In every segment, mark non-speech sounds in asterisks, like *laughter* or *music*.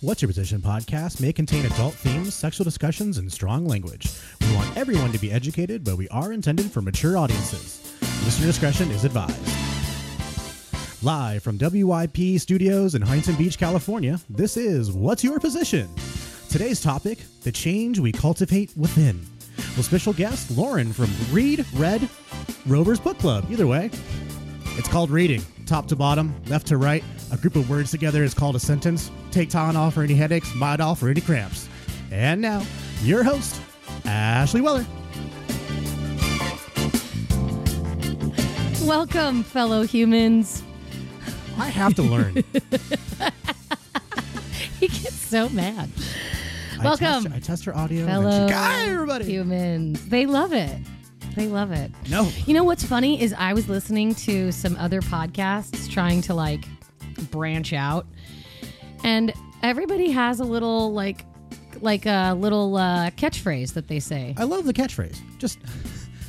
What's Your Position podcast may contain adult themes, sexual discussions, and strong language. We want everyone to be educated, but we are intended for mature audiences. Listener discretion is advised. Live from WYP Studios in Huntington Beach, California, this is What's Your Position? Today's topic the change we cultivate within. With special guest Lauren from Read Red Rovers Book Club. Either way, it's called reading. Top to bottom, left to right, a group of words together is called a sentence. Take Tylenol for any headaches, Midol for any cramps. And now, your host, Ashley Weller. Welcome, fellow humans. I have to *laughs* learn. He gets so mad. I test, Welcome. I test her audio. and then Fellow she, Hi, everybody. humans. They love it. They love it. No. You know what's funny is I was listening to some other podcasts trying to like branch out, and everybody has a little like like a little uh, catchphrase that they say. I love the catchphrase. Just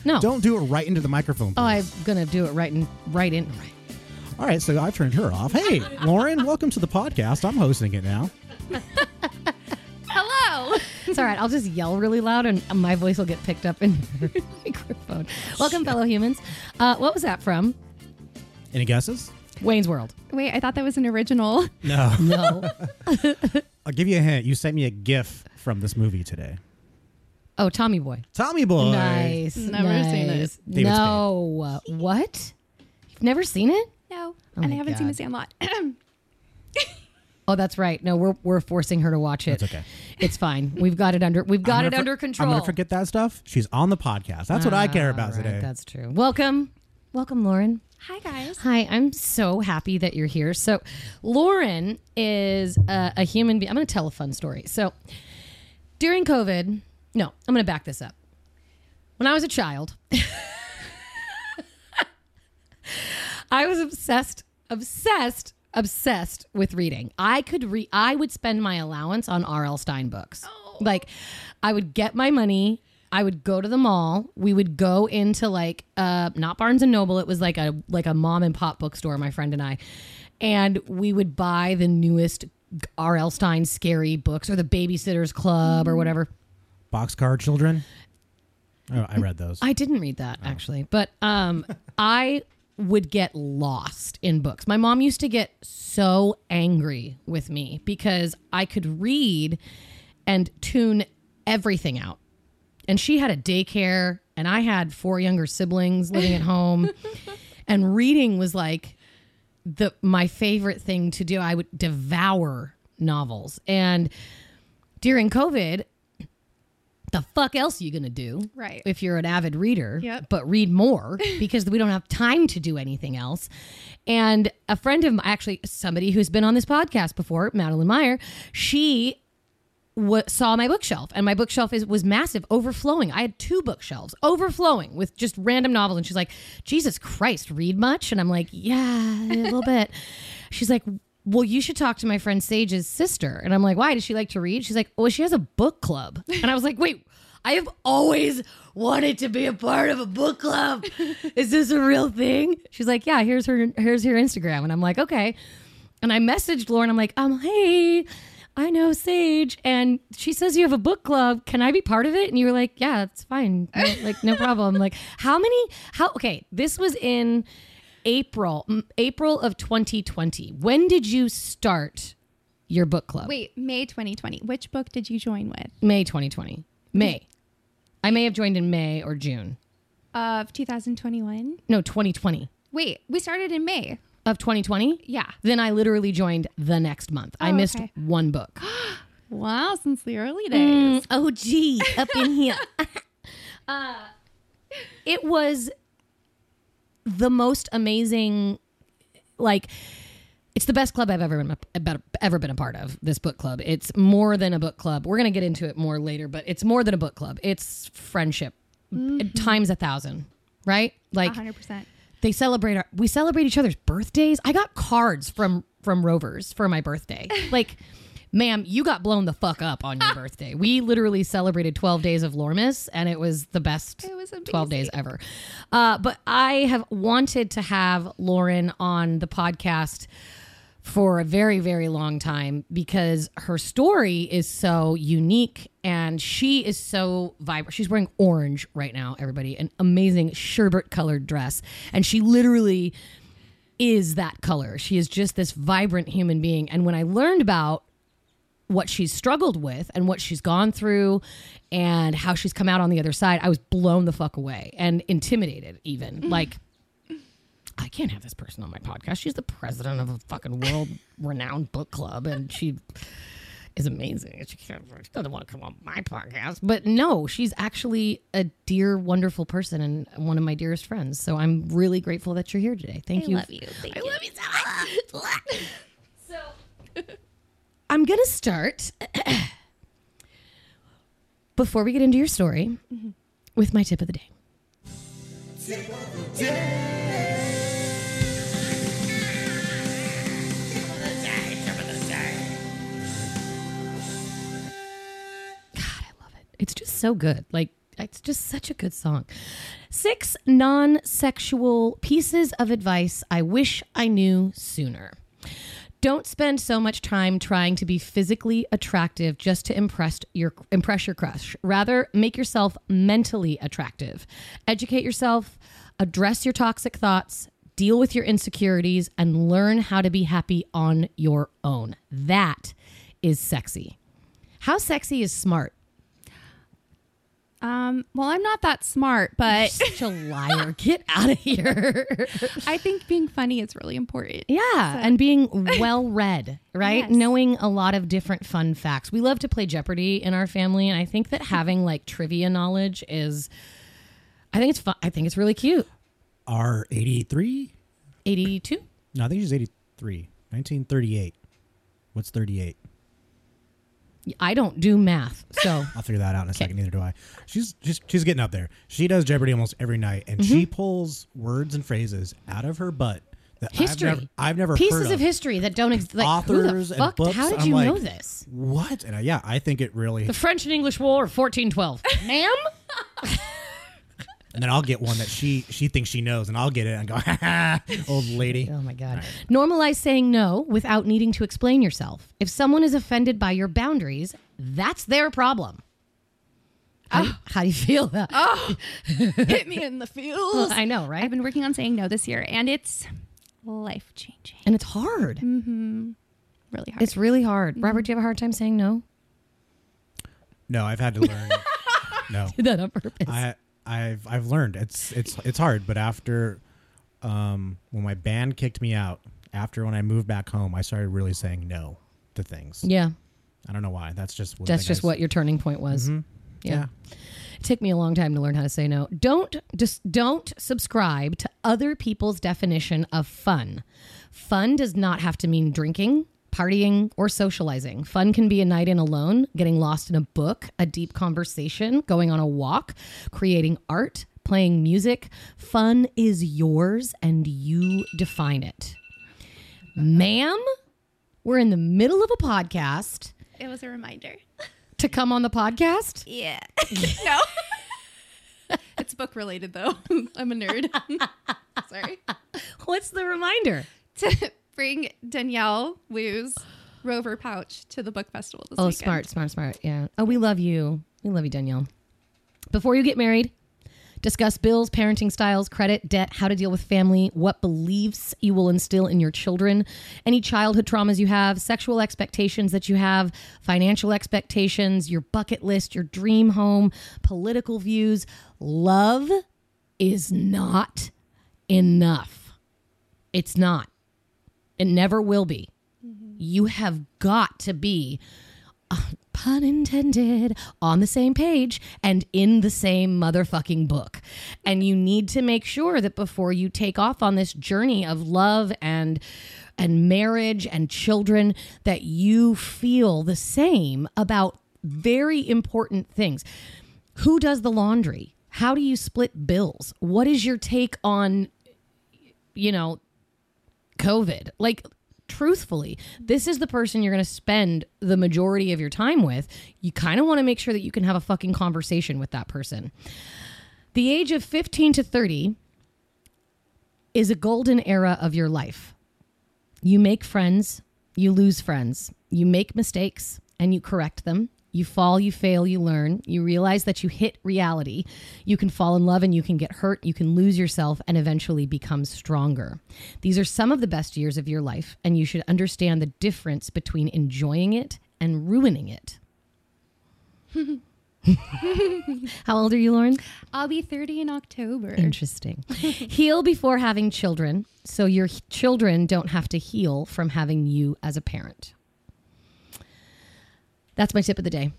no, Uh, don't do it right into the microphone. Oh, I'm please. gonna do it right in right in. Right. All right, so I turned her off. Hey, Lauren, *laughs* welcome to the podcast. I'm hosting it now. Hello. It's all right. I'll just yell really loud, and my voice will get picked up in *laughs* the microphone. Welcome, fellow humans. Uh, what was that from? Any guesses? Wayne's World. *laughs* Wait, I thought that was an original. *laughs* No. No. I'll give you a hint. You sent me a GIF from this movie today. oh, Tommy Boy. Tommy Boy. Nice. Never seen it. nice. David No. What? You've never seen it? No, Oh and my I haven't seen God. the Sandlot. Oh, that's right. No, we're we're forcing her to watch it. That's okay. It's fine. We've got it under we've got I'm it gonna for- under control. I'm gonna forget that stuff. She's on the podcast. That's what I care All about right, today. That's true. Welcome. Welcome, Lauren. *coughs* Hi guys. Hi, I'm so happy that you're here. So, Lauren is a, a human being. I'm going to tell a fun story. So, during COVID, no, I'm going to back this up. When I was a child, I was obsessed, obsessed, obsessed with reading. I could read. I would spend my allowance on R.L. Stein books. Like, I would get my money. I would go to the mall. We would go into like uh, not Barnes and Noble. It was like a like a mom and pop bookstore. My friend and I, and we would buy the newest R.L. Stein scary books or the Babysitters Club or whatever. Boxcar Children. Oh, I read *laughs* those. I didn't read that actually, but um, I would get lost in books. My mom used to get so angry with me because I could read and tune everything out. And she had a daycare, and I had four younger siblings living at home, and reading was like the my favorite thing to do. I would devour novels, and during COVID, the fuck else are you gonna do? Right. If you're an avid reader, Yep. but read more because we don't have time to do anything else. And a friend of mine, actually somebody who's been on this podcast before, Madeline Meyer, she w- saw my bookshelf, and my bookshelf is was massive, overflowing. I had two bookshelves overflowing with just random novels, and she's like, "Jesus Christ, read much?" And I'm like, "Yeah, a little bit." *laughs* She's like. Well, you should talk to my friend Sage's sister. And I'm like, why? Does she like to read? She's like, well, she has a book club. *laughs* And I was like, wait, I have always wanted to be a part of a book club. Is this a real thing? She's like, yeah, here's her, here's her Instagram. And I'm like, okay. And I messaged Lauren. I'm like, um, hey, I know Sage, and she says you have a book club. Can I be part of it? And you were like, yeah, it's fine. No- like, no problem. Like, how many? How? Okay, this was in April, m- April of 2020. When did you start your book club? Wait, May 2020. Which book did you join with? May 2020. May. I may have joined in May or June. Of 2021. No, 2020 Wait, we started in May. of 2020. Yeah. Then I literally joined the next month. I Oh, missed okay. one book. Wow, since the early days. Oh, gee, up in *laughs* here. uh, it was the most amazing, like, it's the best club I've ever been about- ever been a part of. This book club. It's more than a book club. We're gonna get into it more later, but it's more than a book club. It's friendship times a thousand, right? Like 100%. they celebrate our we celebrate each other's birthdays. I got cards from from Rovers for my *laughs* birthday. Like, ma'am, you got blown the fuck up on your birthday. We literally celebrated 12 days of Lormis and it was the best It was 12 days ever. Uh, but I have wanted to have Lauren on the podcast for a very, very long time because her story is so unique and she is so vibrant. She's wearing orange right now, everybody, an amazing sherbet colored dress. And she literally is that color. She is just this vibrant human being. And when I learned about what she's struggled with and what she's gone through and how she's come out on the other side, I was blown the fuck away and intimidated, *laughs* even. Like, I can't have this person on my podcast. She's the president of a fucking world renowned book club and she is amazing. She, can't, she doesn't want to come on my podcast. But no, she's actually a dear, wonderful person and one of my dearest friends. So I'm really grateful that you're here today. Thank I you. love you. Thank I you. love you so much. so I'm going to start *clears throat* before we get into your story with my tip of the day. God, I love it. It's just so good. Like, it's just such a good song. Six non sexual pieces of advice I wish I knew sooner. Don't spend so much time trying to be physically attractive just to impress your impress your crush. Rather, make yourself mentally attractive. Educate yourself, address your toxic thoughts, deal with your insecurities and learn how to be happy on your own. That is sexy. How sexy is smart? Um, well, I'm not that smart, *laughs* but Such a liar. Get out of here. I think being funny is really important. Yeah. And being well read, right? Yes. Knowing a lot of different fun facts. We love to play Jeopardy in our family. And I think that having like trivia knowledge is, I think it's fun. I think it's really cute. R eighty three. 82? No, I think she's eighty three. Nineteen thirty eight. What's thirty eight? I don't do math. So I'll figure that out in a second. Neither do I. She's she's she's getting up there. She does Jeopardy almost every night, and she Mm-hmm. pulls words and phrases out of her butt that history. I've never, I've never Pieces heard of history that don't exist. Like, Authors who and the fuck? books. How did I'm you like, know this? What? And I, yeah, I think it really. The French and English War of 1412. Ma'am? and then I'll get one that she she thinks she knows, and I'll get it and go, *laughs* ha ha, old lady. Oh my God. Normalize saying no without needing to explain yourself. If someone is offended by your boundaries, that's their problem. How, Ah. do, you, how do you feel? That? *laughs* Hit me in the feels. I know, right? I've been working on saying no this year, and it's life changing. and it's hard. Mm. Really hard. It's really hard. Mm-hmm. Robert, do you have a hard time saying no? *laughs* No, I've had to learn. no, Did that on purpose. I I've I've learned it's it's it's hard, but after um when my band kicked me out, after when I moved back home, I started really saying no to things. yeah. I Mm-hmm. don't know why. That's just one That's thing I just s- what your turning point was. Yeah. It took me a long time to learn how to say no. Don't just don't subscribe to other people's definition of fun. Fun does not have to mean drinking, partying, or socializing. Fun can be a night in alone, getting lost in a book, a deep conversation, going on a walk, creating art, playing music. Fun is yours and you define it. Ma'am, we're in the middle of a podcast it was a reminder. to come on the podcast. *laughs* Yeah. no. *laughs* it's book related though. *laughs* I'm a nerd. Sorry. What's the reminder? To bring Danielle Wu's Rover pouch to the book festival this Oh, weekend. smart, smart, smart. Yeah. Oh, we love you. We love you, Danielle. Before you get married, discuss bills, parenting styles, credit, debt, how to deal with family, what beliefs you will instill in your children, any childhood traumas you have, sexual expectations that you have, financial expectations, your bucket list, your dream home, political views. Love is not enough. It's not. It never will be. Mm-hmm. You have got to be, uh, pun intended, on the same page and in the same motherfucking book. And you need to make sure that before you take off on this journey of love and and marriage and children that you feel the same about very important things. Who does the laundry? How do you split bills? What is your take on you know COVID. Like, truthfully, this is the person you're going to spend the majority of your time with. You kind of want to make sure that you can have a fucking conversation with that person. The age of 15 to 30 is a golden era of your life. You make friends, you lose friends. You make mistakes and you correct them. You fall, you fail, you learn. You realize that you hit reality. You can fall in love and you can get hurt. You can lose yourself and eventually become stronger. These are some of the best years of your life, and you should understand the difference between enjoying it and ruining it. *laughs* How old are you, Lauren? I'll be 30 in October. Interesting. heal before having children, so your h- children don't have to heal from having you as a parent. That's my tip of the day.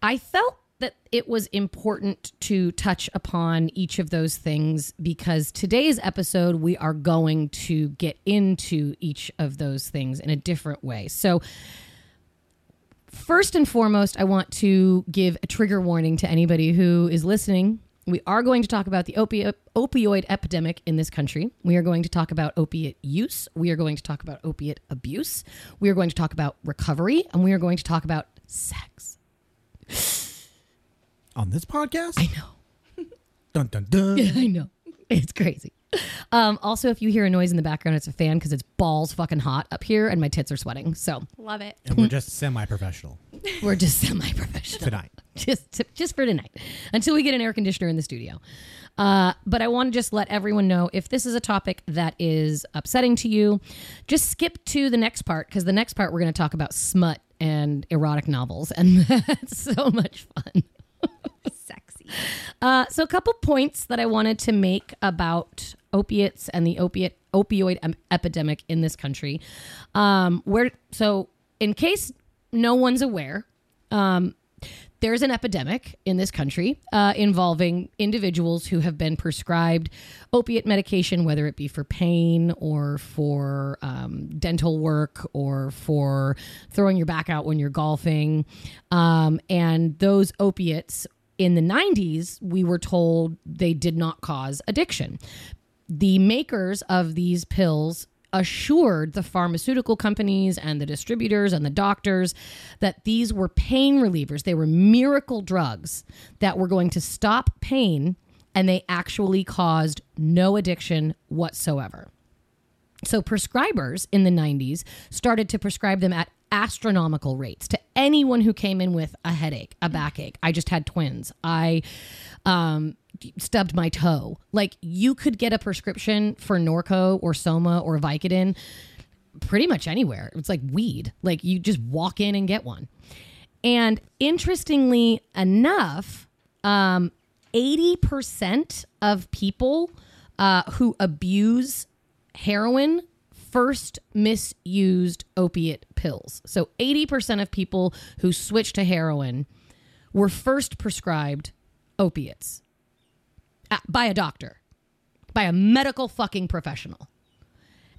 I felt that it was important to touch upon each of those things because today's episode, we are going to get into each of those things in a different way. So, first and foremost, I want to give a trigger warning to anybody who is listening. We are going to talk about the opi- opioid epidemic in this country. We are going to talk about opiate use. We are going to talk about opiate abuse. We are going to talk about recovery. And we are going to talk about sex. *laughs* On this podcast? I know. Dun dun dun. I know. It's crazy. Um, also, if you hear a noise in the background, it's a fan because it's balls fucking hot up here and my tits are sweating. So *laughs* Love it. And we're just semi professional we're just *laughs* semi professional. tonight. just just for tonight until we get an air conditioner in the studio uh, but i want to just let everyone know if this is a topic that is upsetting to you just skip to the next part because the next part we're going to talk about smut and erotic novels and *laughs* that's so much fun Sexy. uh, so a couple points that I wanted to make about opiates and the opiate opioid em- epidemic in this country. Um, where so in case no one's aware, um, there's an epidemic in this country uh, involving individuals who have been prescribed opiate medication, whether it be for pain or for um, dental work or for throwing your back out when you're golfing. Um, and those opiates in the 90s, we were told they did not cause addiction. The makers of these pills assured the pharmaceutical companies and the distributors and the doctors that these were pain relievers. They were miracle drugs that were going to stop pain, and they actually caused no addiction whatsoever. So prescribers in the 90s started to prescribe them at astronomical rates to anyone who came in with a headache, a backache. I just had twins. I um stubbed my toe. Like you could get a prescription for Norco or Soma or Vicodin pretty much anywhere. It's like weed. Like you just walk in and get one. And interestingly enough, um, 80% of people uh, who abuse heroin first misused opiate pills. So 80% of people who switch to heroin were first prescribed opiates uh, by a doctor, by a medical fucking professional,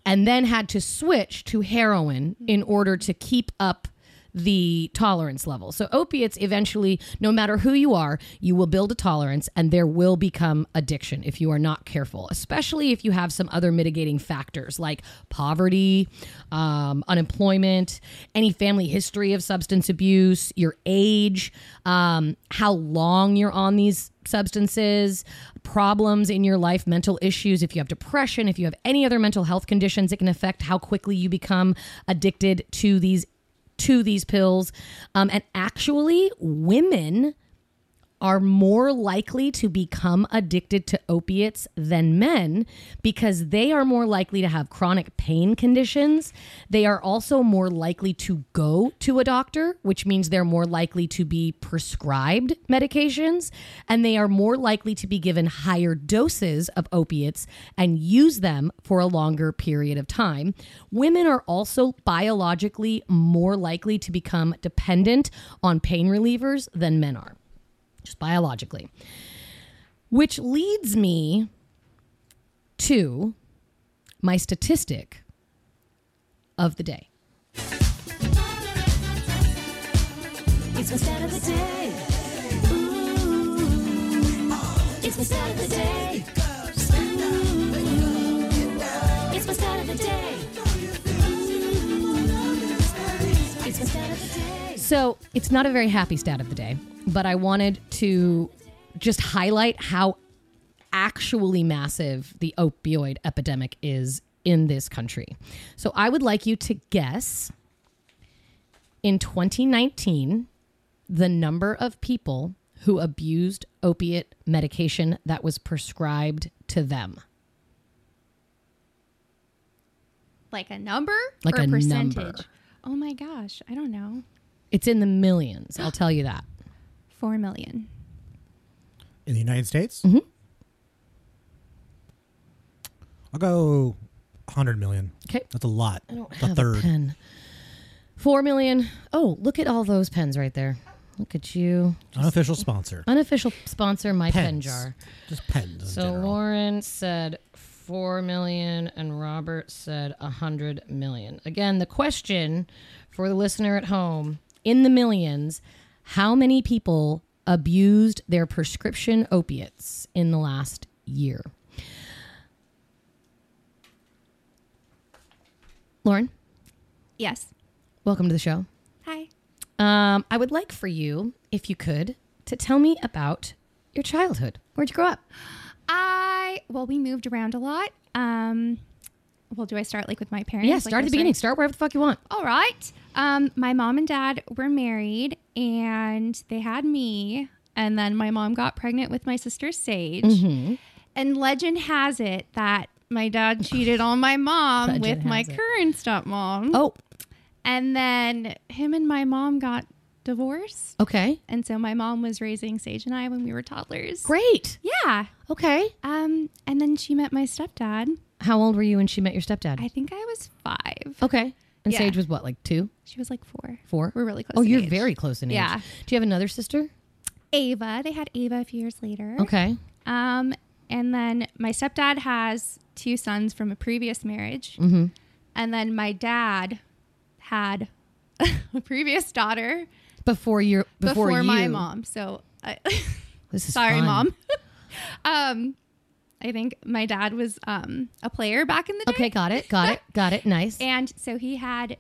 and then had to switch to heroin in order to keep up the tolerance level. So opiates eventually no matter who you are, you will build a tolerance and there will become addiction if you are not careful, especially if you have some other mitigating factors like poverty, um, unemployment, any family history of substance abuse, your age, um, how long you're on these substances, problems in your life, mental issues, if you have depression, if you have any other mental health conditions, it can affect how quickly you become addicted to these to these pills. Um, and actually, women are more likely to become addicted to opiates than men because they are more likely to have chronic pain conditions. They are also more likely to go to a doctor, which means they're more likely to be prescribed medications and they are more likely to be given higher doses of opiates and use them for a longer period of time. Women are also biologically more likely to become dependent on pain relievers than men are just biologically. Which leads me to my statistic of the day. It's my stat of the day. Ooh. It's my stat of the day. Ooh. It's my stat of the day. Ooh. It's my stat of the day. So it's not a very happy stat of the day, but I wanted to just highlight how actually massive the opioid epidemic is in this country. So I would like you to guess in 2019 the number of people who abused opiate medication that was prescribed to them. Like a number? Like or a a percentage? number. Oh my gosh. I don't know. It's in the millions, I'll tell you that. Four million. In the United States? Mm-hmm. I'll go 100 million. Okay. That's a lot. I don't a have third. a pen. Four million. Oh, look at all those pens right there. Look at you. Unofficial sponsor. Unofficial sponsor, my pen Pens. jar. Just pens. In So general. Lauren said four million, and Robert said a hundred million. Again, the question for the listener at home: in the millions, how many people abused their prescription opiates in the last year? Lauren, Yes. welcome to the show. Hi. Um, I would like for you, if you could, to tell me about your childhood. Where'd you grow up? I well, we moved around a lot. Um well, do I start like with my parents? Yeah, Like, start at I the beginning. Start wherever the fuck you want. All right. Um, my mom and dad were married and they had me. And then my mom got pregnant with my sister Sage. Mm-hmm. And legend has it that my dad cheated on my mom Legend with my has it. current stepmom. Oh, And then him and my mom got divorced. okay. And so my mom was raising Sage and I when we were toddlers. Great. Yeah. Okay. Um, and then she met my stepdad. How old were you when she met your stepdad? I think I was five. okay. And Yeah. Sage was what, like two, She was like four. four? We're really close. Oh, in you're age. very close in age. Yeah. Do you have another sister? Ava. They had Ava a few years later. Okay. Um, and then my stepdad has two sons from a previous marriage. Mm-hmm. And then my dad had *laughs* a previous daughter Before your before, before, my you. mom. So I, *laughs* This is sorry, fun. mom. *laughs* um, I think my dad was um, a player back in the day. Okay, got it, got it, got *laughs* it. Nice. And so he had,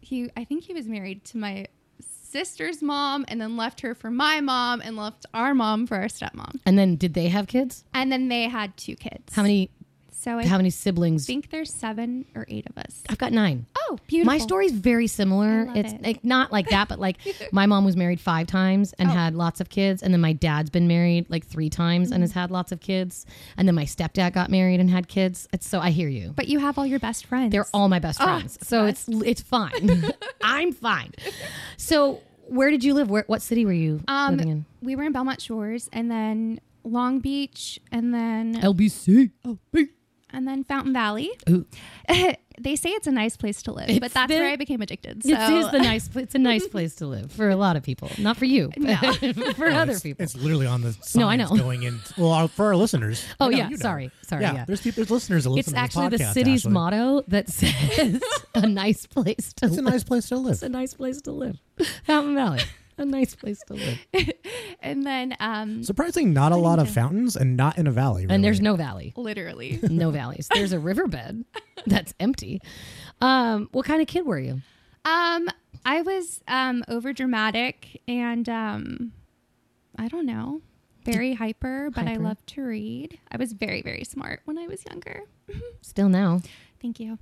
he I think he was married to my sister's mom and then left her for my mom and left our mom for our stepmom. And then did they have kids? And then they had two kids. How many? So I How many siblings? think there's seven or eight of us. I've got nine. Oh, beautiful. My story's very I similar. love It's it. like not like that, but *laughs* like my mom was married five times and Oh. had lots of kids, and then my dad's been married like three times and has Mm. had lots of kids, and then my stepdad got married and had kids. It's, so I hear you. But Oh, you have all your best friends. They're all my best friends, so it's it's fine. *laughs* I'm *laughs* fine. So where did you live? Where what city were you um, living in? We were in Belmont Shores and then Long Beach and then LBC. and then Fountain Valley. Oh. Ooh. *laughs* they say it's a nice place to live, It's but that's the- where I became addicted. So It is the nice. It's a *laughs* nice place to live for a lot of people. Not for you, but *laughs* for other it's, people. It's literally on the *laughs* No, I signs know. going in. Well, our, for our listeners. *laughs* Oh, I know, yeah, you know. sorry, sorry, yeah. There's people. There's listeners that It's listen to this actually the podcast, city's Ashley. motto that says *laughs* a nice place to It's a live. nice place to live. it's a nice place to live. Fountain Valley. *laughs* A nice place to live. *laughs* and then um Surprising, not a lot of fountains and not in a valley. And there's really. no valley. *laughs* literally. No valleys. There's a riverbed *laughs* that's empty. Um, what kind of kid were you? um I was um over dramatic and um I don't know. Very hyper, but I Hyper. love to read. I was very, very smart when I was younger. Still now. Thank you.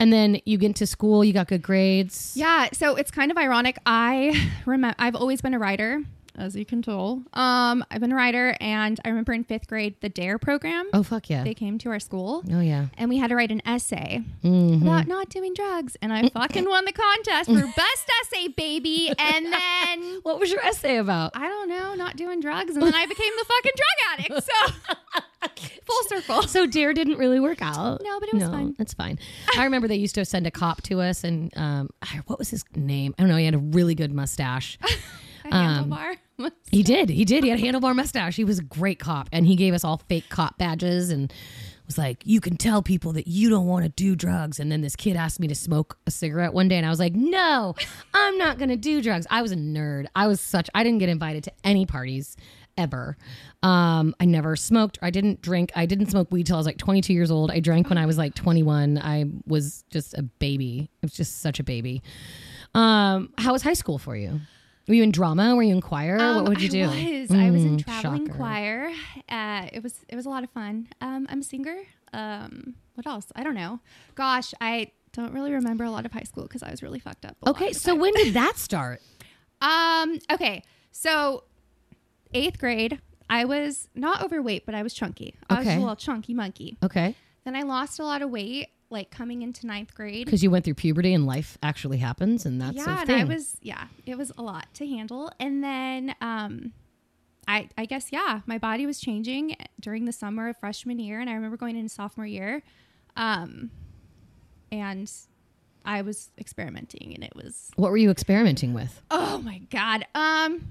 And then you get to school, you got good grades. Yeah, so it's kind of ironic. I *laughs* remember I've always been a writer, as you can tell. Um, I've been a writer, and I remember in fifth grade the Dare E program. Oh fuck yeah. They came to our school, Oh yeah. and we had to write an essay about not doing drugs. And I fucking won the contest for best essay, baby. And then What was your essay about? I don't know, not doing drugs, and then I became the fucking drug addict. So full circle. So Dare didn't really work out. No, but it was fun. That's fine. I remember they used to send a cop to us, and um, I- what was his name? I don't know. He had a really good mustache. A handlebar. *laughs* He did. He did. He had a handlebar mustache. He was a great cop, and he gave us all fake cop badges and was like, "You can tell people that you don't want to do drugs." And then this kid asked me to smoke a cigarette one day, and I was like, "No, I'm not going to do drugs." I was a nerd. I was such. I didn't get invited to any parties ever. Um, I never smoked. I didn't drink. I didn't smoke weed till I was like 22 years old. I drank when I was like 21. I was just a baby. I was just such a baby. Um, how was high school for you? Were you in drama? Were you in choir? what Um, would you do? I was. I was in Mm, traveling shocker. choir. Uh, it was it was a lot of fun. Um, I'm a singer. Um, what else? I don't know. Gosh, I don't really remember a lot of high school because I was really fucked up. a lot Okay, of so it. when did that start? Um. Okay. So, eighth grade, I was not overweight, but I was chunky. I was Okay. a little chunky monkey. Okay, Then I lost a lot of weight, like coming into ninth grade. because you went through puberty and life actually happens, and that's yeah, a and thing. I was yeah, it was a lot to handle. And then, um, I I guess yeah, my body was changing during the summer of freshman year, and I remember going into sophomore year, um, and I was experimenting, and it was what were you experimenting with? oh my god. Um,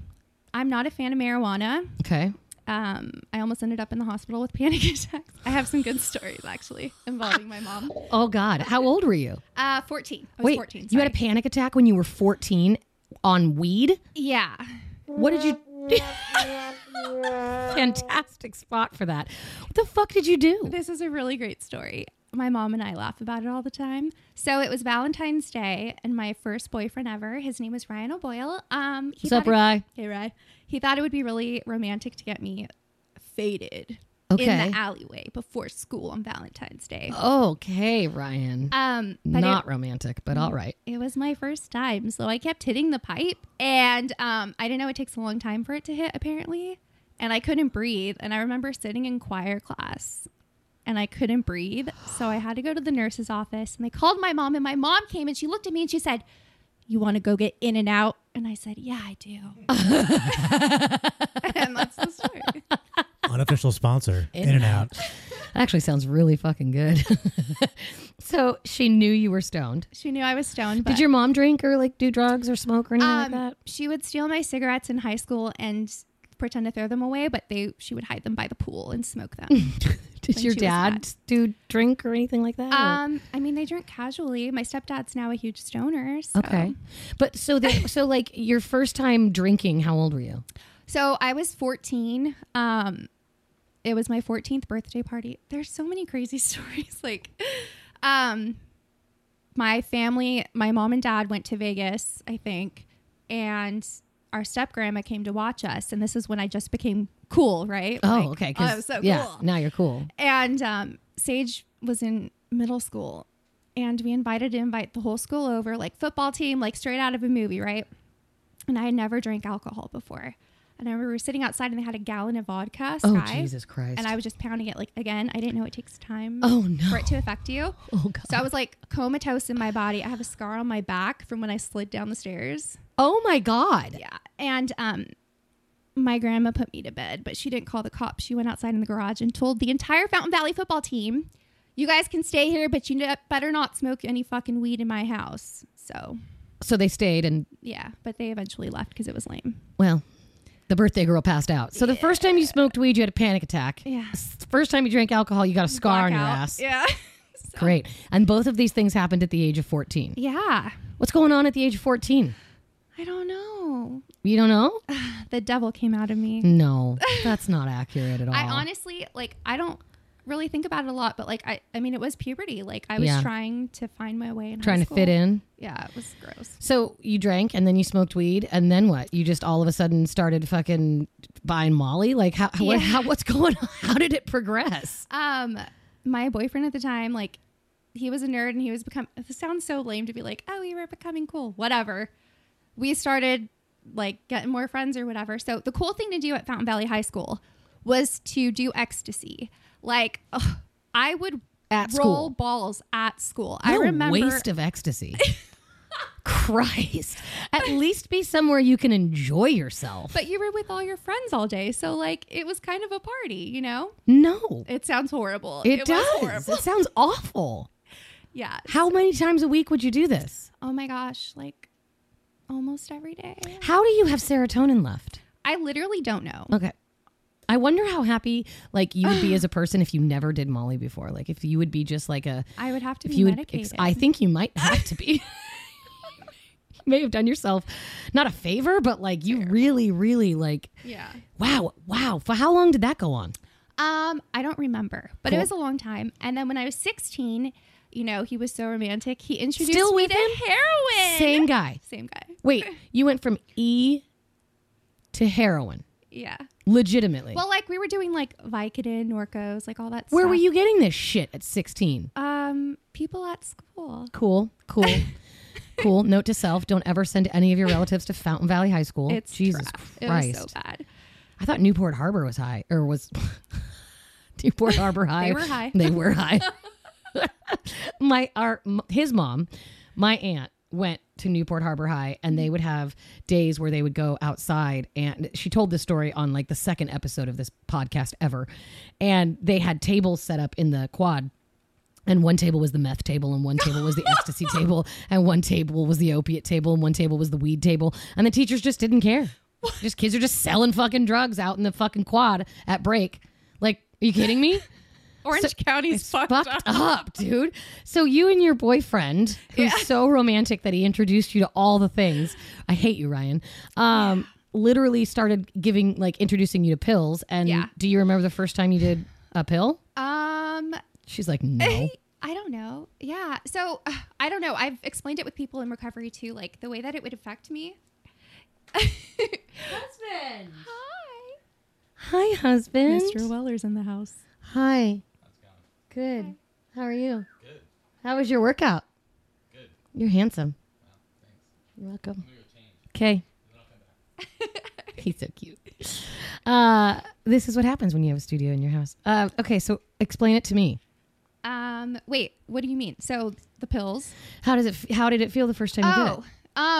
I'm not a fan of marijuana. Okay, um, I almost ended up in the hospital with panic *laughs* attacks. I have some good stories actually involving my mom. oh God, how old were you? Uh, 14. I was Wait, 14. you had a sorry. panic attack when you were fourteen on weed. yeah. What did you? *laughs* Fantastic spot for that. What the fuck did you do? This is a really great story. My mom and I laugh about it all the time. So it was Valentine's Day, and my first boyfriend ever, his name was Ryan O'Boyle. Um, he What's up, thought it- Rye? Hey, Rye. He thought it would be really romantic to get me faded Okay. in the alleyway before school on Valentine's Day. Okay, Ryan. Um, but it- Not romantic, but all right. it was my first time so i kept hitting the pipe and um, i didn't know it takes a long time for it to hit apparently and i couldn't breathe and i remember sitting in choir class and i couldn't breathe so i had to go to the nurse's office and they called my mom and my mom came and she looked at me and she said you want to go get in and out and i said yeah i do *laughs* and that's the story Unofficial *laughs* sponsor, In, and Out. That actually sounds really fucking good. *laughs* so she knew you were stoned. she knew i was stoned but Did your mom drink or like do drugs or smoke or anything like that? Um, she would steal my cigarettes in high school and pretend to throw them away but they she would hide them by the pool and smoke them *laughs* Did when your she was dad mad. do drink or anything like that? or- Um, I mean, they drink casually. My stepdad's now a huge stoner. So. okay. But so they, so like your first time drinking, how old were you? So I was 14. Um, it was my 14th birthday party. There's so many crazy *laughs* stories. Like, um, my family, my mom and dad went to Vegas, I think, and our step grandma came to watch us. And this is when I just became cool, right? Like, Oh, okay. Oh, 'cause- I was so yeah, cool. Now you're cool. And um, Sage was in middle school, and we invited to invite the whole school over, like football team, like straight out of a movie, right? And I had never drank alcohol before. And I remember we were sitting outside and they had a gallon of vodka. Oh, Sky, Jesus Christ. And I was just pounding it. Like, again, I didn't know it takes time Oh, no. *laughs* for it to affect you. Oh, God. So I was like comatose in my body. I have a scar on my back from when I slid down the stairs. oh my God. Yeah. And um my grandma put me to bed, but she didn't call the cops. She went outside in the garage and told the entire Fountain Valley football team, "You guys can stay here, but you n- better not smoke any fucking weed in my house." So, So they stayed and yeah, but they eventually left cuz it was lame. Well, the birthday girl passed out. So the first time you smoked weed, you had a panic attack. Yeah. S- First time you drank alcohol, you got a scar on your Blackout. ass. Yeah. *laughs* Great. And both of these things happened at the age of 14. yeah. What's going on at the age of 14? I don't know. You don't *laughs* know? The devil came out of Mm, me. No, that's not accurate at all. I honestly like I don't really think about it a lot, but like I I mean it was puberty. Like I was Yeah. trying to find my way in high Trying to school. fit in. Yeah, it was gross. So you drank and then you smoked weed and then what? You just all of a sudden started fucking buying Molly? Like how, how, what, Yeah. how what's going on? *laughs* How did it progress? um my boyfriend at the time like he was a nerd and he was become this sounds so lame to be like oh we were becoming cool whatever we started like getting more friends or whatever so the cool thing to do at fountain valley high school was to do ecstasy like ugh, i would At roll school. balls at school i What a remember waste of *laughs* ecstasy. Christ. At least be somewhere you can enjoy yourself. but you were with all your friends all day so like it was kind of a party you know no. it sounds horrible It, was does. horrible. It sounds awful. yeah How many times a week would you do this? oh my gosh like almost every day How do you have serotonin left? I literally don't know. Okay. I wonder how happy like you would be as a person if you never did Molly before. Like if you would be just like a I would have to if be you would medicated. ex- I think you might have to *laughs* be. you may have done yourself not a favor, but like you really, really like yeah. Wow, wow. For how long did that go on? Um, I don't remember, but Cool. it was a long time. And then when I was 16, you know, he was so romantic. He introduced Still me with to him? heroin. Same guy. Same guy. Wait, you went from E to heroin. Yeah. Legitimately. Well, like we were doing like Vicodin, Norcos, like all that. Where stuff. were you getting this shit at 16? Um, people at school. Cool. *laughs* Cool. cool. Note to self, don't ever send any of your relatives to Fountain Valley High School. It's Jesus rough. Christ. It was so bad. I thought Newport Harbor was high or was *laughs* Newport Harbor high. were high. They were *laughs* high. my our m- his mom, my aunt went to Newport Harbor High and they would have days where they would go outside and she told this story on like the second episode of this podcast ever and they had tables set up in the quad and one table was the meth table, and one table was the *laughs* ecstasy table, and one table was the opiate table, and one table was the weed table. And the teachers just didn't care. Just kids are just selling fucking drugs out in the fucking quad at break. Like, are you kidding me? *laughs* Orange County's fucked, Fucked up. up. dude. So you and your boyfriend, who's so romantic that he introduced you to all the things. I hate you, Ryan. Um, literally started giving like introducing you to pills. And Yeah. do you remember the first time you did a pill? Um, She's *laughs* like, no. I don't know. Yeah. So *sighs* uh, I don't know. I've explained it with people in recovery too, like the way that it would affect me. Husband. *laughs* Hi. Hi, husband. Weller's in the house. Hi. Good. How are you? Good. How was your workout? Good. You're handsome. You're welcome. Okay. *laughs* He's so cute. Uh, this is what happens when you have a studio in your house. Uh, okay, so explain it to me. Um, wait, what do you mean? So the pills. How does it? f- How did it feel the first time you did Oh, it?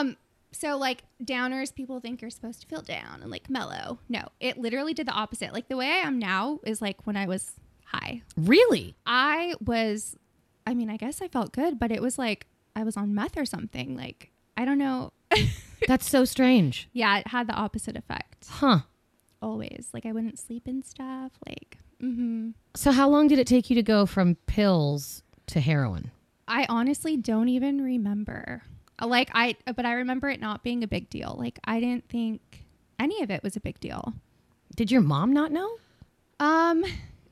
um, so like downers, people think you're supposed to feel down and like mellow. No, it literally did the opposite. Like the way I am now is like when I was high. Really? I was, I mean, I guess I felt good, but it was like I was on meth or something. Like I don't know. That's so strange, yeah, it had the opposite effect. huh? Always, like I wouldn't sleep and stuff. Like, hmm So how long did it take you to go from pills to heroin? I honestly don't even remember. Like I, but I remember it not being a big deal. Like I didn't think any of it was a big deal. Did your mom not know? Um,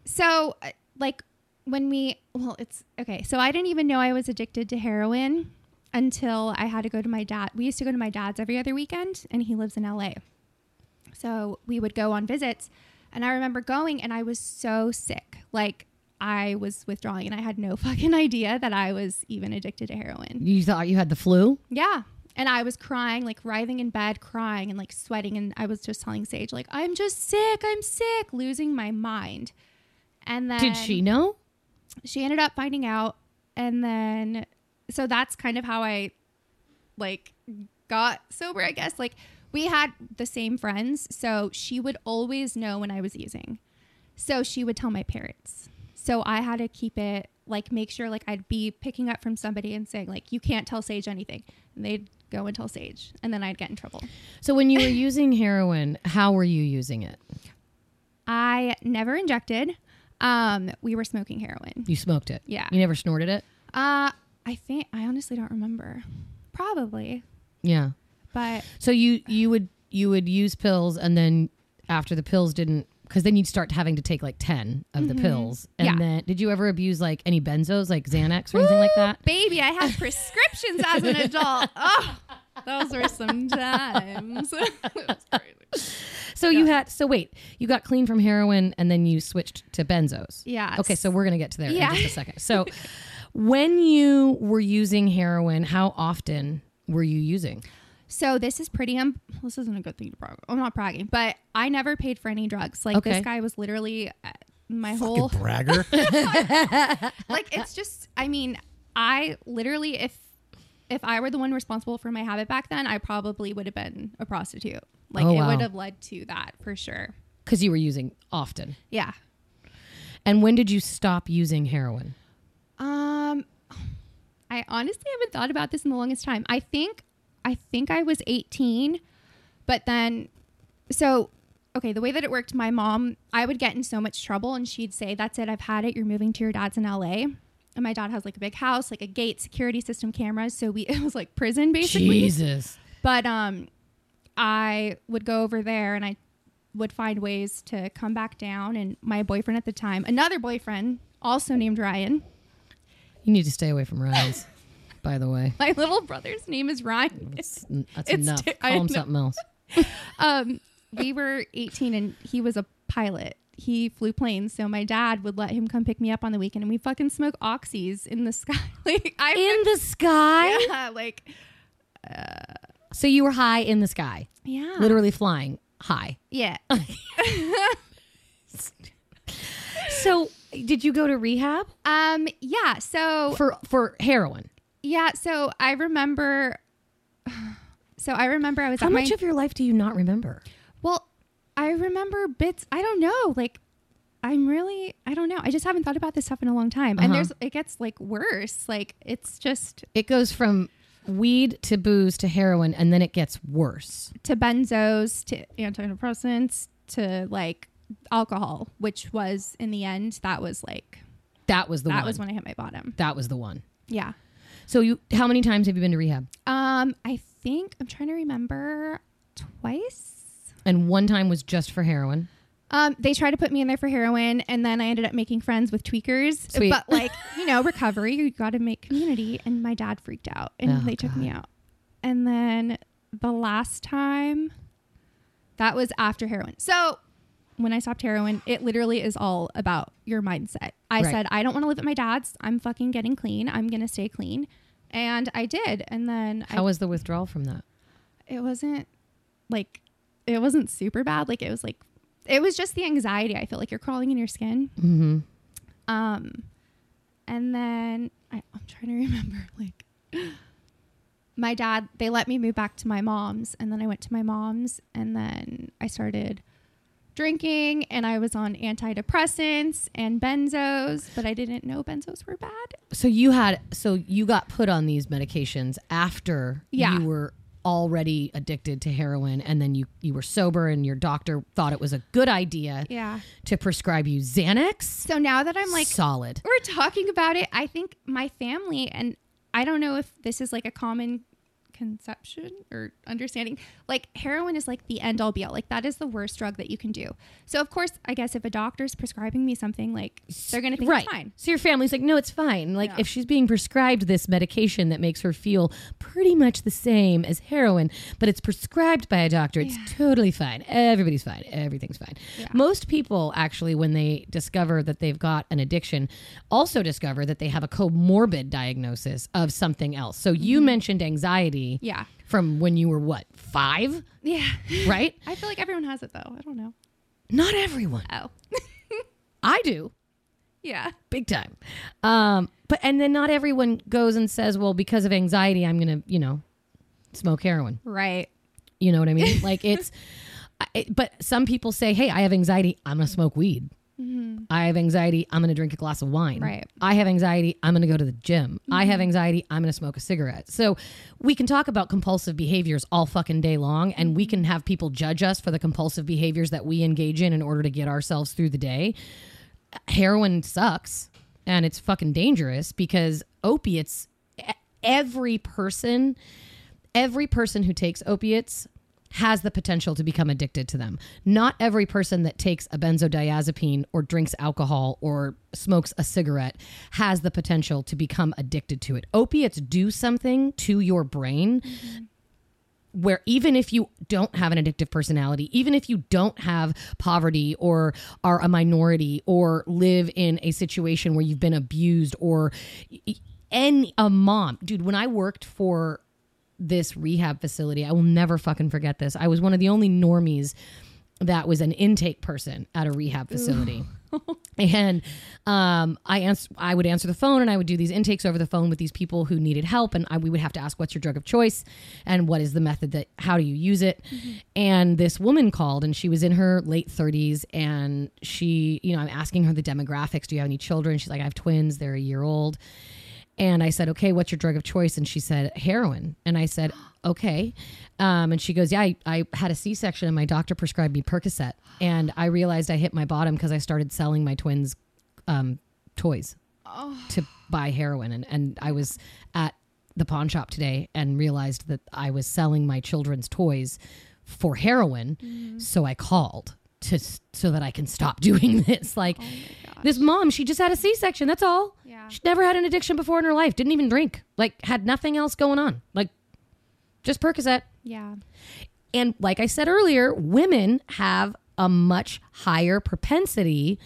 so uh, like when we, well, it's okay. So I didn't even know I was addicted to heroin until I had to go to my dad. We used to go to my dad's every other weekend, and he lives in LA. So we would go on visits, and I remember going, and I was so sick. Like I was withdrawing, and I had no *laughs* fucking idea that I was even addicted to heroin. You thought you had the flu? Yeah. And I was crying, like writhing in bed, crying and like sweating. And I was just telling Sage, like, I'm just sick. I'm sick, losing my mind. And then Did she know? She ended up finding out. And then, so that's kind of how I like got sober, I guess. Like, we had the same friends. So she would always know when I was using. So she would tell my parents. So I had to keep it like make sure like I'd be picking up from somebody and saying like you can't tell Sage anything. And they'd go and tell Sage and then I'd get in trouble. So when you *laughs* were using heroin, how were you using it? I never injected. Um we were smoking heroin. You smoked it. Yeah. You never snorted it. Uh I think I honestly don't remember. Probably. Yeah. But So you you would you would use pills and then after the pills didn't because then you'd start having to take like ten of the pills and Yeah. then did you ever abuse like any benzos like Xanax or anything like that? baby, I had prescriptions as *laughs* an adult. Oh, those were some *laughs* times. That's crazy. So you had so wait you got clean from heroin and then you switched to benzos. Yes. Okay, so we're gonna get to there Yeah. in just a second. *laughs* So when you were using heroin, how often were you using? So this is pretty. Um, this isn't a good thing to brag. I'm not bragging, but I never paid for any drugs. Like Okay. this guy was literally uh, my You *laughs* whole. bragger. *laughs* Like it's just. I mean, I literally if if I were the one responsible for my habit back then, I probably would have been a prostitute. Like Oh, it wow. would have led to that for sure. Because you were using often. Yeah. And when did you stop using heroin? Um, I honestly haven't thought about this in the longest time. I think, I think I was 18, but then, so, okay, the way that it worked, my mom, I would get in so much trouble and she'd say, that's it, I've had it. You're moving to your dad's in LA. And my dad has like a big house, like a gate, security system, cameras. So we, *laughs* it was like prison basically. Jesus. But, um, I would go over there and I would find ways to come back down. And my boyfriend at the time, another boyfriend, also named Ryan, You need to stay away from Ryan's, by the way. My little brother's name is Ryan. That's, that's It's enough. ter- I Call him know. something else. Um, we were 18 and he was a pilot. He flew planes, so my dad would let him come pick me up on the weekend, and we fucking smoke oxys in the *laughs* sky. like I in the sky. *laughs* yeah, like So you were high in the sky, yeah, literally flying high. yeah. So did you go to rehab um, yeah. So for for heroin? yeah, so I remember. *sighs* So I remember I was How at much my of your life do you not remember? well, I remember bits. I don't know, like. I'm really, I don't know. I just haven't thought about this stuff in a long time. Uh-huh. And there's, it gets like worse. Like, it's just It goes from weed to booze to heroin, and then it gets worse. to benzos to antidepressants to like alcohol which was in the end that was like That was the that one. was when i hit my bottom that was the one. yeah So you, how many times have you been to rehab? um i think i'm trying to remember twice And one time was just for heroin. um they tried to put me in there for heroin and then i ended up making friends with tweakers Sweet. *laughs* but like you know recovery you got to make community and my dad freaked out and Oh, they took me out and then the last time that was after heroin so when I stopped heroin, it literally is all about your mindset. I Right. said, I don't want to live at my dad's. I'm fucking getting clean. I'm going to stay clean. And I did. And then I, How was the withdrawal from that? it wasn't like, it wasn't super bad. Like, it was like, it was just the anxiety. I feel like you're crawling in your skin. Mm-hmm. Um, and then I, I'm trying to remember, *laughs* like, my dad, they let me move back to my mom's. And then I went to my mom's. And then I started drinking and I was on antidepressants and benzos, but I didn't know benzos were bad. So you had so you got put on these medications after Yeah. you were already addicted to heroin and then you you were sober and your doctor thought it was a good idea Yeah. to prescribe you Xanax. So now that I'm like, solid. we're talking about it, I think my family, and I don't know if this is like a common conception or understanding, like heroin is like the end all be all. Like that is the worst drug that you can do. So, of course, I guess if a doctor's prescribing me something, like they're going to think right. it's fine. So your family's like, no, it's fine. Like Yeah. if she's being prescribed this medication that makes her feel pretty much the same as heroin, but it's prescribed by a doctor, it's totally fine. Everybody's fine. Everything's fine. Most people actually, when they discover that they've got an addiction, also discover that they have a comorbid diagnosis of something else. So you mentioned anxiety. Mm-hmm. Yeah. From when you were what *coughs* five, Yeah. *laughs* right? I feel like everyone has it though. I don't know. Not everyone. Oh. I do. *laughs* yeah. big time. Um, but and then not everyone goes and says, "Well, because of anxiety, I'm gonna, you know, smoke heroin." Right. You know what I mean? like it's. I- It, but some people say, "Hey, I have anxiety. I'm gonna smoke weed. I have anxiety. I'm gonna drink a glass of wine. Right. I have anxiety. I'm gonna go to the gym. I have anxiety. I'm gonna smoke a cigarette." So we can talk about compulsive behaviors all fucking day long, and we can have people judge us for the compulsive behaviors that we engage in in order to get ourselves through the day heroin sucks and it's fucking dangerous because opiates e- every person every person who takes opiates has the potential to become addicted to them. Not every person that takes a benzodiazepine or drinks alcohol or smokes a cigarette has the potential to become addicted to it. Opiates do something to your brain where even if you don't have an addictive personality, even if you don't have poverty or are a minority or live in a situation where you've been abused or any a mom, dude, when I worked for this rehab facility, I will never fucking forget this. I was one of the only normies that was an intake person at a rehab facility. and um, I ans- I would answer the phone and I would do these intakes over the phone with these people who needed help and I, we would have to ask what's your drug of choice and what is the method that how do you use it and this woman called and she was in her late 30s and she you know I'm asking her the demographics do you have any children she's like I have twins they're a year old and I said, okay, what's your drug of choice? And she said, heroin. And I said, okay. Um, and she goes, yeah, I, I had a C section and my doctor prescribed me Percocet. And I realized I hit my bottom because I started selling my twins um, toys to buy heroin. And, and I was at the pawn shop today and realized that I was selling my children's toys for heroin. So I called. To, s- so that I can stop *laughs* doing this. Like, this mom, she just had a C section. That's all. Oh Yeah. She never had an addiction before in her life. Didn't even drink. Like had nothing else going on. Like just Percocet. Yeah. And like I said earlier, women have a much higher propensity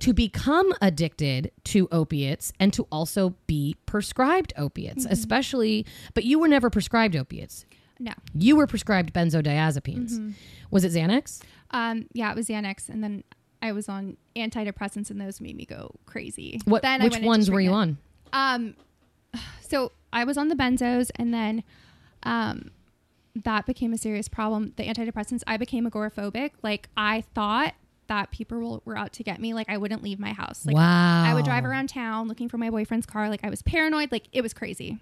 to become addicted to opiates and to also be prescribed opiates, Mm-hmm. especially, but you were never prescribed opiates. No. You were prescribed benzodiazepines. Mm-hmm. Was it Xanax? Um, yeah, it was Xanax, and then I was on antidepressants, and those made me go crazy. What, Then I which went into ones were you treatment. on? Um, so I was on the benzos, and then, um, that became a serious problem. The antidepressants. I became agoraphobic. Like I thought that people were, were out to get me. Like I wouldn't leave my house. Like wow. I would drive around town looking for my boyfriend's car. Like I was paranoid. Like it was crazy.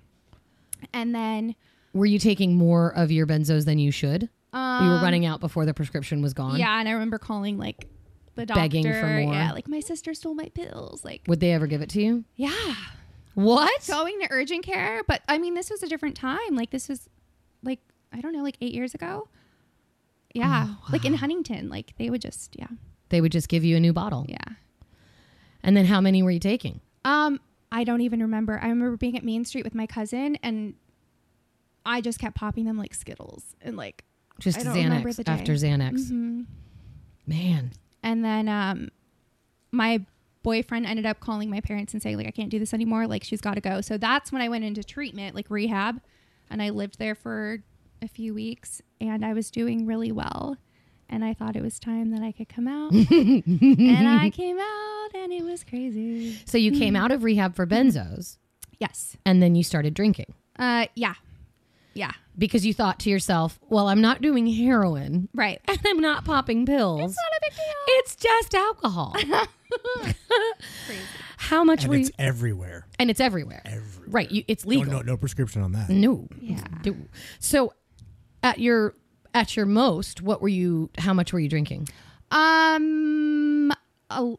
And then Were you taking more of your benzos than you should? um, you were running out before the prescription was gone. Yeah, and I remember calling like the doctor. Begging for more. Yeah, like my sister stole my pills. Like Would they ever give it to you? yeah, What? going to urgent care. But I mean, this was a different time. Like this was like I don't know, like eight years ago. Yeah, like in Huntington, like they would just yeah, They would just give you a new bottle. yeah. And then how many were you taking? Um, I don't even remember. I remember being at Main Street with my cousin, and I just kept popping them like Skittles and like Just I don't remember Xanax the day. after Xanax. mhm. Man. And then um, my boyfriend ended up calling my parents and saying, like, I can't do this anymore. Like, she's got to go. So that's when I went into treatment, like rehab. And I lived there for a few weeks and I was doing really well. And I thought it was time that I could come out. and I came out and it was crazy. So you came Mm-hmm. out of rehab for benzos Yes. and then you started drinking Uh, yeah. Yeah. because you thought to yourself, well, I'm not doing heroin Right. *laughs* and I'm not popping pills. It's not a big deal. It's just *laughs* alcohol. *laughs* How much And were you? it's everywhere. and it's everywhere. Everywhere. Right. You, it's No, legal. no, no prescription on that. No. Yeah. Do- So at your at your most, what were you how much were you drinking? Um, a,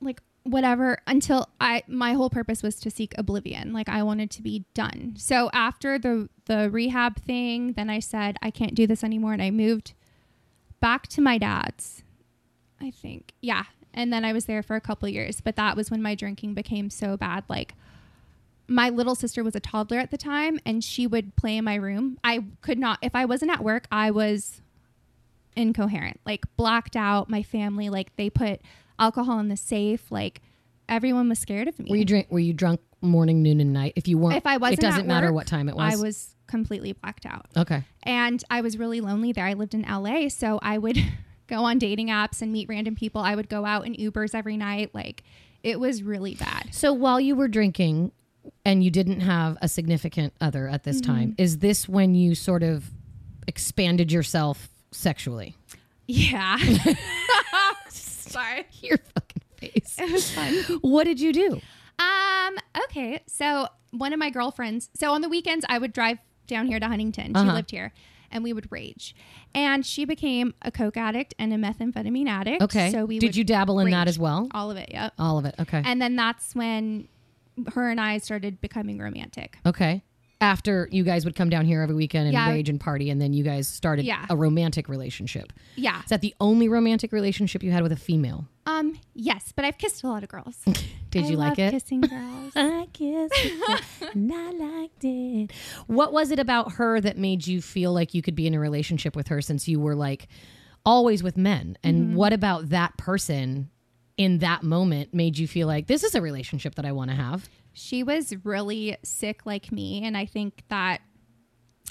like whatever until I my whole purpose was to seek oblivion. Like I wanted to be done. So after the the rehab thing, then I said I can't do this anymore, and I moved back to my dad's. I think yeah, and then I was there for a couple of years, but that was when my drinking became so bad, like. My little sister was a toddler at the time, and she would play in my room. I could not, if I wasn't at work, I was incoherent, like blacked out. My family, like they put alcohol in the safe. Like everyone was scared of me. Were you drink were you drunk morning, noon and night? If you weren't if I wasn't, it doesn't at matter work, what time it was. I was completely blacked out, Okay. and I was really lonely there. I lived in LA, so I would *laughs* go on dating apps and meet random people. I would go out in Ubers every night. Like it was really bad. So while you were drinking and you didn't have a significant other at this time, is this when you sort of expanded yourself sexually? *laughs* Yeah. *laughs* Sorry. Your fucking face. It was fun. What did you do? Um, okay. So one of my girlfriends, so on the weekends I would drive down here to Huntington. She Uh-huh. lived here. And we would rage. And she became a coke addict and a methamphetamine addict. Okay. So we Did would you dabble in that rage. as well? All of it, yep. All of it. Okay. And then that's when her and I started becoming romantic. okay. After you guys would come down here every weekend and Yeah, I- rage and party, and then you guys started Yeah. a romantic relationship. Yeah. Is that the only romantic relationship you had with a female? Um, yes, but I've kissed a lot of girls. Did I you like love it? *laughs* Kissing girls. I kissed it, *laughs* and I liked it. What was it about her that made you feel like you could be in a relationship with her since you were like always with men? And Mm-hmm. what about that person in that moment made you feel like this is a relationship that I want to have? she was really sick like me and i think that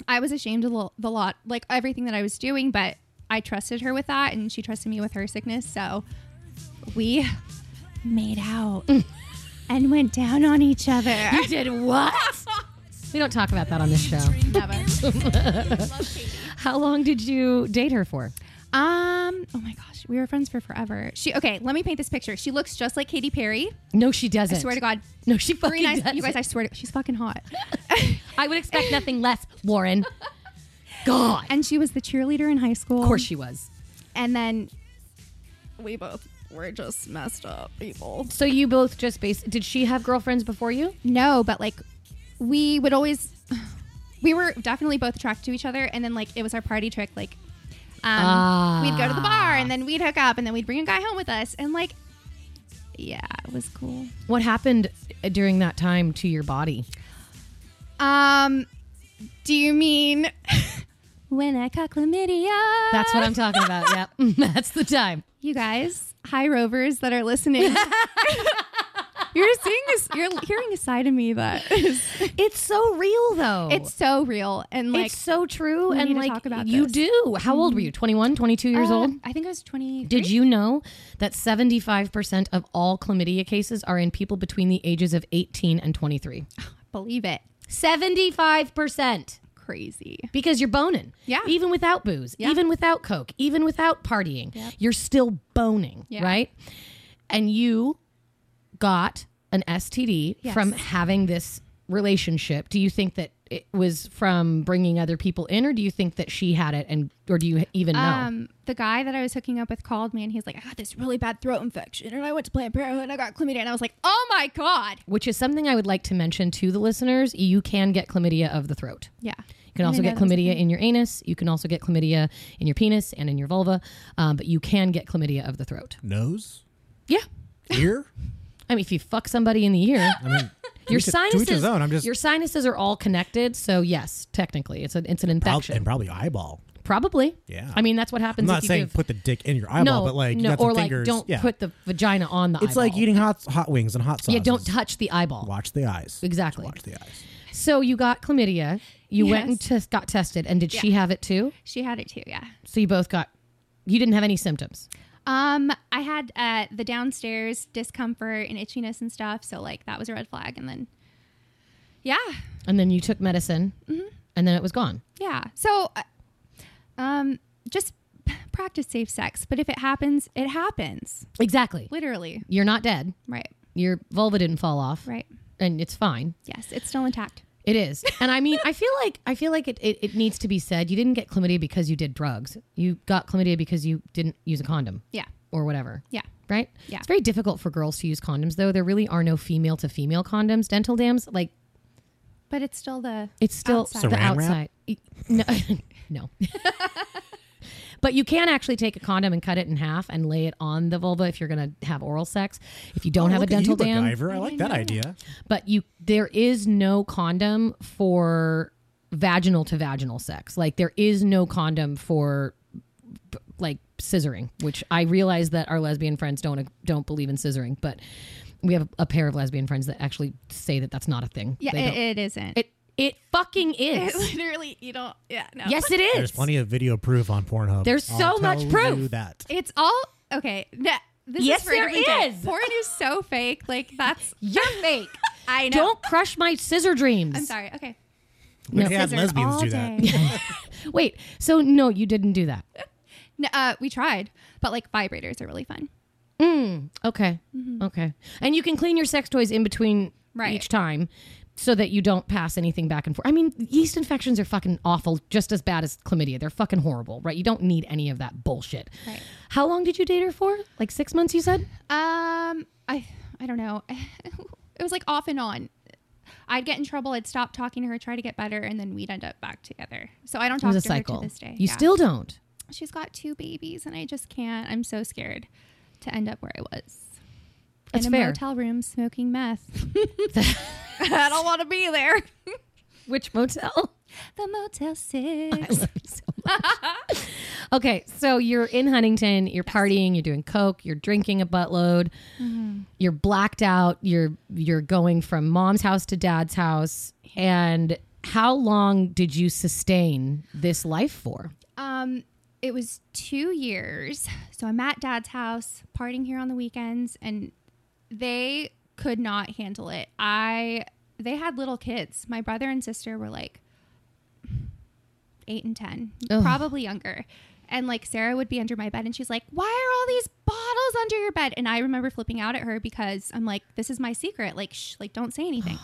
i was ashamed of lo- the lot like everything that i was doing but i trusted her with that and she trusted me with her sickness so we made out Mm. and went down on *laughs* each other Did what? *laughs* we don't talk about that on this show. Never. How long did you date her for? um oh my gosh we were friends for forever she okay let me paint this picture she looks just like katy perry No, she doesn't. i swear *laughs* to god No, she fucking Green eyes, doesn't. you guys i swear to she's *laughs* fucking hot I would expect nothing less, Warren. *laughs* God. and she was the cheerleader in high school of course she was. and then we both were just messed up people. So you both just base. Did she have girlfriends before you? No, but like we would always *sighs* we were definitely both attracted to each other and then like it was our party trick like um Ah. we'd go to the bar and then we'd hook up and then we'd bring a guy home with us and like yeah, it was cool. uh, What happened during that time to your body? Um Do you mean when I caught chlamydia? That's what I'm talking about. *laughs* Yep. Mm, That's the time. you guys, high rovers that are *laughs* listening. you're seeing this. You're hearing a side of me that is. It's so real though. It's so real and like it's so true we and need to like talk about you this. do. How old were you? 21, 22 years uh, old? I think I was twenty. Did you know that 75% of all chlamydia cases are in people between the ages of 18 and 23? believe it? 75% Crazy. because you're boning. Yeah. Even without booze, Yeah. even without coke, even without partying, you're still boning, Yeah. right? And you got an STD Yes. from having this relationship. Do you think that it was from bringing other people in or do you think that she had it and or do you even know? Um, the guy that I was hooking up with called me and he's like, I got this really bad throat infection and I went to Planned Parenthood and I got chlamydia and I was like, oh my god. which is something I would like to mention to the listeners. You can get chlamydia of the throat. Yeah. You can also didn't get know that was a chlamydia in your anus. You can also get chlamydia in your penis and in your vulva, um, but you can get chlamydia of the throat. Nose? Yeah. *laughs* Ear? I mean, if you fuck somebody in the ear, I *laughs* mean, to your each- to each his sinuses, own. I'm just- your sinuses are all connected. So yes, technically, it's an it's an prob- infection. and probably eyeball. Probably. Yeah. I mean, that's what I'm happens. not if you saying give, put the dick in your eyeball, no, but like, you no, got some or fingers. like don't yeah. put the vagina on the. It's like eyeball. eating hot hot wings and hot sauce. Yeah, don't touch the eyeball. watch the eyes. Exactly. Watch the eyes. So you got chlamydia. You went and tes- got tested, and did she have it too? She had it too, yeah. So you both got. You didn't have any symptoms. Um, I had uh, the downstairs discomfort and itchiness and stuff, so like that was a red flag. And then, yeah, And then you took medicine, and then it was gone. yeah. So, uh, um, just *laughs* practice safe sex. But if it happens, it happens. Exactly. Literally, You're not dead. right, Your vulva didn't fall off. right. And it's fine. Yes, it's still intact. It is. And I mean, I feel like I feel like it, it, it needs to be said. You didn't get chlamydia because you did drugs. You got chlamydia because you didn't use a condom Yeah, or whatever. yeah. Right? Yeah. It's very difficult for girls to use condoms though. There really are no female to female condoms. Dental dams, like But it's still the It's still Outside. the Saran wrap? outside. E, No, *laughs* no. but you can actually take a condom and cut it in half and lay it on the vulva if you're going to have oral sex. If you don't Oh, have a Look at you, dental dam, MacGyver. I like that idea. but you there is no condom for vaginal to vaginal sex. Like there is no condom for b- like scissoring, which I realize that our lesbian friends don't don't believe in scissoring, but we have a pair of lesbian friends that actually say that that's not a thing. yeah. They don't- It, it isn't. it it fucking is. It *laughs* *laughs* literally, you don't. Yeah, no. Yes, it is. There's plenty of video proof on Pornhub. There's I'll so much tell proof. you that. It's all okay. No, this Yes, is for a there different day. is. Porn is so fake. Like *laughs* that's You're fake. I know. Don't crush my scissor dreams. I'm sorry. Okay. We No. had Scissors lesbians all do that. *laughs* day. Wait. So no, you didn't do that. No, uh, we tried, but like vibrators are really fun. Okay. Okay. And you can clean your sex toys in between Mm-hmm. Right. each time so that you don't pass anything back and forth. I mean, yeast infections are fucking awful, just as bad as chlamydia. They're fucking horrible, right? You don't need any of that bullshit. Right. How long did you date her for? Like 6 months you said? Um, I I don't know. *laughs* it was like off and on. I'd get in trouble. I'd stop talking to her, try to get better, and then we'd end up back together. So I don't It talk was a to cycle. her to this day. You Yeah. still don't. She's got two babies, and I just can't. I'm so scared to end up where I was. That's in a fair. motel room *laughs* smoking meth. *laughs* I don't want to be there. Which motel? The Motel I Six. love you so much. *laughs* okay, so you're in Huntington, you're partying, you're doing coke, you're drinking a buttload, you're blacked out, you're you're going from mom's house to dad's house, and how long did you sustain this life for? Um, it was two years. So I'm at dad's house, partying here on the weekends, and they could not handle it. I they had little kids. My brother and sister were like eight and ten, Ugh. probably younger. And like Sarah would be under my bed and she's like, Why are all these bottles under your bed? And I remember flipping out at her because I'm like, This is my secret. Like, shh, like don't say anything.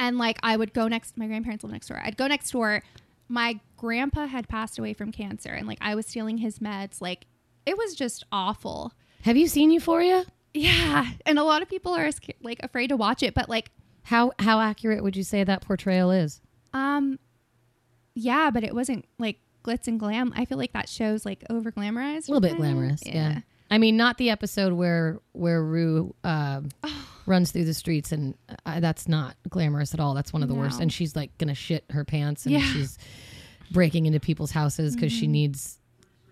And like I would go next my grandparents live next door. I'd go next door. My grandpa had passed away from cancer and like I was stealing his meds. Like it was just awful. Have you seen Euphoria? Yeah. And a lot of people are sca- like afraid to watch it, but like How how accurate would you say that portrayal is? um yeah, but it wasn't like glitz and glam. I feel like that show's like over glamorized. *sighs* A Oh. little bit glamorous, yeah. I mean, not the episode where where Rue uh, runs through the streets, and uh, that's not glamorous at all. That's one of the worst. No. And she's like gonna shit her pants, and Yeah. Mm-hmm. she's breaking into people's houses because she needs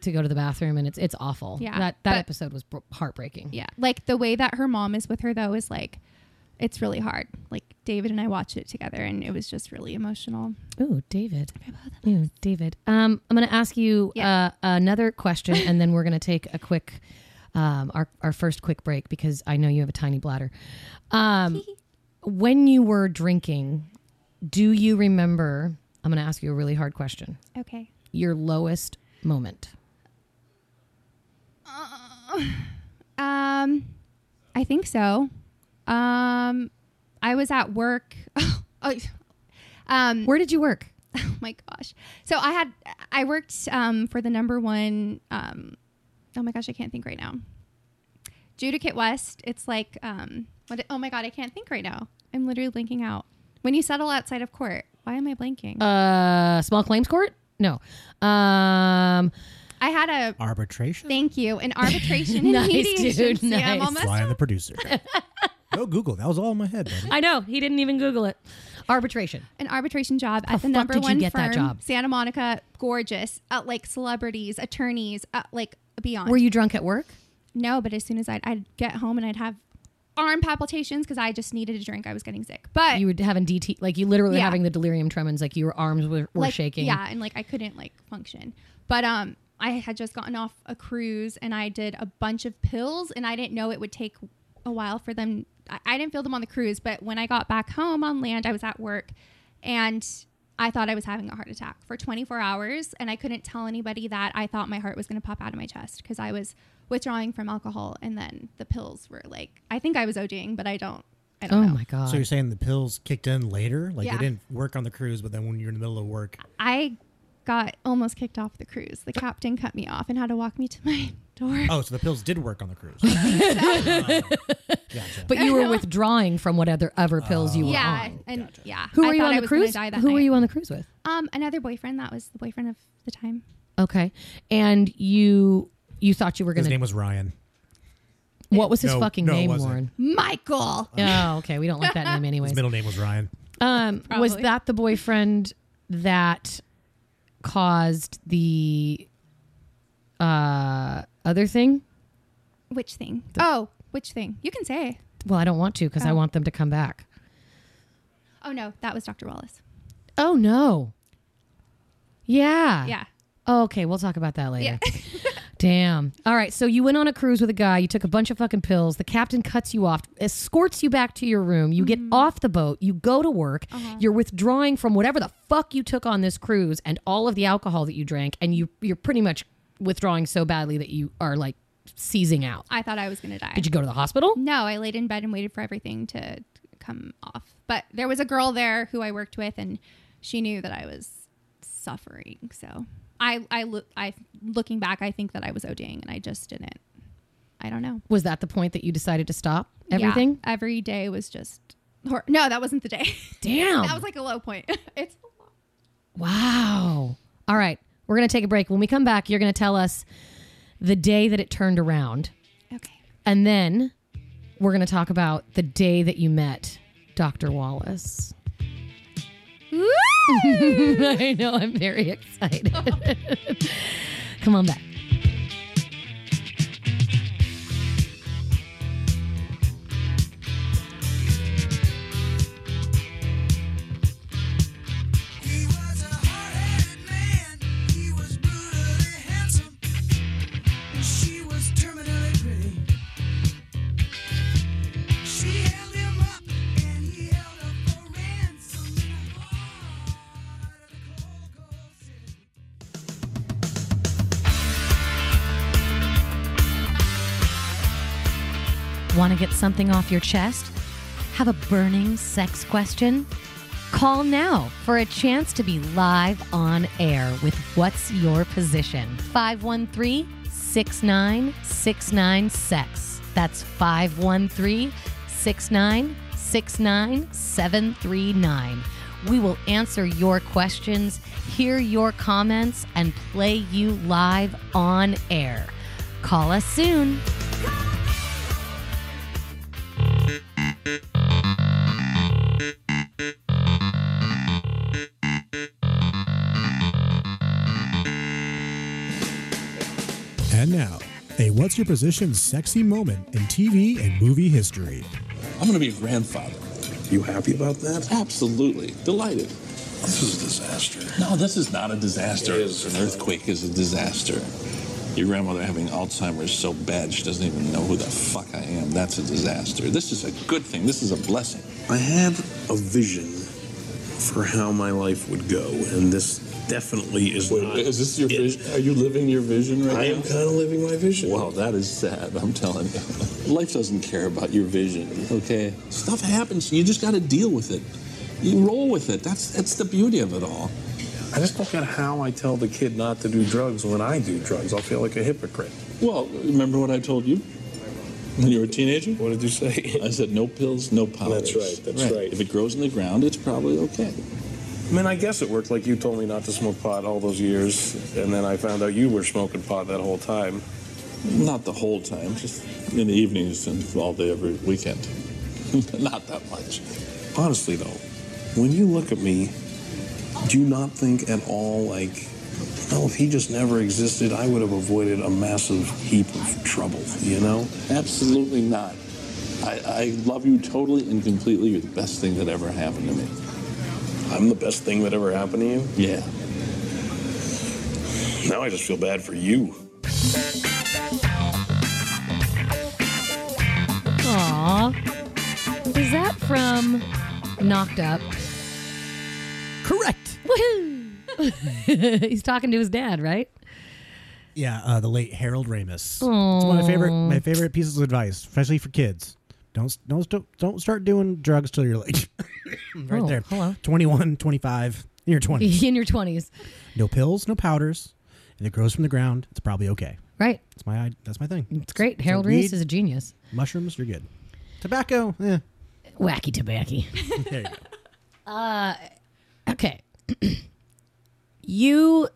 to go to the bathroom, and it's it's awful. Yeah, that that but- episode was br- heartbreaking. Yeah. Like the way that her mom is with her though is like it's really hard. Like David and I watched it together and it was just really emotional. Ooh, David. Ooh, David. Um, I'm going to ask you Yeah. uh, another question, and then we're going to take a quick, um, our our first quick break because I know you have a tiny bladder. *laughs* Um, when you were drinking, do you remember? I'm going to ask you a really hard question. Okay. Your lowest moment. Uh, Um I think so. Um I was at work. *laughs* oh, um Where did you work? *laughs* oh my gosh. So I had I worked um, for the number one. Um, oh my gosh, I can't think right now. Judicate West. It's like um, what? Oh my god, I can't think right now. I'm literally blanking out. When you settle outside of court, why am I blanking? Uh, small claims court? No. Um, I *laughs* had a Arbitration? thank you an arbitration and Nice, mediation. dude, See, I'm nice. almost Fly on the *laughs* producer. no Google. That was all in my head, buddy. I know he didn't even Google it. Arbitration. an arbitration job at the fuck number did you one get firm, that job? Santa Monica. Gorgeous, uh, like celebrities, attorneys, uh, like beyond. Were you drunk at work? No, but as soon as I'd, I'd get home and I'd have arm palpitations because I just needed a drink. I was getting sick. But you were having DT, like you literally were Yeah. having the delirium tremens, like your arms were, were like, shaking. Yeah, and like I couldn't like function. But um, I had just gotten off a cruise and I did a bunch of pills and I didn't know it would take a while for them. I, I didn't feel them on the cruise, but when I got back home on land, I was at work and I thought I was having a heart attack for 24 hours and I couldn't tell anybody that I thought my heart was going to pop out of my chest because I was withdrawing from alcohol and then the pills were like I think I was ODing, but I don't. I don't Oh know. my god. So you're saying the pills kicked in later? Like Yeah. they didn't work on the cruise, but then when you're in the middle of work, I got almost kicked off the cruise. The captain cut me off and had to walk me to my *laughs* door. oh, so the pills did work on the cruise. *laughs* *laughs* Uh, gotcha. but you *laughs* were withdrawing from what other other pills Oh. you were yeah, on. and yeah. Who I were you thought on I the was gonna cruise? die that Who were night. you on the cruise with? Um, another boyfriend. That was the boyfriend of the time. Okay, and you you thought you were his gonna. name was Ryan. what was his No, fucking no, it name, wasn't. *laughs* Lauren? Michael. Oh, okay. We don't like that name, anyways. His middle name was Ryan. Um, was Probably. that the boyfriend that caused the uh, other thing? Which thing? oh, which thing? You can say. Well, I don't want to because I Oh. want them to come back. Oh no, that was Dr. Wallace. Oh no. Yeah. Yeah. Oh, okay, we'll talk about that later. *laughs* Yeah. Damn. All right, so you went on a cruise with a guy, you took a bunch of fucking pills, the captain cuts you off, escorts you back to your room, you Mm-hmm. get off the boat, you go to work, Uh-huh. you're withdrawing from whatever the fuck you took on this cruise and all of the alcohol that you drank and you you're pretty much withdrawing so badly that you are like seizing out. I thought I was gonna die. Did you go to the hospital? No, I laid in bed and waited for everything to come off. But there was a girl there who I worked with, and she knew that I was suffering. So I, I look, I looking back, I think that I was ODing, and I just didn't. I don't know. Was that the point that you decided to stop Yeah, everything? every day was just. Hor- no, that wasn't the day. *laughs* Damn. that was like a low point. *laughs* it's Wow. All right. We're going to take a break. When we come back, you're going to tell us the day that it turned around. okay. And then we're going to talk about the day that you met Dr. Wallace. *laughs* I know. I'm very excited. *laughs* Come on back. He was a hard-headed man. He was brutally handsome, and she was terminally pretty. She held him up, and he held up for ransom in the heart of the cold, cold city. Want to get something off your chest? Have a burning sex question? Call now for a chance to be live on air with What's Your Position? 513 6969 Sex. That's 513 6969 739. We will answer your questions, hear your comments, and play you live on air. Call us soon. What's Your Position's sexy moment in TV and movie history. I'm going to be a grandfather. You happy about that? Absolutely. Delighted. This is a disaster. No, this is not a disaster. It is. An earthquake is a disaster. Your grandmother having Alzheimer's so bad she doesn't even know who the fuck I am. That's a disaster. This is a good thing. This is a blessing. I had a vision for how my life would go, and this definitely is not. is this your it. vision? Are you living your vision right I am now? kind of living my vision. Wow, that is sad. I'm telling you. Life doesn't care about your vision. Okay, stuff happens. You just got to deal with it. You roll with it. That's that's the beauty of it all. I just don't get how I tell the kid not to do drugs when I do drugs. I'll feel like a hypocrite. Well, remember what I told you when you were a teenager? What did you say? I said no pills, no powders. That's right, that's right. If it grows in the ground, it's probably okay. I mean, I guess it worked. Like you told me not to smoke pot all those years, and then I found out you were smoking pot that whole time. Not the whole time, just in the evenings and all day every weekend. *laughs* Not that much. Honestly, though, when you look at me, do you not think at all like, no, if he just never existed, I would have avoided a massive heap of trouble, you know? Absolutely not. I, I love you totally and completely. You're the best thing that ever happened to me. I'm the best thing that ever happened to you. Yeah. Now I just feel bad for you. Aww. Is that from Knocked Up? Correct. Woohoo! *laughs* He's talking to his dad, right? Yeah, uh, the late Harold Ramis. It's one of my favorite my favorite pieces of advice, especially for kids. Don't don't don't- don't start doing drugs till you're like *laughs* Mm, right Oh, there. hello. *laughs* 21, 25, in your 20s. In your 20s. no pills, no powders. If it grows from the ground, it's probably okay. Right. That's my that's my thing. It's great. Harold weed- Reese is a genius. Mushrooms, you're good. Tobacco, eh. *laughs* Wacky tobacco. There you go. Okay. you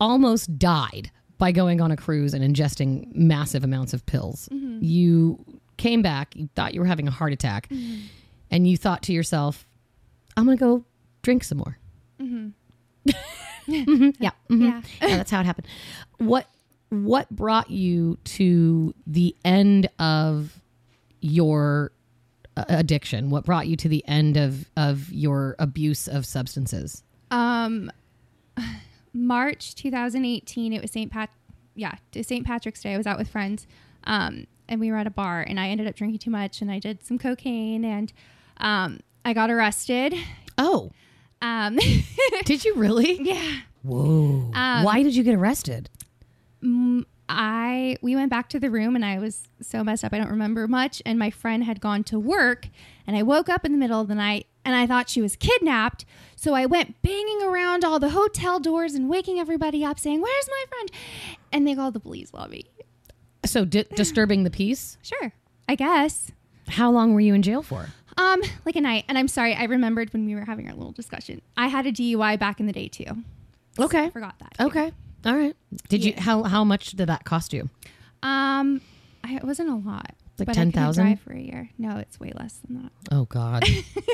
almost died by going on a cruise and ingesting massive amounts of pills. You came back, you thought you were having a heart attack, and you thought to yourself, I'm going to go drink some more. *laughs* Mhm, yeah. mhm. Yeah. yeah, that's how it happened. What what brought you to the end of your uh, addiction? What brought you to the end of of your abuse of substances? Um, March 2018. It was St. Pat. Yeah, it was St. Patrick's Day. I was out with friends, um, and we were at a bar, and I ended up drinking too much, and I did some cocaine, and um, I got arrested. Oh, Um, *laughs* did you really? *laughs* Um, yeah, Whoa! Why did you get arrested? I we went back to the room, and I was so messed up. I don't remember much, and my friend had gone to work, and I woke up in the middle of the night. And I thought she was kidnapped. So I went banging around all the hotel doors and waking everybody up saying, Where's my friend? And they called the police on me. So di- disturbing the peace. Sure, I guess. How long were you in jail for? Um, like a night. And I'm sorry, I remembered when we were having our little discussion. I had a DUI back in the day too. Okay. I forgot that. too. Okay. All right. Did you how how much did that cost you? Um, I, it wasn't a lot. Like but I couldn't 10,000? drive for a year. No, it's way less than that. Oh *laughs* God,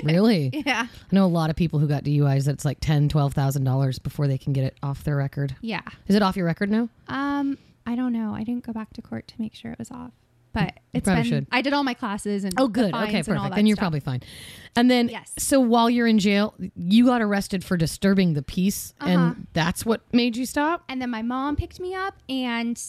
really? Yeah. I know a lot of people who got DUIs. That's like ten, twelve thousand dollars before they can get it off their record. Yeah. Is it off your record now? Um, I don't know. I didn't go back to court to make sure it was off, but it's probably been. should. I did all my classes and Oh, the good. fines Okay, and all perfect. that Then you're stuff. probably fine. And then, Yes. so while you're in jail, you got arrested for disturbing the peace, Uh-huh. and that's what made you stop. And then my mom picked me up, and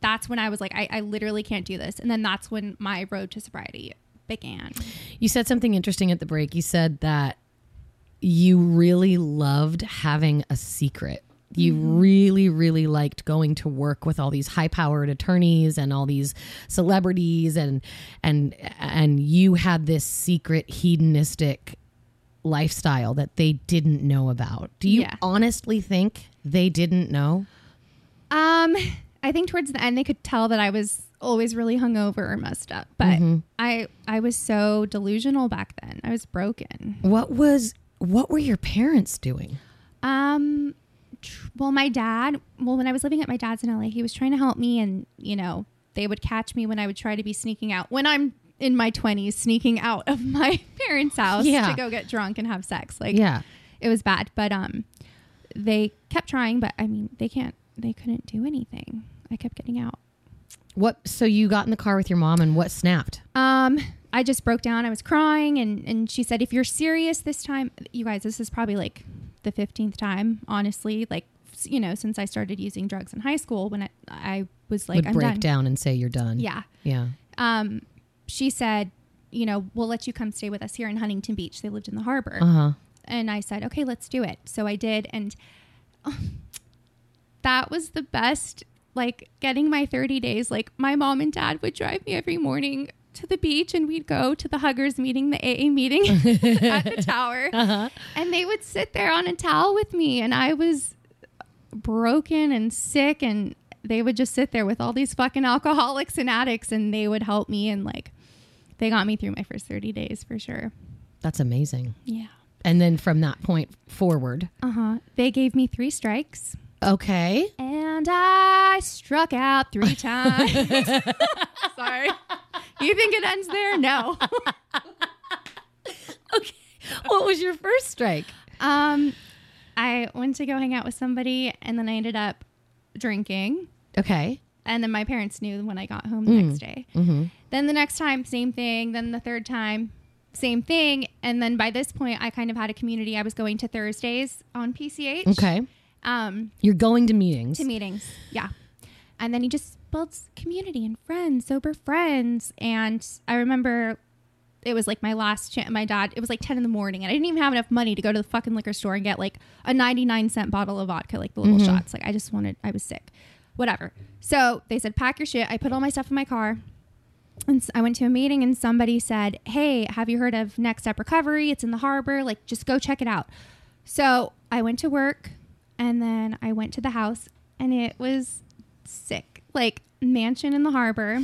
that's when I was like, I, I literally can't do this. And then that's when my road to sobriety began. You said something interesting at the break. You said that you really loved having a secret. You Mm-hmm. really, really liked going to work with all these high-powered attorneys and all these celebrities, and and and you had this secret hedonistic lifestyle that they didn't know about. Do you Yeah. honestly think they didn't know? Um, I think towards the end they could tell that I was always really hungover or messed up, but Mm-hmm. I I was so delusional back then. I was broken. What was what were your parents doing? Um, tr- well, my dad. Well, when I was living at my dad's in LA, he was trying to help me, and you know they would catch me when I would try to be sneaking out when I'm in my 20s sneaking out of my *laughs* parents' house Yeah. to go get drunk and have sex. Like, Yeah. it was bad, but um, they kept trying, but I mean, they can't. They couldn't do anything. I kept getting out. What? So you got in the car with your mom, and what snapped? Um, I just broke down. I was crying, and and she said, "If you're serious this time, you guys, this is probably like the fifteenth time, honestly. Like, s- you know, since I started using drugs in high school, when I, I was like, Would I'm break done. down and say you're done. Yeah. Yeah. Um, she said, you know, we'll let you come stay with us here in Huntington Beach. They lived in the harbor, Uh huh. and I said, okay, let's do it. So I did, and *laughs* that was the best. Like getting my thirty days. Like my mom and dad would drive me every morning to the beach, and we'd go to the huggers meeting, the AA meeting *laughs* at the tower, and they would sit there on a towel with me, and I was broken and sick and they would just sit there with all these fucking *laughs* alcoholics and addicts and they would help me and like they got me through my first 30 days for sure That's amazing. yeah And then from that point forward, uh-huh they gave me three strikes okay. and i struck out three times sorry you think it ends there no *laughs* Okay. What was your first strike? um i went to go hang out with somebody and then i ended up drinking Okay. And then my parents knew when I got home the next day. Then the next time, same thing. Then the third time, same thing. And then by this point, I kind of had a community. I was going to Thursdays on PCH Okay. um, You're going to meetings. to meetings. Yeah. And then he just builds community and friends, sober friends. And I remember it was like my last chance. My dad, it was like 10 in the morning, and I didn't even have enough money to go to the fucking liquor store and get like a 99 cent bottle of vodka, like the little shots. Like I just wanted, I was sick. Whatever. So they said, pack your shit. I put all my stuff in my car. And s- I went to a meeting and somebody said, Hey, have you heard of Next Step Recovery? It's in the harbor. Like, just go check it out. So I went to work and then I went to the house and it was sick. Like, mansion in the harbor.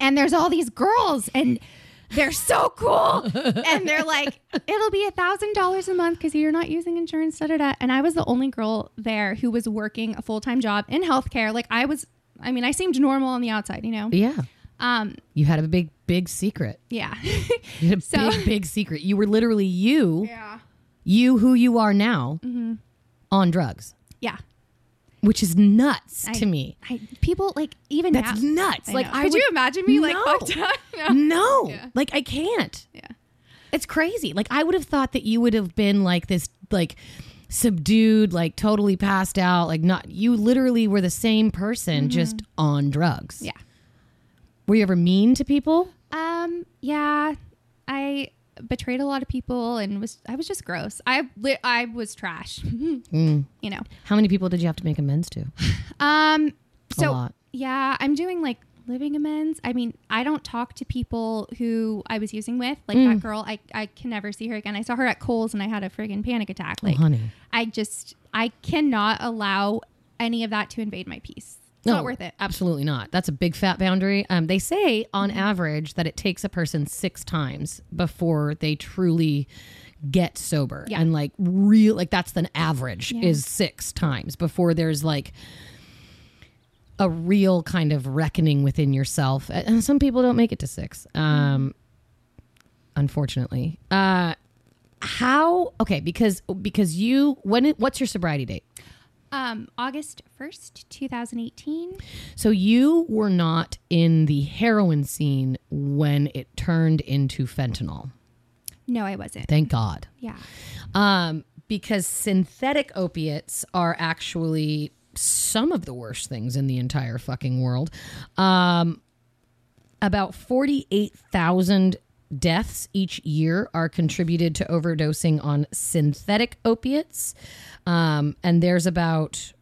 And there's all these girls and they're so cool. and they're like, it'll be a thousand dollars a month because you're not using insurance, da da da. And I was the only girl there who was working a full time job in healthcare. Like I was I mean, I seemed normal on the outside, you know? Yeah. Um, You had a big, big secret. *laughs* yeah. You had a So- big, *laughs* big secret. You were literally you, yeah. Mm-hmm. you who you are now on drugs, Yeah. which is nuts I- to me. I, people like even That's now, nuts. I like, know. I could you would- imagine me like No. fucked up? *laughs* No. No, Yeah. like I can't. Yeah. It's crazy. Like I would have thought that you would have been like this, like subdued, like totally passed out, like not. You literally were the same person, just on drugs. Mm-hmm. Yeah. Were you ever mean to people? Um. Yeah. I betrayed a lot of people and was I was just gross. I li- I was trash. *laughs* Mm. You know. How many people did you have to make amends to? Um. So lot. yeah, I'm doing like living amends. I mean, I don't talk to people who I was using with. Like Mm. that girl, I I can never see her again. I saw her at Kohl's and I had a friggin' panic attack. Like, Oh, honey. I just I cannot allow any of that to invade my peace. It's not worth it. Absolutely not. That's a big fat boundary. Um, they say on Mm-hmm. average that it takes a person six times before they truly get sober. Yeah. And like real like that's an average is six times before there's like a real kind of reckoning within yourself. And some people don't make it to six. Mm-hmm. Um unfortunately. Uh how okay, because because you when it, what's your sobriety date? Um, August first, two thousand eighteen. So you were not in the heroin scene when it turned into fentanyl. No, I wasn't. Thank God. Yeah. Um, because synthetic opiates are actually some of the worst things in the entire fucking world. Um, about 48,000 deaths each year are contributed to overdosing on synthetic opiates. Um, and there's about,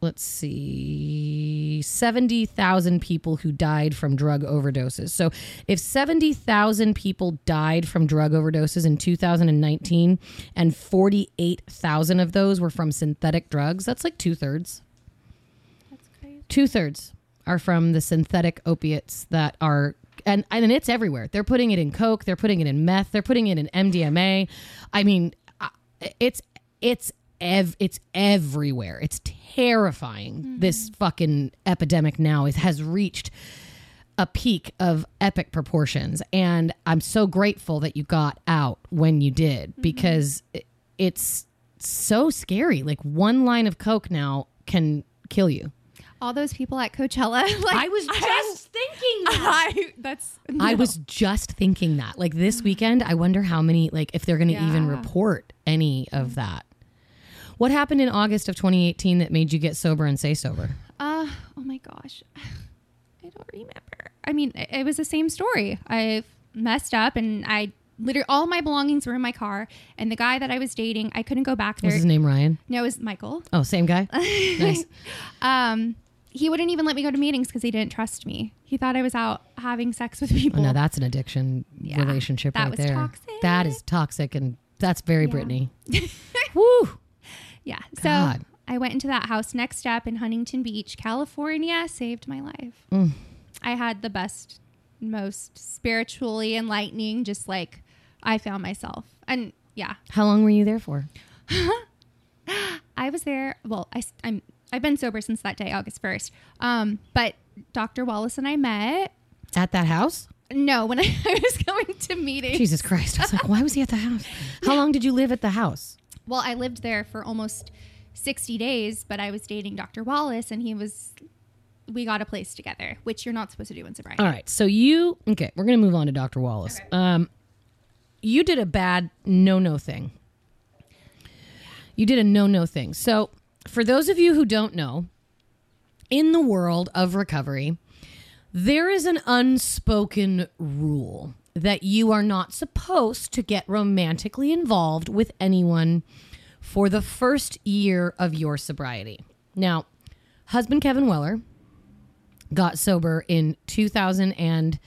let's see, 70,000 people who died from drug overdoses. So if 70,000 people died from drug overdoses in 2019 and 48,000 of those were from synthetic drugs, that's like two thirds two thirds are from the synthetic opiates that are and and it's everywhere. They're putting it in coke. They're putting it in meth. They're putting it in MDMA. I mean, I- it's it's ev- it's everywhere. It's terrifying. This fucking epidemic now is has reached a peak of epic proportions, and I'm so grateful that you got out when you did because i- it's so scary. Like one line of coke now can kill you. all those people at Coachella. *laughs* like, I was just *laughs* thinking that. I, that's I no. was just thinking that. Like this weekend, I wonder how many, like, if they're going to even Yeah. report any of that. What happened in August of 2018 that made you get sober and say sober? Uh, oh my gosh. *laughs* I don't remember. I mean, it, it was the same story. I messed up and I literally all my belongings were in my car and the guy that I was dating, I couldn't go back there. Was his name Ryan? No, it was Michael. Oh, same *laughs* guy. nice. Um, he wouldn't even let me go to meetings because he didn't trust me. He thought I was out having sex with people. Oh, *laughs* now that's an addiction Yeah. relationship That right was there. toxic. That is toxic, and that's very Yeah. Brittany. Woo! yeah. So God. I went into that house next up in Huntington Beach, California, saved my life. Mm. I had the best, most spiritually enlightening, just like I found myself. And yeah, How long were you there for? I was there. Well, I, am I've been sober since that day, August first. Um, but Dr. Wallace and I met. At that house? No, when *laughs* I, I was going to meetings. Jesus Christ! I was like, why was he at the house? How long did you live at the house? Well, I lived there for almost sixty days, but I was dating Dr. Wallace, and he was. We got a place together, which you're not supposed to do in sobriety. All right, so you okay? We're gonna move on to Dr. Wallace. Um, you did a bad no-no thing. You did a no-no thing. So, for those of you who don't know, in the world of recovery, there is an unspoken rule that you are not supposed to get romantically involved with anyone for the first year of your sobriety. Now, husband Kevin Weller got sober in 2000 and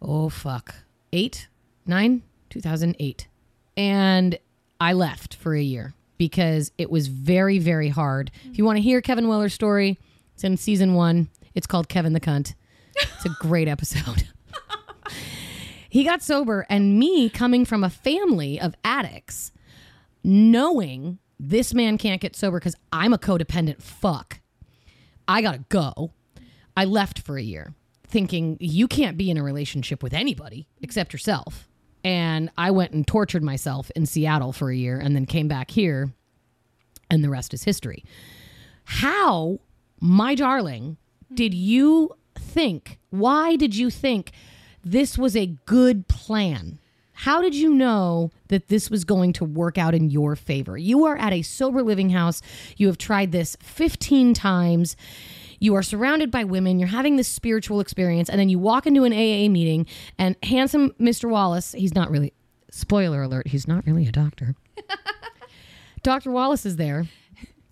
oh fuck 8 9 2008 and i left for a year because it was very very hard if you want to hear kevin weller's story it's in season one it's called kevin the cunt it's a great episode *laughs* he got sober and me coming from a family of addicts knowing this man can't get sober because i'm a codependent fuck I gotta go. I left for a year thinking you can't be in a relationship with anybody except yourself. And I went and tortured myself in Seattle for a year and then came back here, and the rest is history. How, my darling, did you think? Why did you think this was a good plan? How did you know that this was going to work out in your favor? You are at a sober living house. You have tried this 15 times. You are surrounded by women. You're having this spiritual experience. And then you walk into an AA meeting, and handsome Mr. Wallace, he's not really, spoiler alert, he's not really a doctor. *laughs* Dr. Wallace is there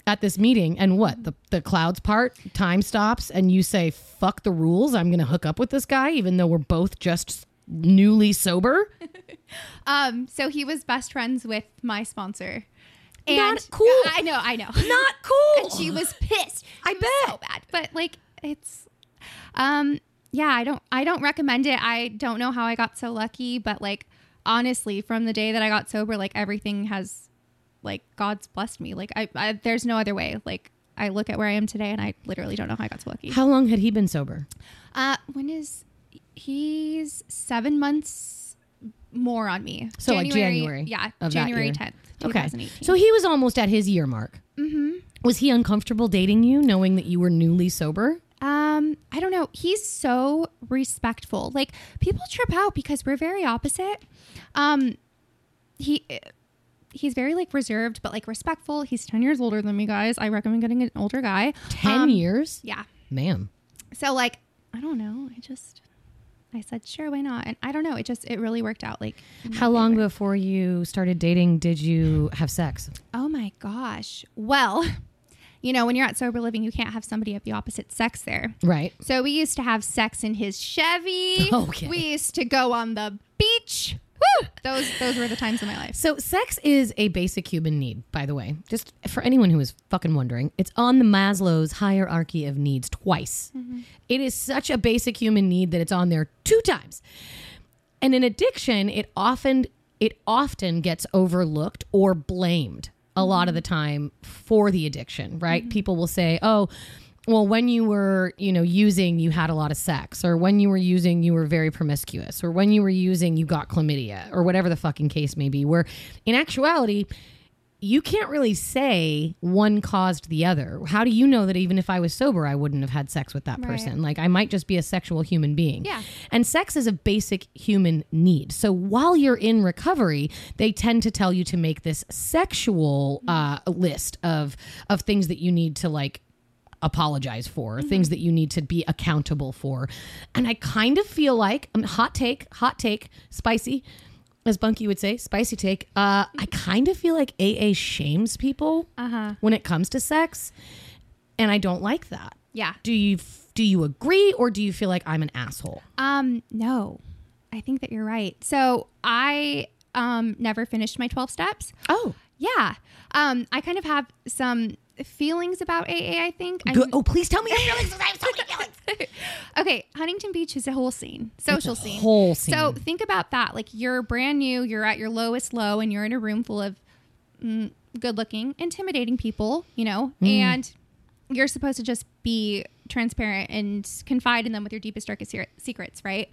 at this meeting and what the, the clouds part time stops and you say fuck the rules i'm gonna hook up with this guy even though we're both just newly sober Um, so he was best friends with my sponsor. And Not cool. I know, I know. not cool and she was pissed. I It was bet. so bad. But like it's um yeah, I don't I don't recommend it. I don't know how I got so lucky, but like honestly, from the day that I got sober, like everything has like God's blessed me. Like I, I there's no other way. Like I look at where I am today and I literally don't know how I got so lucky. how long had he been sober Uh when is he's 7 months more on me. So, like, January Yeah, of that January year. 10th, okay 2018. so he was almost at his year mark mm-hmm. was he uncomfortable dating you knowing that you were newly sober Um, I don't know. He's so respectful. Like people trip out because we're very opposite. Um, he he's very like reserved, but like respectful. He's ten years older than me, guys. I recommend getting an older guy. 10 Um, years Yeah. ma'am So like I don't know. I just I said sure, why not? And I don't know. It just it really worked out. Like how long before you started dating did you have sex Oh my gosh. Well, *laughs* you know when you're at sober living, you can't have somebody of the opposite sex there. right So we used to have sex in his *laughs* Chevy. Okay. We used to go on the beach. Woo! Those those were the times of my life. So, sex is a basic human need, by the way. Just for anyone who is fucking wondering, it's on the Maslow's hierarchy of needs twice. It is such a basic human need that it's on there two times. And in addiction, it often it often gets overlooked or blamed a lot of the time for the addiction, right? People will say, "Oh, well, when you were, you know, using, you had a lot of sex, or when you were using, you were very promiscuous, or when you were using, you got chlamydia, or whatever the fucking case may be." Where in actuality, you can't really say one caused the other. How do you know that even if I was sober, I wouldn't have had sex with that person? Like, I might just be a sexual human being. Yeah. And sex is a basic human need. So while you're in recovery, they tend to tell you to make this sexual uh, list of of things that you need to like apologize for, things that you need to be accountable for. And I kind of feel like, I mean, hot take, hot take, spicy, as Bunky would say, spicy take. Uh, I kind of feel like AA shames people when it comes to sex, and I don't like that. Yeah. Do you do you agree, or do you feel like I'm an asshole? Um, no, I think that you're right. So I um never finished my 12 steps. Oh, Yeah. Um, I kind of have some feelings about AA, I think. I'm- good. Oh, please tell me your feelings. 'cause I have so many feelings. *laughs* okay, Huntington Beach is a whole scene, social *laughs* scene. whole scene. So think about that. Like you're brand new, you're at your lowest low, and you're in a room full of mm, good looking, intimidating people, you know, Mm. and you're supposed to just be transparent and confide in them with your deepest, darkest se- secrets, right?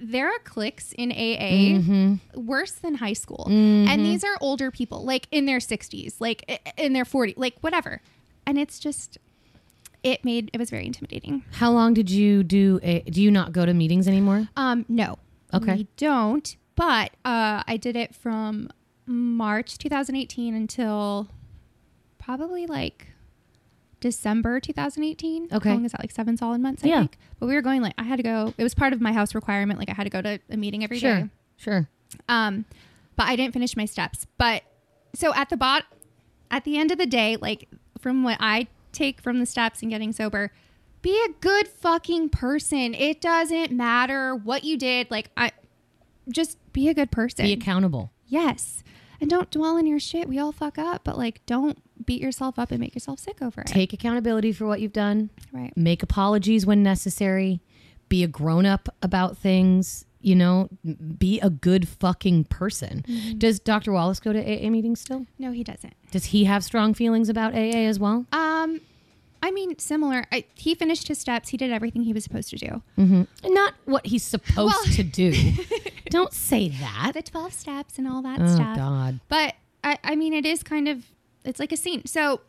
There are cliques in AA Mm-hmm. worse than high school. And these are older people, like in their 60s, like i- in their 40s, like whatever. And it's just, it made, it was very intimidating. *laughs* How long did you do? A, do you not go to meetings anymore? Um, no. Okay. We don't. But uh, I did it from March 2018 until probably like December 2018. Okay. How long is that? Like seven solid months, I Yeah. think. But we were going like I had to go. It was part of my house requirement. Like I had to go to a meeting every day. Sure, sure. Um, but I didn't finish my steps. But so at the bot, at the end of the day, like from what I take from the steps and getting sober, be a good fucking person. It doesn't matter what you did. Like I, just be a good person. Be accountable. yes, and don't dwell in your shit. We all fuck up, but like don't beat yourself up and make yourself sick over it. Take accountability for what you've done. right. make apologies when necessary, be a grown up about things, you know, m- be a good fucking person. Mm-hmm. Does Dr. Wallace go to AA meetings still? No, he doesn't. Does he have strong feelings about AA as well? Um, I mean, similar. I, he finished his steps. He did everything he was supposed to do. Not what he's supposed to *laughs* do. Don't say that. the 12 steps and all that Oh, stuff. God. But I, I mean, it is kind of, it's like a scene. So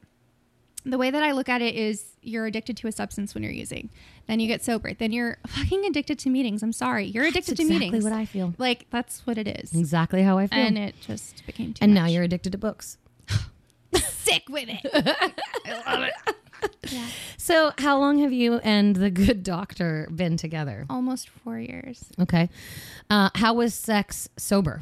the way that I look at it is you're addicted to a substance when you're using. Then you get sober. Then you're *laughs* fucking addicted to meetings. I'm sorry. You're addicted to exactly meetings. what I feel. Like, that's what it is. Exactly how I feel. And it just became too And now much. you're addicted to books. *laughs* sick with it. *laughs* So, how long have you and the good doctor been together? Almost four years. Okay. Uh, how was sex sober?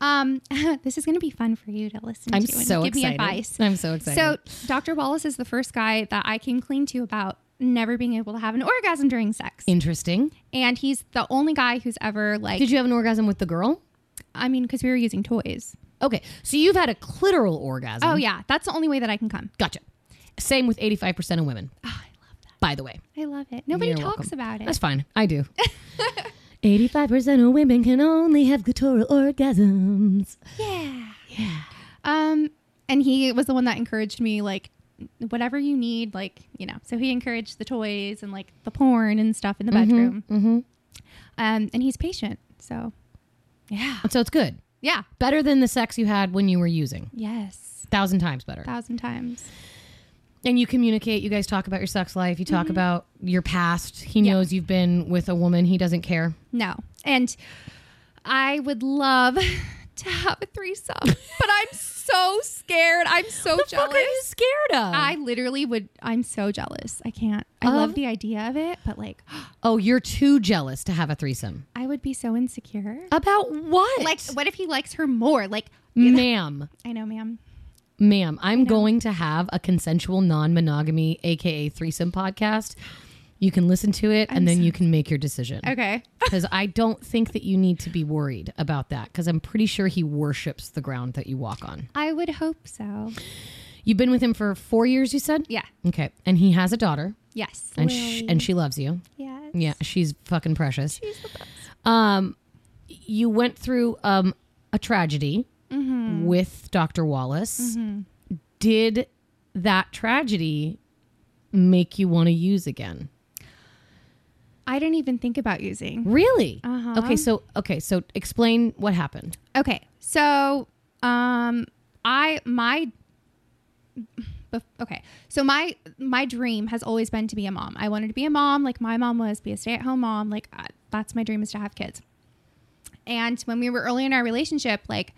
Um, *laughs* this is going to be fun for you to listen I'm to and so give me excited. advice. I'm so excited. So Dr. Wallace is the first guy that I came clean to about never being able to have an orgasm during sex. Interesting. and he's the only guy who's ever like Did you have an orgasm with the girl? i mean because we were using toys Okay, so you've had a clitoral orgasm. oh yeah that's the only way that i can come gotcha. Same with eighty-five percent of women. Oh, I love that. By the way, i love it nobody You're talks welcome. about it that's fine. I *laughs* do. Eighty-five percent of women can only have clitoral orgasms. um and he was the one that encouraged me like whatever you need like you know so he encouraged the toys and like the porn and stuff in the bedroom mm-hmm. um and he's patient so yeah So it's good. yeah Better than the sex you had when you were using. yes Thousand times better. thousand times And you communicate. You guys talk about your sex life. You talk about your past. He Yeah. knows you've been with a woman. He doesn't care. No. And I would love *laughs* to have a threesome, but I'm so scared. I'm so jealous. What are you scared of? I literally would. I'm so jealous. I can't. I Of? love the idea of it, but like, oh, you're too jealous to have a threesome. I would be so insecure. About what? Like, what if he likes her more? Like, Mm. ma'am. I know, ma'am. ma'am, I'm going to have a consensual non-monogamy, aka threesome podcast. You can listen to it, and then you can make your decision. *laughs* Okay. Because I don't think that you need to be worried about that. Because I'm pretty sure he worships the ground that you walk on. I would hope so. You've been with him for four years, you said. Yeah. Okay, and he has a daughter, Yes. and sh- and she loves you. yes. Yeah, she's fucking precious. She's the best. Um, you went through um a tragedy Mm-hmm. with Dr. Wallace. Did that tragedy make you want to use again? I didn't even think about using. Really? Uh-huh. Okay, so okay, so explain what happened. Okay. So, um, I my bef- okay. So my my dream has always been to be a mom. I wanted to be a mom like my mom was, be a stay-at-home mom. Like I, that's my dream is to have kids. And when we were early in our relationship, like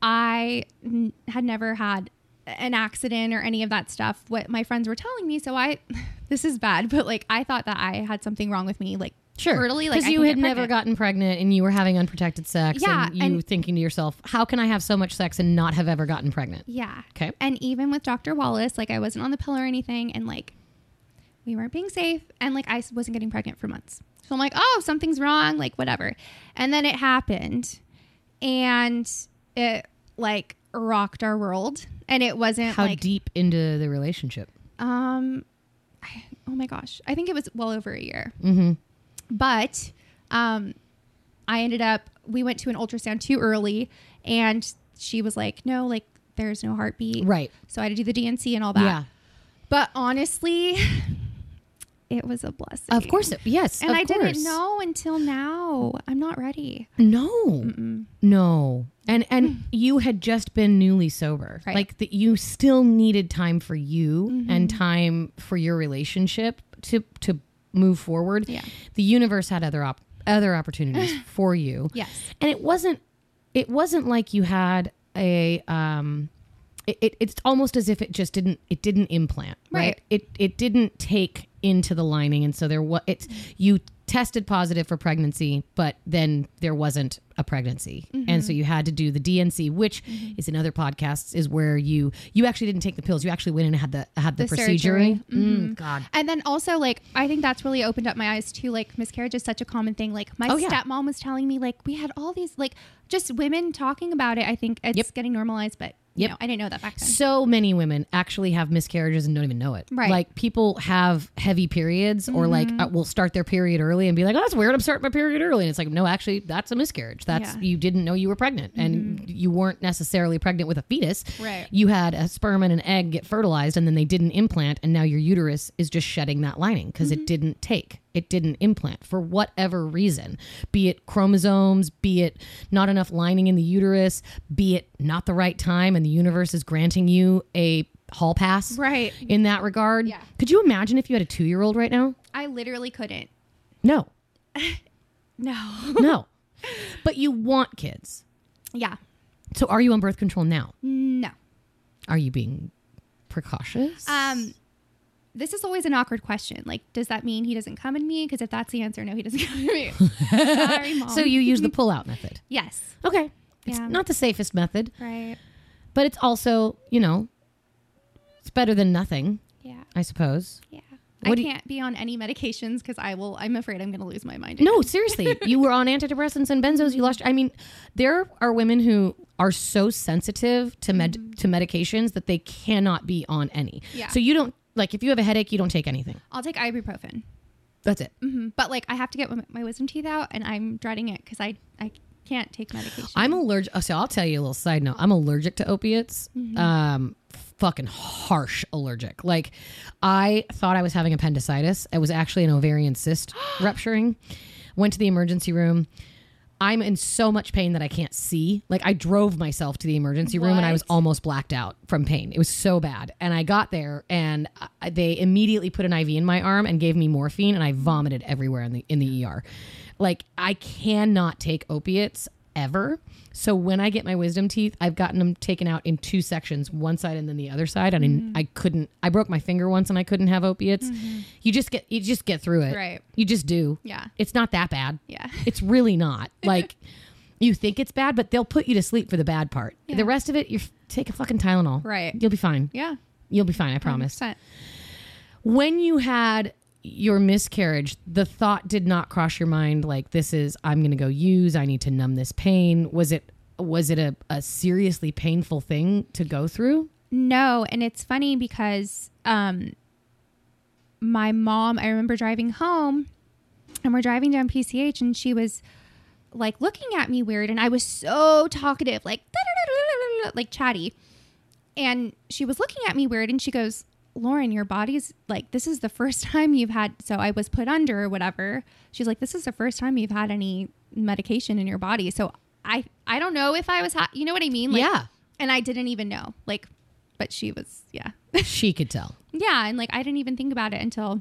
I n- had never had an accident or any of that stuff what my friends were telling me so i *laughs* this is bad but like i thought that i had something wrong with me like Sure, early like because I you can had get never pregnant. gotten pregnant, and you were having unprotected sex, Yeah, and you and- thinking to yourself, "How can I have so much sex and not have ever gotten pregnant?" Yeah. 'Kay. And even with Dr. Wallace, like I wasn't on the pill or anything, and like we weren't being safe, and like I wasn't getting pregnant for months. So I'm like, oh, something's wrong, like whatever. And then it happened, and it like rocked our world, and it wasn't How like deep into the relationship? um, I, oh my gosh, I think it was well over a year. Mm-hmm. But um, I ended up we went to an ultrasound too early, and she was like, no, like there's no heartbeat, Right. So I had to do the DNC and all that. Yeah, But honestly, *sighs* it was a blessing. of course. It, yes, And of I course. didn't know until now. I'm not ready. No, no, and and you had just been newly sober. Mm. Right. Mm-hmm. Like that, you still needed time for you and time for your relationship to to move forward. Yeah. the universe had other op- other *laughs* opportunities for you. Yes. and it wasn't it wasn't like you had a um. It, it, it's almost as if it just didn't it didn't implant right, Right. it it didn't take into the lining and so there was it's you tested positive for pregnancy but then there wasn't a pregnancy and so you had to do the dnc which is in other podcasts is where you you actually didn't take the pills you actually went in and had the had the, The procedure surgery. Mm, god And then also, like, I think that's really opened up my eyes too. Like, miscarriage is such a common thing. Like, my Oh, yeah. stepmom was telling me, like, we had all these, like, just women talking about it. I think it's Yep. getting normalized, but you Yep. know, I didn't know that back then. so many women actually have miscarriages and don't even know it. Right. Mm-hmm. Like people have heavy periods or like uh, will start their period early and be like, oh, that's weird. I'm starting my period early. And it's like, no, actually, that's a miscarriage. That's Yeah. Mm-hmm. you didn't know you were pregnant and you weren't necessarily pregnant with a fetus. Right. You had a sperm and an egg get fertilized and then they didn't implant. And now your uterus is just shedding that lining because Mm-hmm. it didn't take, it didn't implant for whatever reason, be it chromosomes, be it not enough lining in the uterus, be it not the right time. And the universe is granting you a hall pass. Right. In that regard. Yeah. Could you imagine if you had a two year old right now? I literally couldn't. *laughs* No, No. no. but you want kids. *laughs* yeah. So are you on birth control now? No. Are you being precautious? Um, this is always an awkward question. Like, does that mean he doesn't come in me? Because if that's the answer, no, he doesn't *laughs* come *laughs* in me. Sorry, mom. so you mm-hmm. use the pull out method. yes, Okay. It's Yeah. not the safest method, right, but it's also, you know, it's better than nothing, yeah, I suppose. yeah. What I do you- can't be on any medications because I will. I'm afraid I'm going to lose my mind. No, *laughs* seriously. you were on antidepressants and benzos. You lost. I mean, there are women who are so sensitive to med to medications that they cannot be on any. Mm-hmm. Yeah. So you don't like if you have a headache, you don't take anything. I'll take ibuprofen, That's it. Mhm. but like I have to get my- my wisdom teeth out, and I'm dreading it because I I can't take medication. I'm allergic. So I'll tell you a little side note. I'm allergic to opiates. Um, fucking harsh allergic. Like, I thought I was having appendicitis. It was actually an ovarian cyst rupturing. Went to the emergency room. I'm in so much pain that I can't see. Like I drove myself to the emergency room and I was What? almost blacked out from pain. It was so bad. And I got there and I, they immediately put an IV in my arm and gave me morphine and I vomited everywhere in the in the ER. Like I cannot take opiates ever. So when I get my wisdom teeth, I've gotten them taken out in two sections, one side and then the other side. And Mm-hmm. I, I couldn't. I broke my finger once and I couldn't have opiates. You just get you just get through it. Right. You just do. Yeah. It's not that bad. Yeah. It's really *laughs* not. Like you think it's bad, but they'll put you to sleep for the bad part. The rest of it, you take a fucking Tylenol. Right. You'll be fine. yeah, You'll be fine, I promise. percent. When you had your miscarriage, the thought did not cross your mind like this is I'm going to go use, I need to numb this pain. Was it was it a, a seriously painful thing to go *laughs* through? No, and it's funny because um my mom, I remember driving home and we're driving down PCH and she was like looking at me weird and I was so talkative, like like chatty. And she was looking at me weird and she goes, "Lauren, your body's like this is the first *laughs* time you've had so I was put under or whatever." She's like, "This is the first time you've had any medication in your body." So I I don't know if I was ha- you know what I mean? Like Yeah. and I didn't even know. Like, but she was, yeah, She could tell. yeah, and like I didn't even think about it until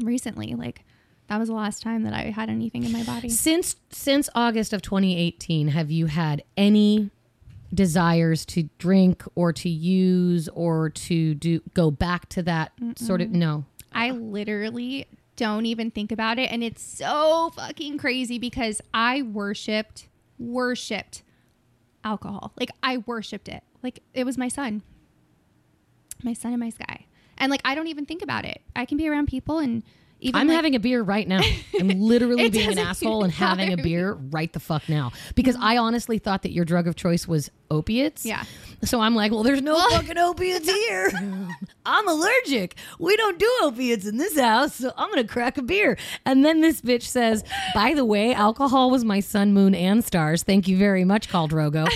recently. Like, that was the last time that I had anything in my body. Since since August of 2018, have you had any desires to drink or to use or to do go back to that sort of no? I literally don't even think about it. And it's so fucking crazy because I worshiped, worshiped alcohol. Like I worshiped it. Like it was my son, my son and my sky. And like I don't even think about it. I can be around people and even I'm like- having a beer right *laughs* now. I'm literally It being an doesn't asshole and even having a bother beer right the fuck now because I honestly thought that your drug of choice was opiates. Yeah. So I'm like, well, there's no fucking *laughs* opiates here. *laughs* I'm allergic. We don't do opiates in this house, so I'm gonna crack a beer. And then this bitch says, "By the way, alcohol was my sun, moon, and stars. Thank you very much, *laughs* Caldrogo."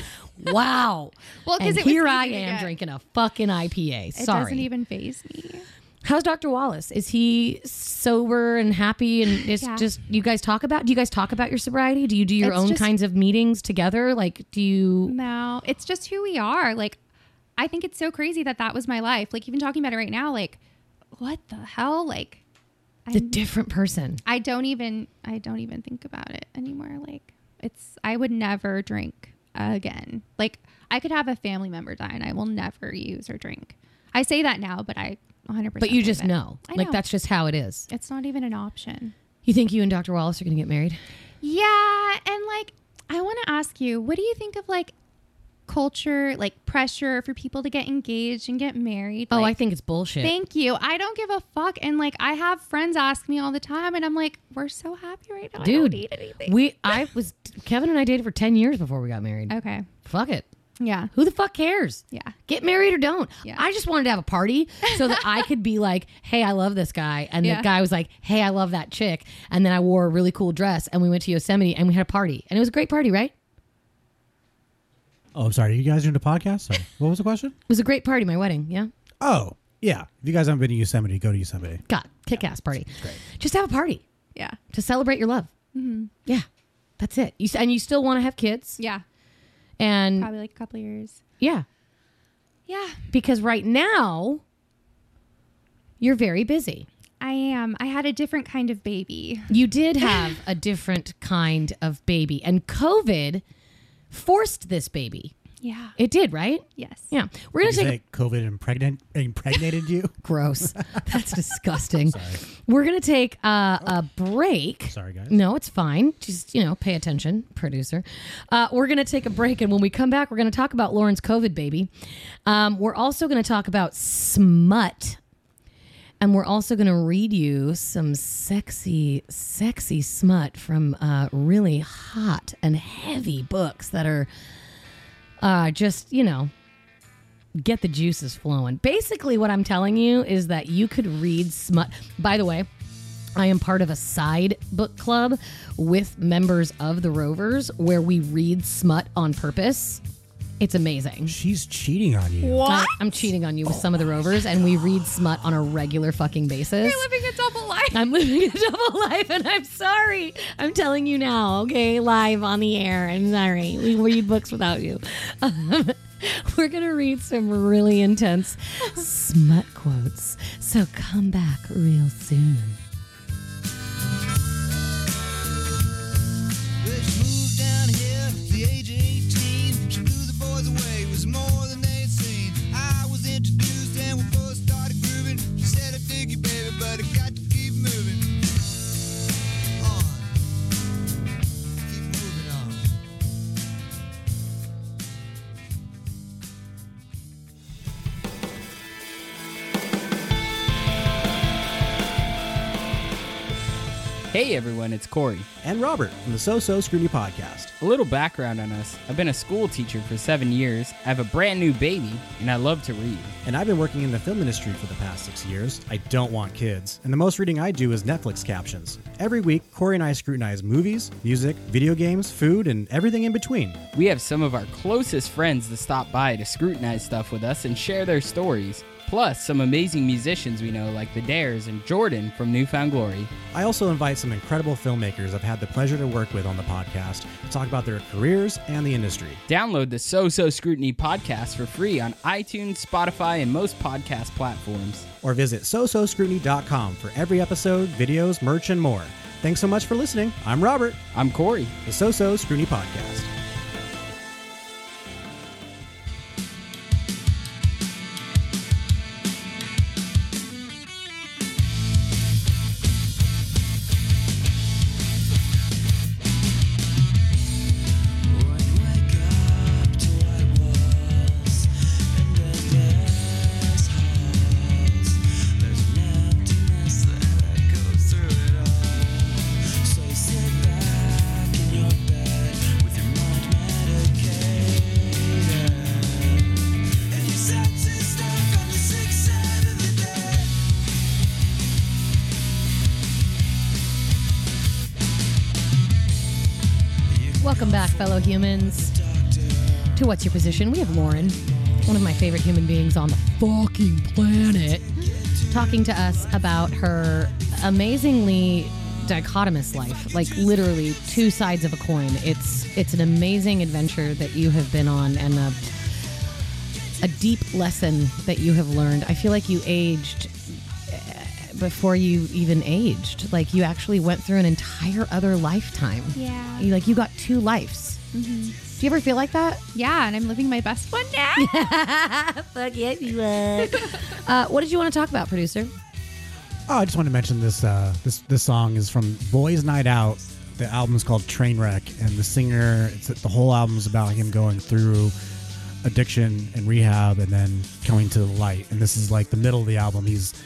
Wow. Well, 'cause And it was here easy I to am get. drinking a fucking IPA. it Sorry. doesn't even phase me. How's Dr. Wallace? Is he sober and happy *sighs* and it's Yeah. just you guys talk about do you guys talk about your sobriety? Do you do your It's own just- kinds of meetings together? Like do you No, it's just who we are. Like, I think it's so crazy that that was my life. Like, even talking about it right now, like, what the hell? Like, the different person? I don't even I don't even think about it anymore. Like it's I would never drink again. Like I could have a family member die and I will never use or drink. I say that now, but I 100. percent But you just know. I Like know. that's just how it is. It's not even an option. You think you and Dr. Wallace are going to get married? Yeah, and like I want to ask you, what do you think of like culture, like pressure for people to get engaged and get married? oh, Like, I think it's bullshit. Thank you. I don't give a fuck. And like, I have friends ask me all the time, and I'm like, we're so happy right now. I don't Dude. need anything. we I was Kevin and I dated for 10 years before we got married. okay. Fuck it. Yeah. Who the fuck cares? Yeah. Get married or don't. Yeah. I just wanted to have a party so that I could *laughs* be like, hey, I love this guy. And Yeah. the guy was like, hey, I love that chick. And then I wore a really cool dress and we went to Yosemite and we had a party. And it was a great party, right? Oh, I'm sorry. You guys are into podcasts? Sorry. What was the question? It was a great party, my wedding. Yeah. Oh, yeah. If you guys haven't been to Yosemite, go to Yosemite. God, kick ass party. Just have a party Yeah. to celebrate your love. Yeah. That's it. You, s- and you still want to have kids. Mm-hmm. Yeah. And Probably like a couple of years. yeah, Yeah. because right now you're very busy. I am. I had a different kind of baby. You did have a different kind of baby, and COVID forced this baby. Yeah. It did, right? yes. Yeah. We're going Did to you take say COVID impregnant, impregnated you? gross. *laughs* That's disgusting. We're going to take uh, a break. Sorry, guys. No, it's fine. Just, you know, pay attention, producer. Uh, we're going to take a break. And when we come back, we're going to talk about Lauren's COVID baby. Um, we're also going to talk about smut. And we're also going to read you some sexy, sexy smut from uh, really hot and heavy books that are uh, just, you know, get the juices flowing. Basically, what I'm telling you is that you could read smut. By the way, I am part of a side book club with members of the Rovers where we read smut on purpose. It's *laughs* amazing. She's cheating on you. What? I'm cheating on you with some of the Rovers, and we read smut on a regular fucking basis. Living a double life. I'm living *laughs* a double life, and I'm sorry. I'm telling you now, okay? Live on the air. I'm sorry. We read books without you. *laughs* Um, we're going to read some really intense smut quotes. So come back real soon. She moved down here at the age of 18. She blew the boys away, was more than they'd seen. I was introduced and we both started grooving. She said, I dig you, baby, but I got to keep moving. On. Keep moving on. Hey everyone, it's Corey. And Robert from the So So Screwy podcast. A little background on us. I've been a school teacher for seven years, I have a brand new baby, and I love to read. And I've been working in the film industry for the past six years. I don't want kids. And the most reading I do is Netflix captions. Every week, Corey and I scrutinize movies, music, video games, food, and everything in between. We have some of our closest friends to stop by to scrutinize stuff with us and share their stories. plus some amazing musicians we know like the Dares and Jordan from Newfound Glory. I also invite some incredible filmmakers I've had the pleasure to work with on the podcast to talk about their careers and the industry. Download the So So Scrutiny podcast for free on iTunes, Spotify, and most podcast platforms. Or visit sososcrutiny.com for every episode, videos, merch, and more. Thanks so much for listening. I'm Robert, I'm Corey. the So So Scrutiny Podcast. Welcome back, fellow humans, to What's Your Position? We have Lauren, one of my favorite human beings on the fucking planet, talking to us about her amazingly dichotomous life like literally two sides of a coin it's it's an amazing adventure that you have been on and a, a deep lesson that you have learned i feel like you aged eh, before you even aged. Like you actually went through an entire other lifetime. Yeah. You, like you got two lives. Do you ever feel like that? Yeah, and I'm living my best one now. Fuck yeah, you *laughs* would. uh, what did you want to talk about, producer? Oh, I just wanted to mention this. Uh, this this song is from Boys Night Out. The album's called Trainwreck, and the singer. It's the whole album's about him going through addiction and rehab, and then coming to the light. And this is like the middle of the album. He's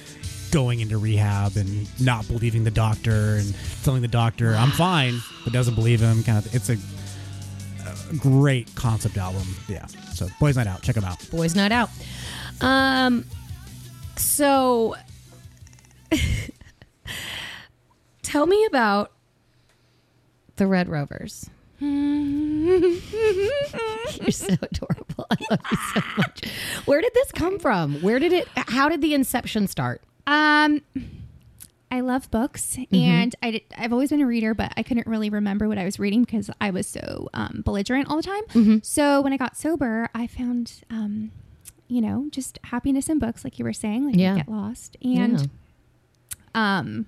going into rehab and not believing the doctor, and telling the doctor, "I'm fine," but doesn't believe him. Kind of. It's a, a great concept album. Yeah. So Boys Night Out, check them out. Boys Night Out. Um, so *laughs* tell me about the Red Rovers. *laughs* You're so adorable. I love you so much. Where did this come from? Where did it? How did the inception start? Um, I love books, Mm-hmm. and I did, I've always been a reader, but I couldn't really remember what I was reading because I was so um, belligerent all the time. Mm-hmm. So when I got sober, I found, um, you know, just happiness in books, like you were saying, like Yeah. you get lost, and Yeah. um,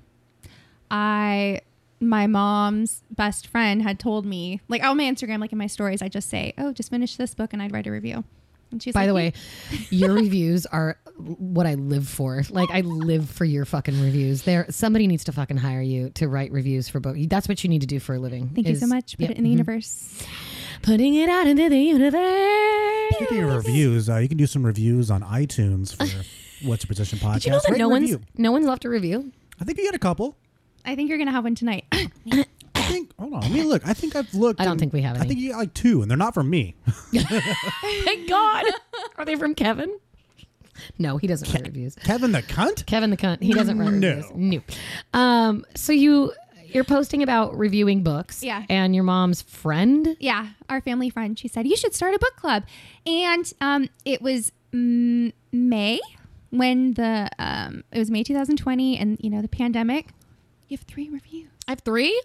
I my mom's best friend had told me, like on my Instagram, like in my stories, I just say, "Oh, just finished this book," and I'd write a review. And she's By like, the "You *laughs* way, your reviews are what I live for. Like I live for your fucking reviews. There, somebody needs to fucking hire you to write reviews for books. That's what you need to do for a living. Thank you so is- much. Put Yep. mm-hmm. it in the universe. Putting it out into the universe. Speaking of reviews, uh, you can do some reviews on iTunes *laughs* for What's Your Position podcast. Did you know that Rate no and one's review. no one's left a review? I think you got a couple. I think you're gonna have one tonight. I think. Hold on. Let me look. I think I've looked. I don't and- think we have I any. think you got like two, and they're not from *laughs* me. *laughs* Thank God. Are they from Kevin? No, he doesn't write reviews. Kevin the cunt. Kevin the cunt. He doesn't write No. reviews. No. Um, so you you're posting about reviewing books. Yeah. And your mom's friend. yeah, our family friend. She said you should start a book club, and um, it was mm, May when the um, it was May 2020, and you know the pandemic. You have three reviews. I have three.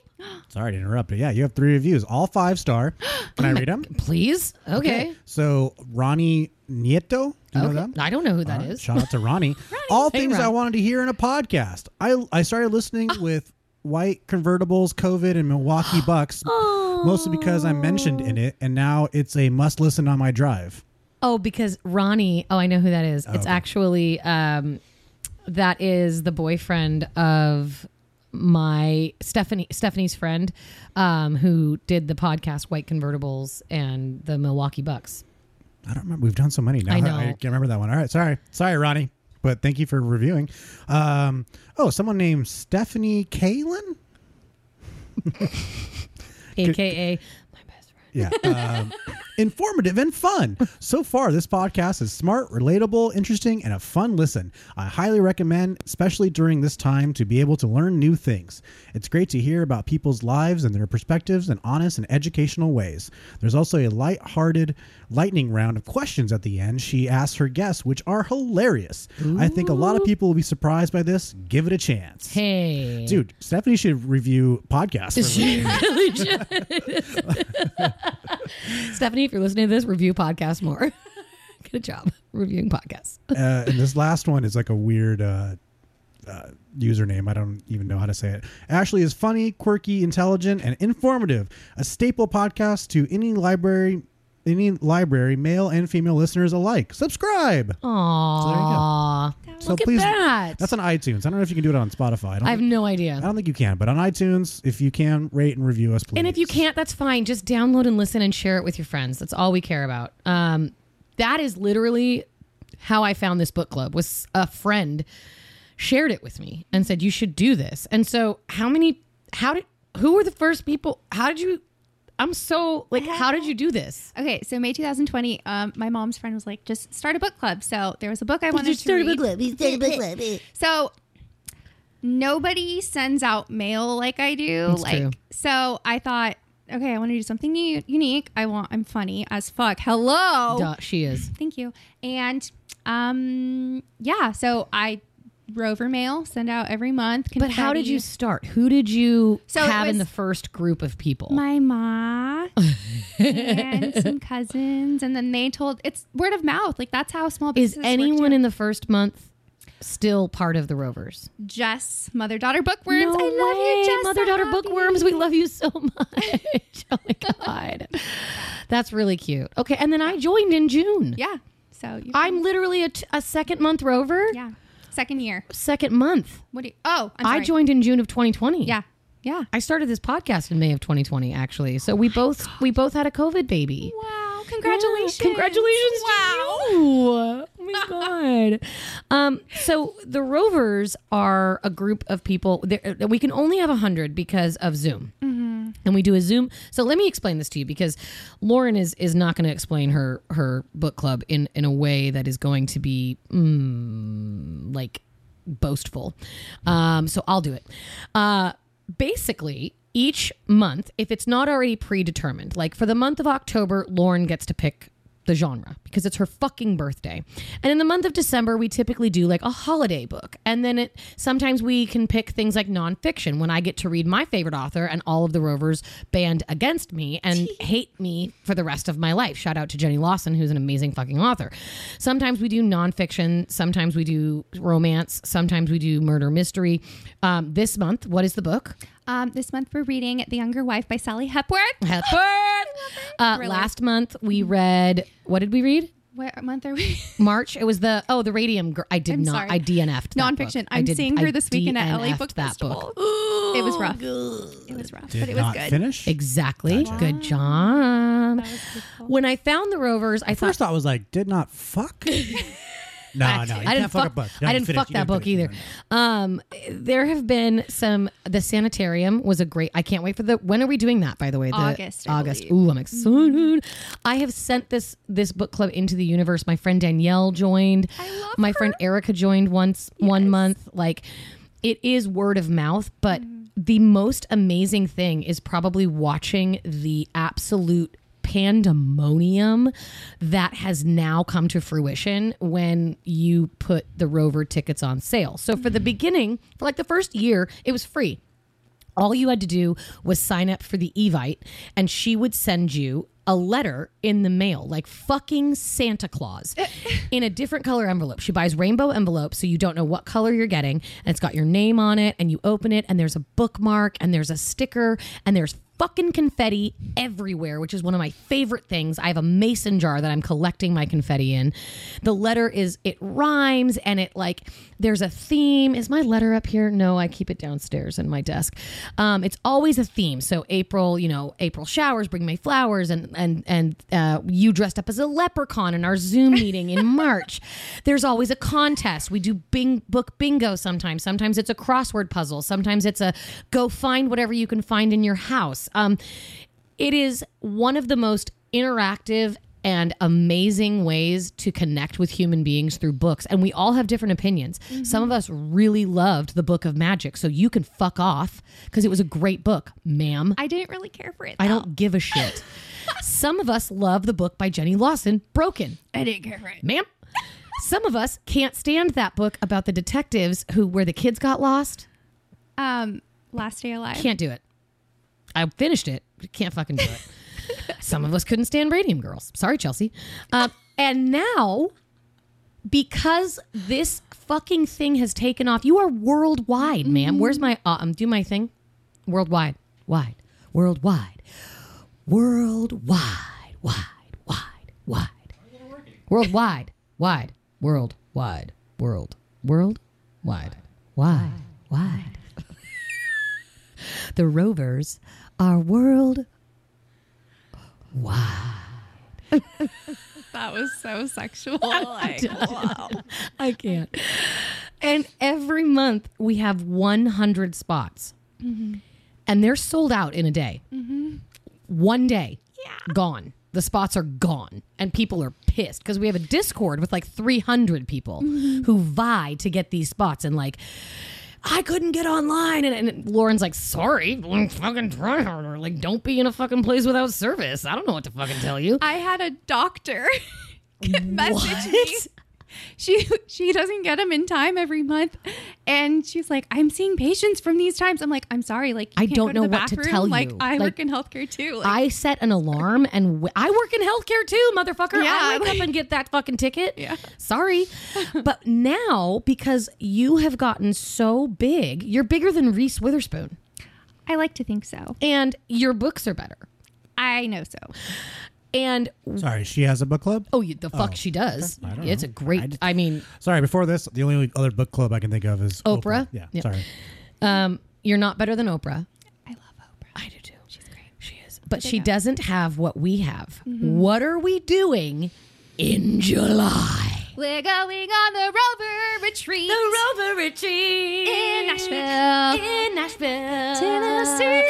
Sorry to interrupt, but yeah, you have three reviews, all five star. Can *gasps* Oh I read them? Please. Okay. So Ronnie Nieto, do you know them? I don't know who that All right, is. Shout out to *laughs* Ronnie. All Hey, things Ron. Oh. I wanted to hear in a podcast. I I started listening with white convertibles, COVID, and *gasps* Milwaukee Bucks, mostly because I mentioned in it, and now it's a must listen on my drive. Oh, because Ronnie. Oh, I know who that is. it's actually um, that is the boyfriend of my Stephanie Stephanie's friend, um, who did the podcast White Convertibles and the Milwaukee Bucks. I don't remember. We've done so many now. I I, know. can't remember that one. All right. Sorry. Sorry, Ronnie. But thank you for reviewing. Um, oh, someone named Stephanie Kalin? AKA my best friend. Yeah. Um, informative, and fun. So far, this podcast is smart, relatable, interesting, and a fun listen. I highly recommend, especially during this time, to be able to learn new things. It's great to hear about people's lives and their perspectives in honest and educational ways. There's also a light-hearted lightning round of questions at the end she asks her guests, which are hilarious. I think a lot of people will be surprised by this. Give it a chance. Hey. *laughs* Dude, Stephanie should review podcasts. for me. Stephanie, if you're listening to this, review podcast more. *laughs* Good job reviewing podcasts. uh, and this last one is like a weird uh, uh, username. I don't even know how to say it. Ashley is funny, quirky, intelligent, and informative. A staple podcast to any library, any library, male and female listeners alike. Subscribe. Aww. So Look please- at that. That's on iTunes. I don't know if you can do it on Spotify. I don't, I have no I idea. don't think you can, but on iTunes, if you can, rate and review us, please. And if you can't, that's fine. Just download and listen and share it with your friends. That's all we care about. Um, that is literally how I found this book club was a friend shared it with me and said you should do this. And so how many how did who were the first people how did you I'm so like how did you do this? Okay, so May 2020, um, my mom's friend was like, just start a book club. So there was a book I wanted to read. So nobody sends out mail like I do. That's like true. so I thought, okay, I want to do something new, unique. I want I'm funny as fuck. Hello. Duh, she is. Thank you. And um yeah, so I rover mail send out every month. But how did confetti. you start? Who did you So it have in the was- first group of people? my ma and *laughs* some cousins and then they told it's word of mouth like that's how small is businesses work, anyone too. in the first month still part of the Rovers? Jess mother daughter bookworms I love way. you Jess Mother so daughter happy. bookworms. We love you so *laughs* much. oh my god, that's really cute. Okay, and then I joined in June. yeah so you I'm literally a, t- a second month rover. Yeah. Second year. Second month. What do you? Oh, I'm I sorry. joined in June of 2020. Yeah. Yeah. I started this podcast in May of 2020. Actually, so we both we both had a COVID baby. Wow. Yeah, Congratulations. Wow. Oh my *laughs* God. Um, so the Rovers are a group of people. there- We can only have 100 because of Zoom. And we do a Zoom. So let me explain this to you because Lauren is is not going to explain her her book club in in a way that is going to be mm, like boastful. Um, so I'll do it. Uh, basically, each month, if it's not already predetermined, like for the month of October, Lauren gets to pick the genre because it's her fucking birthday. And in the month of December, we typically do like a holiday book. And then it sometimes we can pick things like nonfiction when I get to read my favorite author and all of the Rovers band against me and hate me for the rest of my life. Shout out to Jenny Lawson, who's an amazing fucking author. Sometimes we do nonfiction, sometimes we do romance, sometimes we do murder mystery. Um, this month, what is the *laughs* book? Um, this month we're reading The Younger Wife by Sally Hepworth. Hepburn. Uh, Thriller. last month we read. What did we read? What month are we? *laughs* March. It was the oh the radium. Gr- I did I'm not. sorry. I DNF'd that Nonfiction. book. I I'm did- seeing her I this weekend at LA DNF'd Book that Festival. book. It was rough. It was rough, Did but it was not good. finish. Exactly. Good job. When I found the Rovers, I thought First, I was like, did not *laughs* fuck. no, no, you I can't didn't fuck, fuck, a book. I didn't finish. fuck You that book finish. either. Um, there have been some. The Sanitarium was a great. I can't wait for the. When are we doing that? By the way, the, August, I August. believe. Ooh, I'm excited. I have sent this this book club into the universe. My friend Danielle joined. I love My friend Erica joined once one month. Like, it is word of mouth, but the most amazing thing is probably watching the absolute pandemonium that has now come to fruition when you put the rover tickets on sale. So for the beginning, for like the first year, it was free. All you had to do was sign up for the Evite, and she would send you a letter in the mail, like fucking Santa Claus, in a different color envelope. She buys rainbow envelopes, so you don't know what color you're getting, and it's got your name on it, and you open it, and there's a bookmark, and there's a sticker, and there's fucking confetti everywhere, which is one of my favorite things. I have a mason jar that I'm collecting my confetti in. The letter is it rhymes and it like there's a theme. Is my letter up here? No, I keep it downstairs in my desk. Um, it's always a theme. So April, you know, April showers bring May flowers, and and and uh, you dressed up as a leprechaun in our Zoom meeting in *laughs* March. There's always a contest. We do bing book bingo sometimes. Sometimes it's a crossword puzzle. Sometimes it's a go find whatever you can find in your house. Um, it is one of the most interactive and amazing ways to connect with human beings through books. And we all have different opinions. Some of us really loved The Book of Magic, so you can fuck off because it was a great book, ma'am. I didn't really care for it. I don't give a shit. Some of us love the book by Jenny Lawson, Broken, I didn't care for it. ma'am. Some of us can't stand that book about the detectives who where the kids got lost. Um, Last Day Alive. Can't do it. I finished it. Can't fucking do it. Some of us couldn't stand Radium Girls. Sorry, Chelsea. Um, and now, because this fucking thing has taken off, you are worldwide, ma'am. Where's my uh, um? Do my thing. Worldwide, wide, worldwide, worldwide, wide, wide, wide, worldwide, wide, worldwide, world, world, wide, wide, wide. The rovers are world That was so sexual. *laughs* Like, wow. I can't. And every month we have 100 spots, and they're sold out in a day. One day, gone. The spots are gone, and people are pissed because we have a Discord with like 300 people who vie to get these spots. And like, I couldn't get online, and, and Lauren's like, "Sorry, fucking try harder. Like, don't be in a fucking place without service. I don't know what to fucking tell you." I had a doctor *laughs* message me. What? She she doesn't get them in time every month, and she's like, "I'm seeing patients from these times." I'm like, "I'm sorry, like you I can't don't go know to the what to bathroom. tell Like you. I Like, work in healthcare too. Like, I set an alarm and w- I work in healthcare too, motherfucker. I Yeah, wake up and get that fucking ticket. Yeah. Sorry. but now, because you have gotten so big, you're bigger than Reese Witherspoon, I like to think so. and your books are better. I know so. And Sorry, she has a book club. oh, you- the fuck she does. I don't It's a know. I great, d- I mean, Sorry, before this, the only other book club I can think of is Oprah. Oprah? Yeah, Yeah. sorry. um, you're not better than Oprah. I love Oprah. I do too. She's great. She is. But she doesn't have what we have. What are we doing in July? We're going on the rover retreat Rover Retreat in Nashville, in Nashville, Tennessee.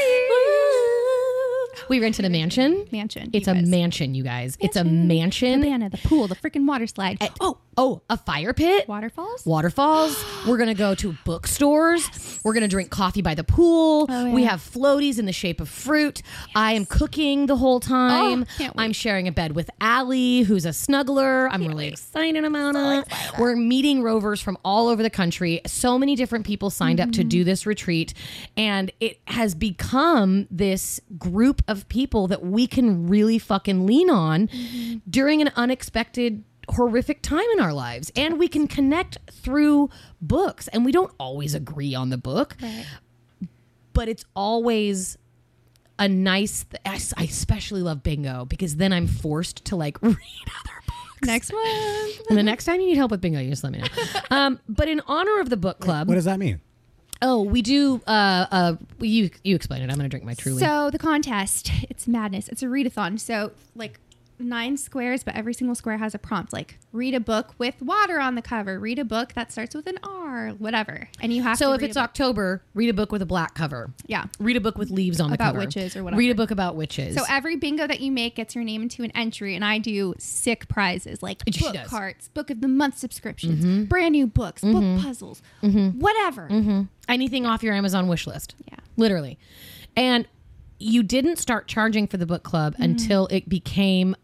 We rented a mansion. Mansion. It's you a guys. mansion, you guys. It's a mansion. Cabana, the pool, the freaking water slide. Oh, oh, a fire pit. Waterfalls? Waterfalls. We're gonna go to bookstores. We're gonna drink coffee by the pool. Oh, We have floaties in the shape of fruit. I am cooking the whole time. Oh, can't wait. I'm sharing a bed with Allie, who's a snuggler. I'm really excited about it. We're meeting rovers from all over the country. So many different people signed up Mm-hmm. to do this retreat, and it has become this group of people that we can really fucking lean on Mm-hmm. during an unexpected horrific time in our lives and we can connect through books and we don't always agree on the book but it's always a nice th- I s- I especially love bingo because then I'm forced to like *laughs* read other books. next one. and the next time you need help with bingo, you just let *laughs* me know. Um, but in honor of the book club, What does that mean? oh, we do. Uh, uh, you you explain it. I'm gonna drink my truly. So the contest, it's madness. It's a readathon. So like nine squares, but every single square has a prompt. Like read a book with water on the cover. Read a book that starts with an R, whatever. And you have to So if read it's a book. October, read a book with a black cover. Yeah. Read a book with leaves on the About cover. witches or Read a whatever. book about witches. So every bingo that you make gets your name into an entry, and I do sick prizes like She book does. carts, book of the month subscriptions, brand new books, book puzzles, whatever. anything off your Amazon wish list. Yeah. Literally. And you didn't start charging for the book club Mm. until it became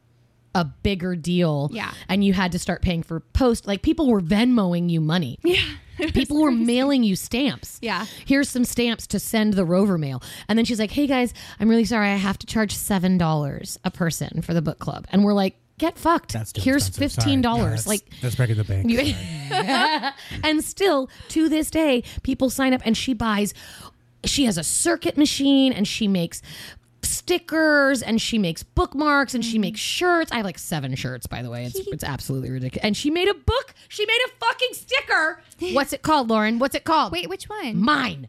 a bigger deal. Yeah. And you had to start paying for post. Like people were Venmoing you *laughs* money. Yeah. People were mailing you stamps. Yeah. Here's some stamps to send the rover mail. And then she's like, hey guys, I'm really sorry. I have to charge $7 a person for the book club. And we're like, get fucked. That's too Here's expensive. Sorry. $15. No, that's- like, that's breaking the bank. you- *laughs* and still to this day, people sign up and she buys, she has a circuit machine and she makes stickers and she makes bookmarks and Mm-hmm. she makes shirts. I have like seven shirts, by the way. It's, it's absolutely ridiculous. And she made a book. She made a fucking *laughs* sticker. What's it called, Lauren? What's it called? Wait, which one? mine.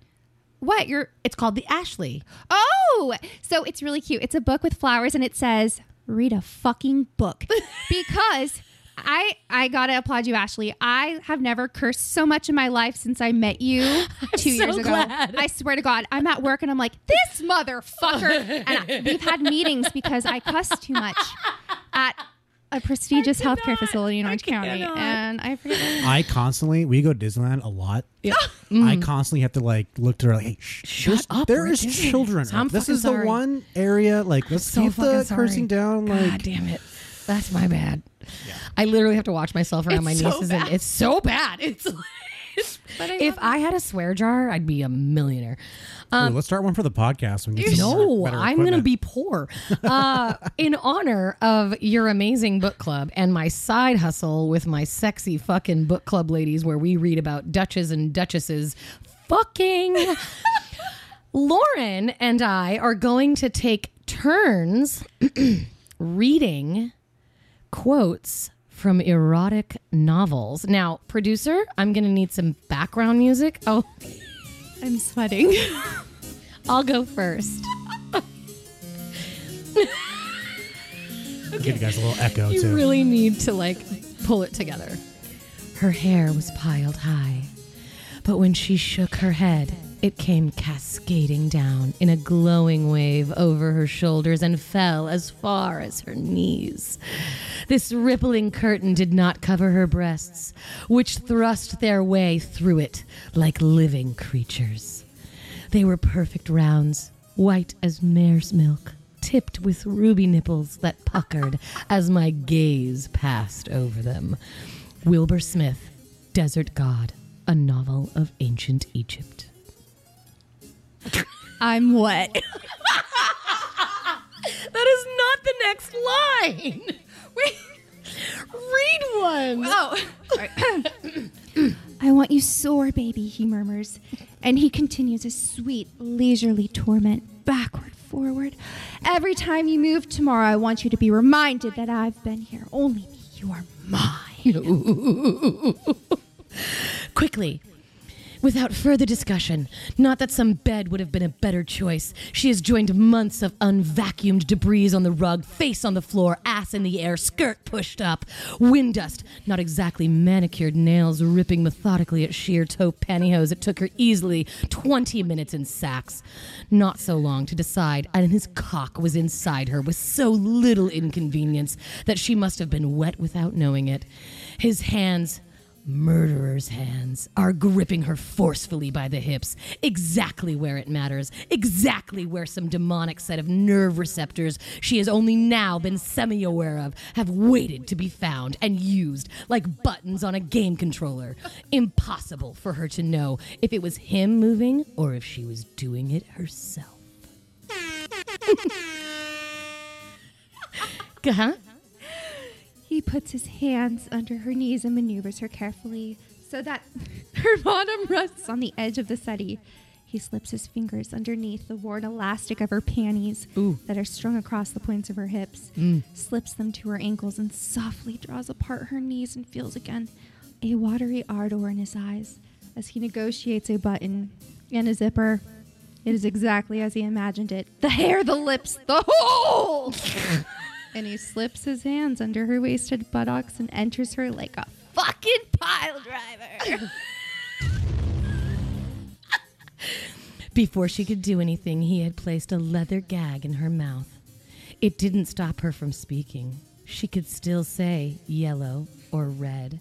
what? You're It's called The Ashley. Oh, so *laughs* it's really cute. It's a book with flowers and it says, read a fucking book because I I gotta applaud you, Ashley. I have never cursed so much in my life since I *laughs* met you two so years ago. glad. I swear to God, I'm at work and I'm like, *laughs* this motherfucker. and I- we've had meetings because I cuss too much at a prestigious healthcare facility in Orange County, cannot. and I forget. *laughs* what- I constantly we go to Disneyland a lot. Yeah. *laughs* I constantly have to like look to her like, hey, shh, Mm. Shut there's- up, There we're is Disney. children. So I'm this fucking is the sorry. one area like let's so keep the fucking sorry. cursing down. Like God damn it. That's my bad. I literally have to watch myself around It's my so nieces and bad. it's so bad. It's, *laughs* it's- if I had a swear jar, I'd be a millionaire. Ooh, let's start one for the podcast. When No, um, I'm going to be poor. Uh, in honor of your amazing book club and my side hustle with my sexy fucking book club ladies, where we read about duchess and duchesses fucking. Lauren and I are going to take turns *clears throat* reading quotes from erotic novels. Now, producer, I'm going to need some background music. Oh, I'm sweating. I'll go first. give you guys a little echo *laughs* You too. really need to like pull it together. Her hair was piled high, but when she shook her head, it came cascading down in a glowing wave over her shoulders and fell as far as her knees. This rippling curtain did not cover her breasts, which thrust their way through it like living creatures. They were perfect rounds, white as mare's milk, tipped with ruby nipples that puckered as my gaze passed over them. Wilbur Smith, Desert God, a novel of ancient Egypt. I'm wet. That is not the next line. *laughs* Wait. Read one. Oh. *coughs* I want you sore, baby, he murmurs. And he continues his sweet, leisurely torment, backward, forward. Every time you move tomorrow, I want you to be reminded that I've been here. Only me, you are mine. *laughs* Quickly. Without further discussion, not that some bed would have been a better choice, she has joined months of unvacuumed debris on the rug, face on the floor, ass in the air, skirt pushed up, wind dust, not exactly manicured nails ripping methodically at sheer toe pantyhose. It took her easily 20 minutes in sacks. Not so long to decide, and his cock was inside her with so little inconvenience that she must have been wet without knowing it. His hands, Murderer's hands are gripping her forcefully by the hips, exactly where it matters, exactly where some demonic set of nerve receptors she has only now been semi aware of have waited to be found and used like buttons on a game controller. Impossible for her to know if it was him moving or if she was doing it herself. *laughs* huh? He puts his hands under her knees and maneuvers her carefully so that *laughs* her bottom rests on the edge of the settee. He slips his fingers underneath the worn elastic of her panties that are strung across the points of her hips, slips them to her ankles, and softly draws apart her knees and feels again a watery ardor in his eyes as he negotiates a button and a zipper. It is exactly as he imagined it the hair, the lips, the whole! and he slips his hands under her wasted buttocks and enters her like a fucking pile driver. Before she could do anything, he had placed a leather gag in her mouth. It didn't stop her from speaking. She could still say yellow or red,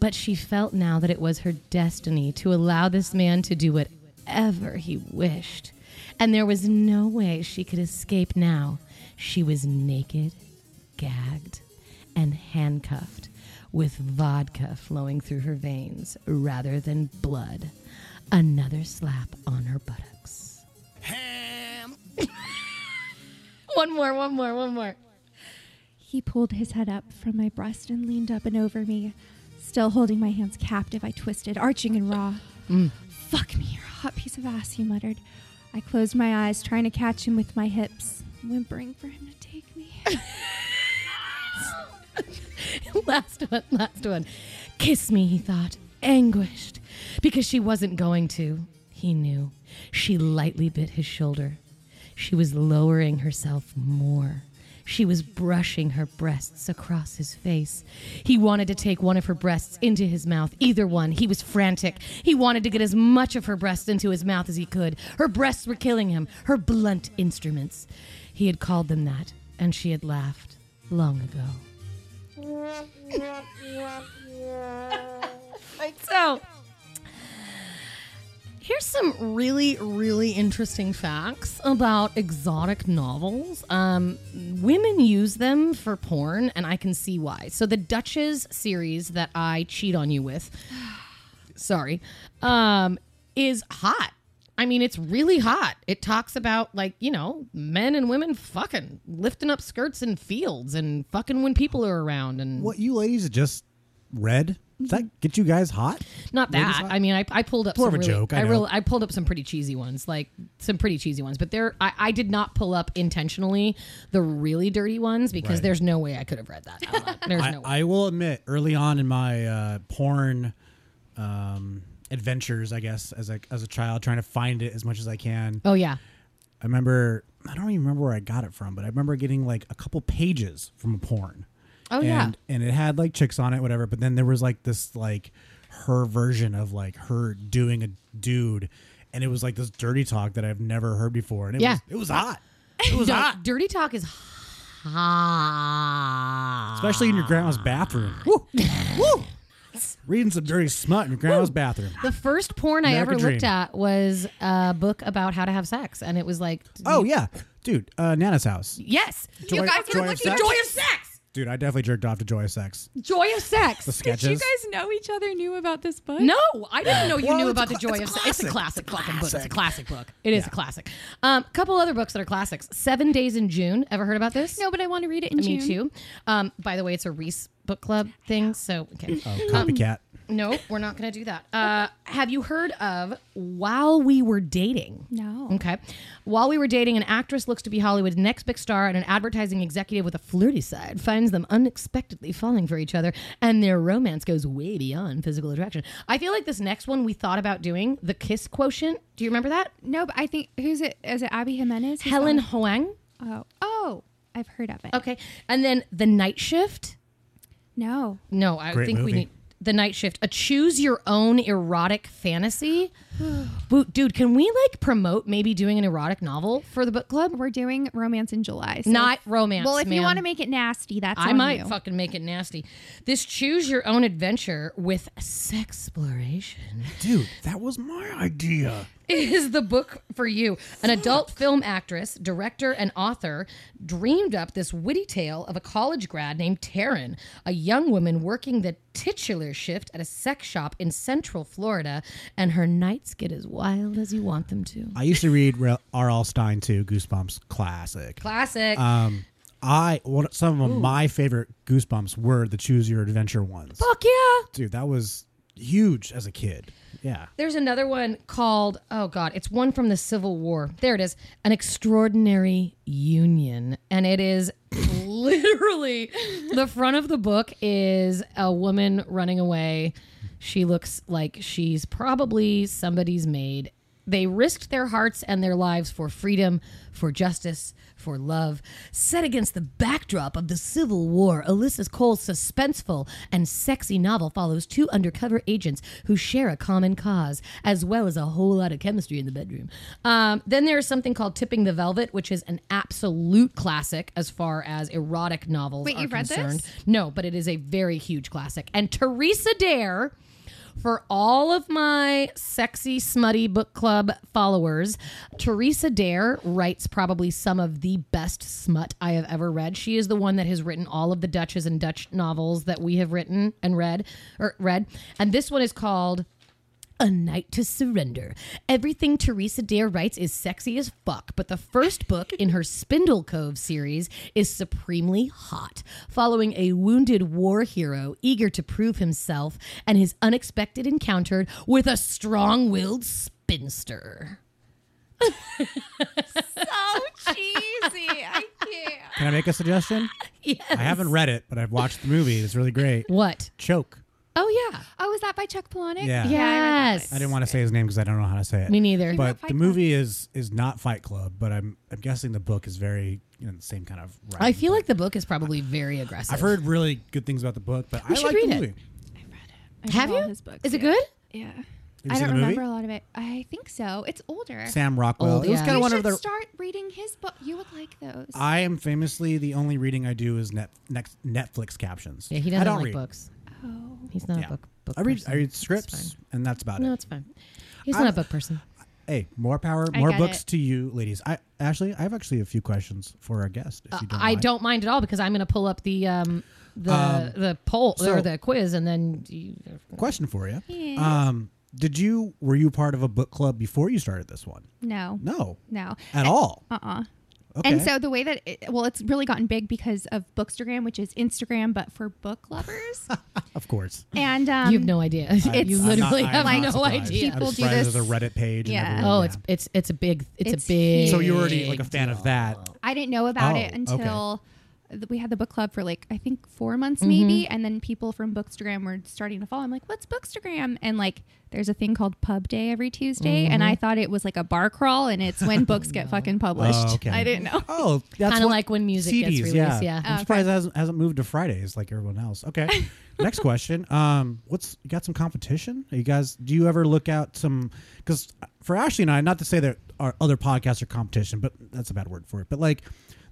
but she felt now that it was her destiny to allow this man to do whatever he wished. And there was no way she could escape now. She was naked, gagged, and handcuffed with vodka flowing through her veins rather than blood. Another slap on her buttocks. Ham! *laughs* one more, one more, one more. *laughs* he pulled his head up from my breast and leaned up and over me. Still holding my hands captive, I twisted, arching and raw. Mm. Fuck me, you're a hot piece of ass, he muttered. I closed my eyes, trying to catch him with my hips, whimpering for him to take me. *laughs* last one, last one. Kiss me, he thought, anguished. Because she wasn't going to, he knew. She lightly bit his shoulder. She was lowering herself more. She was brushing her breasts across his face. He wanted to take one of her breasts into his mouth, either one. He was frantic. He wanted to get as much of her breast into his mouth as he could. Her breasts were killing him, her blunt instruments. He had called them that, and she had laughed long ago. like *laughs* so. Here's some really, really interesting facts about exotic novels. Um, women use them for porn, and I can see why. So, the Duchess series that I cheat on you with, *sighs* sorry, um, is hot. I mean, it's really hot. It talks about, like, you know, men and women fucking, lifting up skirts in fields and fucking when people are around. And What you ladies just read, does that get you guys hot? not that. I mean, I, I pulled up More some of a really, joke, I I, know. real- I pulled up some pretty cheesy ones, like some pretty cheesy ones. But there, I, I did not pull up intentionally the really dirty ones because Right. there's no way I could have read that. *laughs* out loud. There's I, no way. I will admit, early on in my uh, porn um, adventures, I guess, as a, as a child, trying to find it as much as I can, oh yeah, I remember, I don't even remember where I got it from, but I remember getting like a couple pages from a porn. Oh, and, yeah. And it had like chicks on it, whatever. But then there was like this, like her version of like her doing a dude. And it was like this dirty talk that I've never heard before. And it, Yeah. was, it was hot. It was *laughs* No, hot. dirty talk is hot. especially in your grandma's bathroom. Woo. *laughs* Woo. Reading some dirty smut in your grandma's bathroom. the first porn I American ever looked Dream. at was a book about how to have sex, and it was like, Oh yeah, dude, uh, Nana's house. yes, Joy- guys were Joy of looking- Sex? joy of sex, Dude, I definitely jerked off to Joy of Sex. joy of sex. The Did you sketches. guys know each other knew about this book? No, I didn't know you Well, knew it's a about the cla- joy it's a of sex. It's a classic. classic fucking book. It's a Classic. classic book. It is a classic. Um, couple other books that are classics. Seven Days in June. Ever heard about this? No, but I want to read it in Me June. too. Um, by the way, it's a Reese book club thing. So okay. Oh, Copycat. no, we're not going to do that. Uh, have you heard of While We Were Dating? No. Okay. While we were dating, an actress looks to be Hollywood's next big star, and an advertising executive with a flirty side finds them unexpectedly falling for each other, and their romance goes way beyond physical attraction. I feel like this next one we thought about doing the kiss quotient. Do you remember that? No, but I think who's it? Is it Abby Jimenez? Who's Helen on- Hoang. Oh, oh, I've heard of it. Okay. And then the night shift. No, No, I Great think we movie. need the night shift. A choose your own erotic fantasy. Boo- Dude, can we like promote maybe doing an erotic novel for the book club? we're doing romance in July. so- Not romance. Well, if you ma'am. want to make it nasty, that's I on might you. fucking make it nasty. This choose your own adventure with sexploration Dude, that was my idea. is the book for you. An adult film actress, director, and author dreamed up this witty tale of a college grad named Taryn, a young woman working the titular shift at a sex shop in Central Florida, and her nights get as wild as you want them to. I used to read Re- R.L. Stein too. Goosebumps, classic. Classic. Um, I one, some of my favorite Goosebumps were the Choose Your Adventure ones. Fuck yeah. Dude, that was huge as a kid. Yeah. There's another one called, oh God, it's one from the Civil War. There it is An Extraordinary Union. And it is *laughs* literally the front of the book is a woman running away. She looks like she's probably somebody's maid. They risked their hearts and their lives for freedom, for justice, for love. Set against the backdrop of the Civil War, Alyssa Cole's suspenseful and sexy novel follows two undercover agents who share a common cause, as well as a whole lot of chemistry in the bedroom. Um, then there's something called Tipping the Velvet, which is an absolute classic as far as erotic novels Wait, are you've read this? concerned. No, but it is a very huge classic. And Teresa Dare for all of my sexy, smutty book club followers, Teresa Dare writes probably some of the best smut I have ever read. She is the one that has written all of the Dutches and Dutch novels that we have written and read, or read. And this one is called a Night to Surrender. Everything Teresa Dare writes is sexy as fuck, but the first book in her Spindle Cove series is supremely hot, following a wounded war hero eager to prove himself and his unexpected encounter with a strong willed spinster. so cheesy. I can't. Can I make a suggestion? *laughs* Yes. I haven't read it, but I've watched the movie. It's really great. What? Choke. Oh yeah. *laughs* Oh, is that by Chuck Palahniuk? Yeah. Yes. I didn't want to say his name because I don't know how to say it. Me neither. But Fight the movie is is not Fight Club, but I'm I'm guessing the book is very you know the same kind of. Writing. I feel like the book is probably very aggressive. I've heard really good things about the book, but I should like read the it. movie. I Have read all you? his books, Is it yeah. good? Yeah. you I seen don't the movie? remember a lot of it. I think so. It's older. Sam Rockwell. Old, it was yeah. kind of you one should of the. Uh, start reading his book. You would like those. I am famously the only reading I do is net, next Netflix captions. Yeah, he I doesn't don't like read. books. oh. He's not Yeah. a book. book I read person. I read It's scripts, fine. and that's about No, it. it's fine. He's I'm- not a book person. Hey, more power, I more get books it. to you, ladies. I Ashley, I have actually a few questions for our guest. If you don't Uh, I mind. don't mind at all because I'm going to pull up the um, the Um, the poll so- or the quiz and then you, Question for you. Um, did you were you part of a book club before you started this one? No. No, No. at all. Uh uh Okay. And so the way that it, well, it's really gotten big because of Bookstagram, which is Instagram but for book lovers. *laughs* of course, and um, you have no idea. *laughs* you I'm not- *laughs* literally I'm have not no surprised. idea. I'm People do surprised this- There's a Reddit page. Yeah. And everything, Oh, yeah. it's it's it's a big it's, It's a big. so you were already like a fan of that. I didn't know about it Oh, until th- we had the book club for like I think four months Mm-hmm. maybe, and then people from Bookstagram were starting to follow. I'm like, what's Bookstagram? And like, there's a thing called Pub Day every Tuesday, and Mm-hmm. I thought it was like a bar crawl, and it's when books *laughs* get fucking published. Oh, okay. I didn't know. Oh, that's Kinda what- like when music CDs, gets released, Yeah, yeah. I'm Oh, surprised it hasn't, hasn't moved to Fridays like everyone else. Okay, next question. Um, what's you got some competition? Are you guys, do you ever look out some? Because for Ashley and I, not to say that our other podcasts are competition, but that's a bad word for it. But like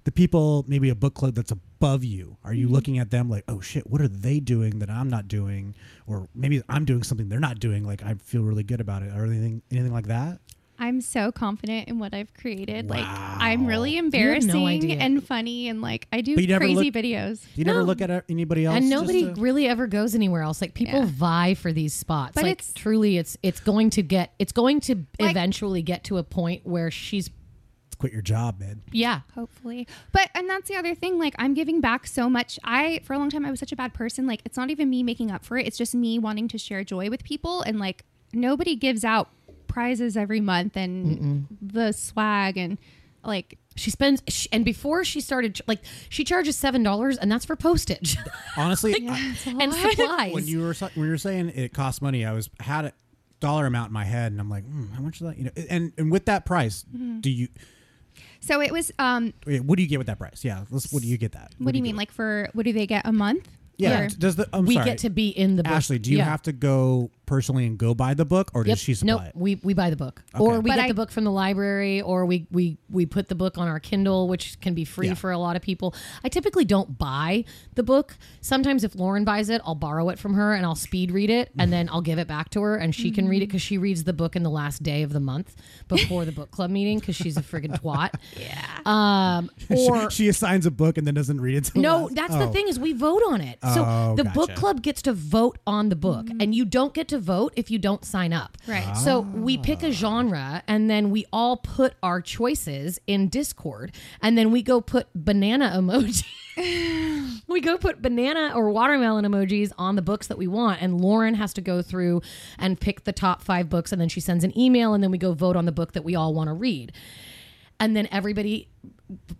the people, maybe a book club that's above you. Are Mm-hmm. you looking at them like, oh shit, what are they doing that I'm not doing, or maybe I'm doing something they're not doing? Like I feel really good about it, or anything, anything like that. I'm so confident in what I've created. Like, I'm really no embarrassing idea. and funny, and like I do But you never crazy look- videos. You never look at anybody else, and just nobody to- really ever goes anywhere else. Like people Yeah. vie for these spots. But like it's- truly, it's it's going to get it's going to Like- eventually get to a point where she's quit your job, man. yeah. hopefully but and that's the other thing like i'm giving back so much i for a long time i was such a bad person like it's not even me making up for it it's just me wanting to share joy with people and like nobody gives out prizes every month and the swag and like She spends sh and before she started like she charges seven dollars and that's for postage *laughs* Honestly, I- and supplies. when you were sa- when you were saying it costs money, I was had a dollar amount in my head, and I'm like, mm, how much is that? You know, and and with that price, Mm-hmm. do you so it was um wait, what do you get with that price? Yeah, let's, what do you get that? what, do you mean like for what do they get a month Yeah, Or- does the I'm we sorry, get to be in the book. Ashley? Do you Yeah. have to go personally and go buy the book, or Yep. does she nope. supply it? *laughs* We we buy the book, or we But get I- the book from the library, or we we we put the book on our Kindle, which can be free Yeah. for a lot of people. I typically don't buy the book. Sometimes if Lauren buys it, I'll borrow it from her and I'll speed read it, and then I'll give it back to her, and she can Mm-hmm. read it because she reads the book in the last day of the month before the book club meeting because she's a friggin' *laughs* twat. yeah. Um. Or. *laughs* she assigns a book and then doesn't read it. till No, last- that's Oh. the thing is we vote on it. So Oh, the book gotcha. club gets to vote on the book and you don't get to vote if you don't sign up. Right. So we Ah. pick a genre and then we all put our choices in Discord and then we go put banana *laughs* emoji. we go put banana or watermelon emojis on the books that we want and Lauren has to go through and pick the top 5 books and then she sends an email and then we go vote on the book that we all want to read. And then everybody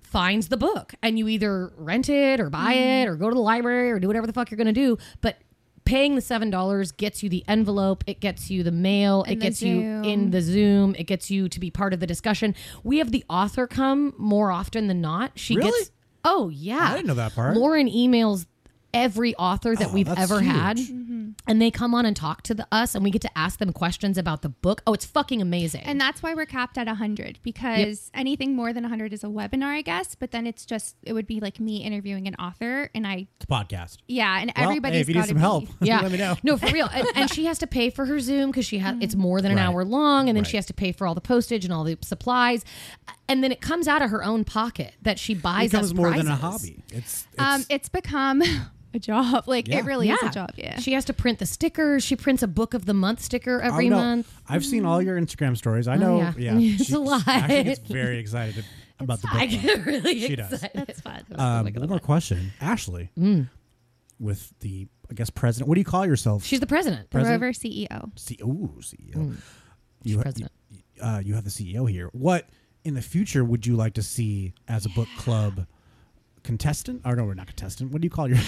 finds the book and you either rent it or buy it or go to the library or do whatever the fuck you're going to do but paying the seven dollars gets you the envelope it gets you the mail it the gets you in the zoom it gets you to be part of the discussion we have the author come more often than not she Really? gets oh yeah I didn't know that part. lauren emails every author that Oh, we've that's ever had huge. Mm-hmm. and they come on and talk to the, us and we get to ask them questions about the book oh it's fucking amazing and that's why we're capped at 100 because anything more than 100 is a webinar i guess but then it's just it would be like me interviewing an author and i It's a podcast. yeah and Well, everybody's hey, if *laughs* you need gotta some be- help, *laughs* Yeah. let me *laughs* know. No, for real. And, and she has to pay for her Zoom because she has it's Mm-hmm. more than an Right. hour long, and then Right. she has to pay for all the postage and all the supplies, and then it comes out of her own pocket that she It buys. becomes us more than a prizes. hobby. It's, it's um, it's become *laughs* a job. Like Yeah. it really is a job. Yeah. She has to print the stickers. She prints a book of the month sticker every oh, no. month. Oh, I've seen all your Instagram stories. I know. yeah. yeah, *laughs* It's she- a lot. Ashley gets very excited about the book. I club. get really She does. excited. That's fun. Um, one more question, Ashley. Hmm. With the, I guess, president. What do you call yourself? She's the president. president. Rover E CEO. C- ooh, CEO. You, ha- Hmm. president. You, uh, you have the CEO here. What in the future would you like to see as a book club contestant? Or no, we're not contestant. What do you call your? *sighs*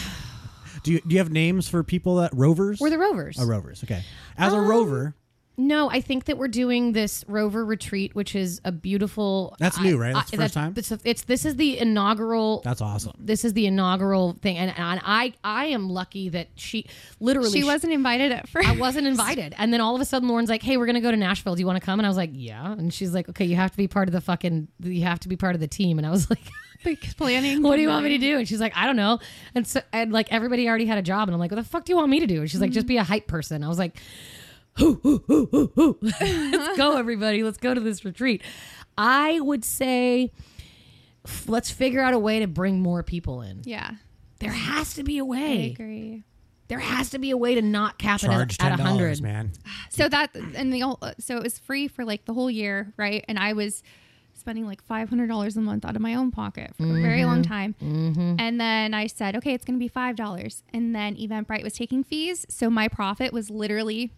Do you do you have names for people that rovers? We're the Um, rovers. Oh, rovers. Okay. As a rover, No, I think that we're doing this Rover retreat, which is a beautiful. uh, That's I- new, right? That's I- the first time? It's, it's- this is the inaugural. that's awesome. this is the inaugural thing, and, and I I am lucky that she literally She wasn't invited at first. I *laughs* wasn't invited, and then all of a sudden, Lauren's like, "Hey, we're gonna go to Nashville. Do you want to come?" And I was like, "Yeah." And she's like, "Okay, you have to be part of the fucking. You have to be part of the team." And I was like, *laughs* planning. what do you want me to do? And she's like, I don't know. And so, and like everybody already had a job, and I'm like, what the fuck do you want me to do? And she's like, just be a hype person. I was like, hoo, hoo, hoo, hoo, hoo. *laughs* let's go, everybody. Let's go to this retreat. I would say, f- let's figure out a way to bring more people in. Yeah, There has to be a I way. agree. There has to be a way to not cap it Charge at, ten at dollars, 100. man. So that and the whole- so it was free for like the whole year, right? And I was spending like five hundred dollars a month out of my own pocket for a very Mm-hmm. long time. And then I said, okay, it's going to be five dollars. And then Eventbrite was taking fees, so my profit was literally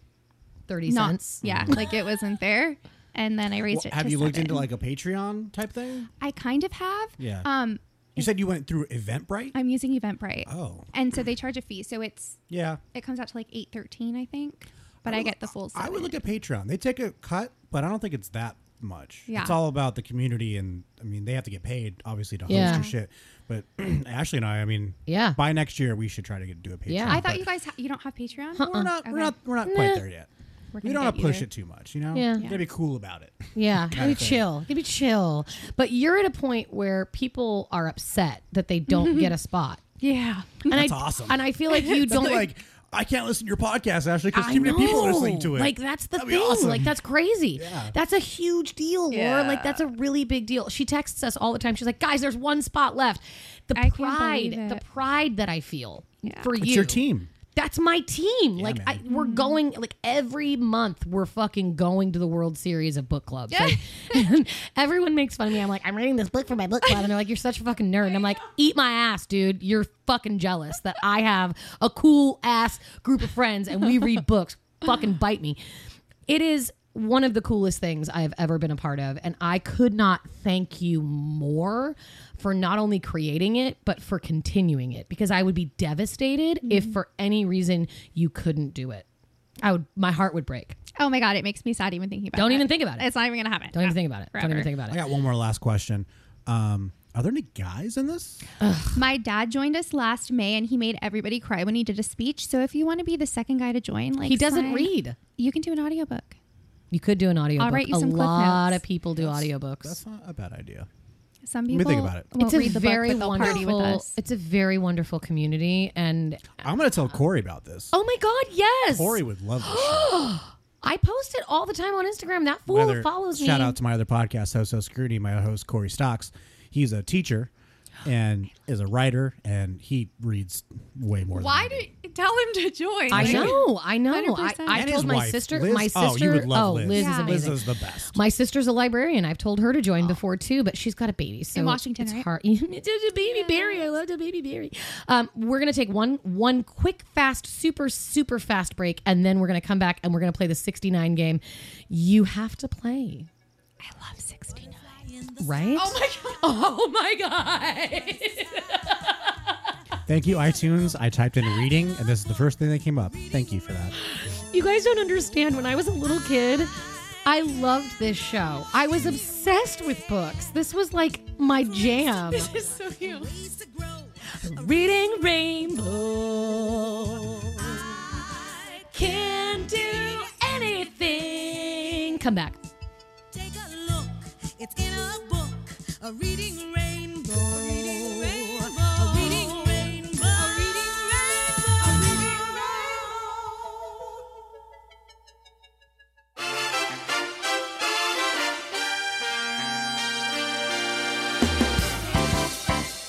30 not cents. yeah, like it wasn't there. And then I raised Well, it. have to you looked into seven. like a Patreon type thing? I kind of have. Yeah. Um, You said you went through Eventbrite. I'm using Eventbrite. Oh. And so they charge a fee, so it's yeah. it comes out to like eight thirteen, I think. But I, get the full. I would seven. look at Patreon. They take a cut, but I don't think it's that much. Yeah. It's all about the community, and I mean, they have to get paid obviously to host Yeah. your shit. But *clears throat* Ashley and I, I mean, Yeah. by next year we should try to get, do a Patreon. Yeah. I thought but you guys ha- you don't have Patreon. We're not. We're Okay. not. We're not quite Nah. there yet. We're We gonna don't want to get push you it too much. You know. Yeah. You gotta be cool about it. Yeah, Kinda maybe thing. chill. Maybe chill. But you're at a point where people are upset that they *laughs* don't get a spot. Yeah. And That's I, awesome. And I feel *laughs* like you Don't don't *laughs* like. I can't listen to your podcast, Ashley, because I too many people are listening know. to it. Like that's the That'd be thing. awesome. Like that's crazy. Yeah. That's a huge deal, Laura. Like that's a really big deal. She texts us all the time. She's like, "Guys, there's one spot left." The I can't pride, believe the it. pride that I feel Yeah. for It's you. your team. That's my team. like I, man. we're going like every month we're fucking going to the World Series of book clubs. Like, and *laughs* everyone makes fun of me. I'm like, I'm reading this book for my book club and they're like, You're such a fucking nerd. And I'm like, eat my ass, dude. You're fucking jealous that I have a cool ass group of friends and we read books. Fucking bite me. It is one of the coolest things I have ever been a part of. And I could not thank you more for not only creating it, but for continuing it because I would be devastated Mm-hmm. if for any reason you couldn't do it. I would, my heart would break. *laughs* Oh my god, it makes me sad even thinking about. Don't it. even think about it. It's not even gonna happen. Don't even think about it. Don't even Forever. think about I it. got one more last question. Um, are there any guys in this? My dad joined us last May, and he made everybody cry when he did a speech. So if you want to be the second guy to join, like He doesn't sign- read. you can do an audiobook. You could do an audiobook. I'll write you a some Cliff lot Notes. of people do audiobooks. That's not a bad idea. Some me people think about it. won't read the book, but they'll party with us. It's a very wonderful community, and I'm gonna tell Corey about this. oh my god, yes! Corey would love *gasps* this. shit. I post it all the time on Instagram. That fool Whether- follows me. Shout out to my other podcast, So So Security, my host Corey Stocks. He's a teacher and is a writer, and he reads way more. Why than I did you tell him to join? I Like, know, I know. I, 100%. I And told his my wife, sister. Liz- My sister. Oh, you would love Liz. is Yeah. amazing. Liz is the best. My sister's a librarian. I've told her to Oh. join before too, but she's got a baby. So In Washington, it's right? hard. *laughs* it's a baby berry. I love a baby berry. Um, we're gonna take one one quick, fast, super, super fast break, and then we're gonna come back and we're gonna play the sixty nine game. You have to play, I love sixty nine. right? Oh my god! *laughs* Oh my god! Thank you, iTunes. I typed in reading, and this is the first thing that came up. Thank you for *laughs* that. You guys don't understand. When I was a little kid, I loved this show. I was obsessed with books. This was like my jam. This is so you. Reading Rainbow. Can do anything. Come back. Take a look, it's in a book, a reading rainbow. A reading rainbow. A reading rainbow. A reading rainbow. A reading rainbow.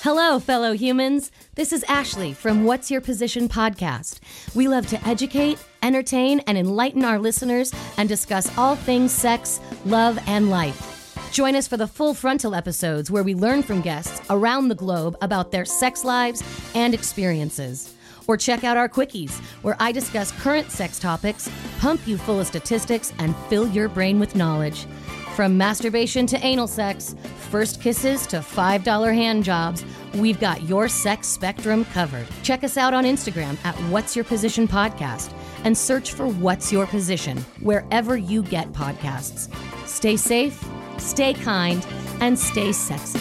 Hello, fellow humans. This is Ashley from What's Your Position podcast. We love to educate, entertain, and enlighten our listeners and discuss all things sex, love, and life. Join us for the full frontal episodes where we learn from guests around the globe about their sex lives and experiences. Or check out our quickies, where I discuss current sex topics, pump you full of statistics, and fill your brain with knowledge. From masturbation to anal sex, first kisses to $5 hand jobs, we've got your sex spectrum covered. Check us out on Instagram at What's Your Position Podcast and search for What's Your Position wherever you get podcasts. Stay safe, stay kind, and stay sexy.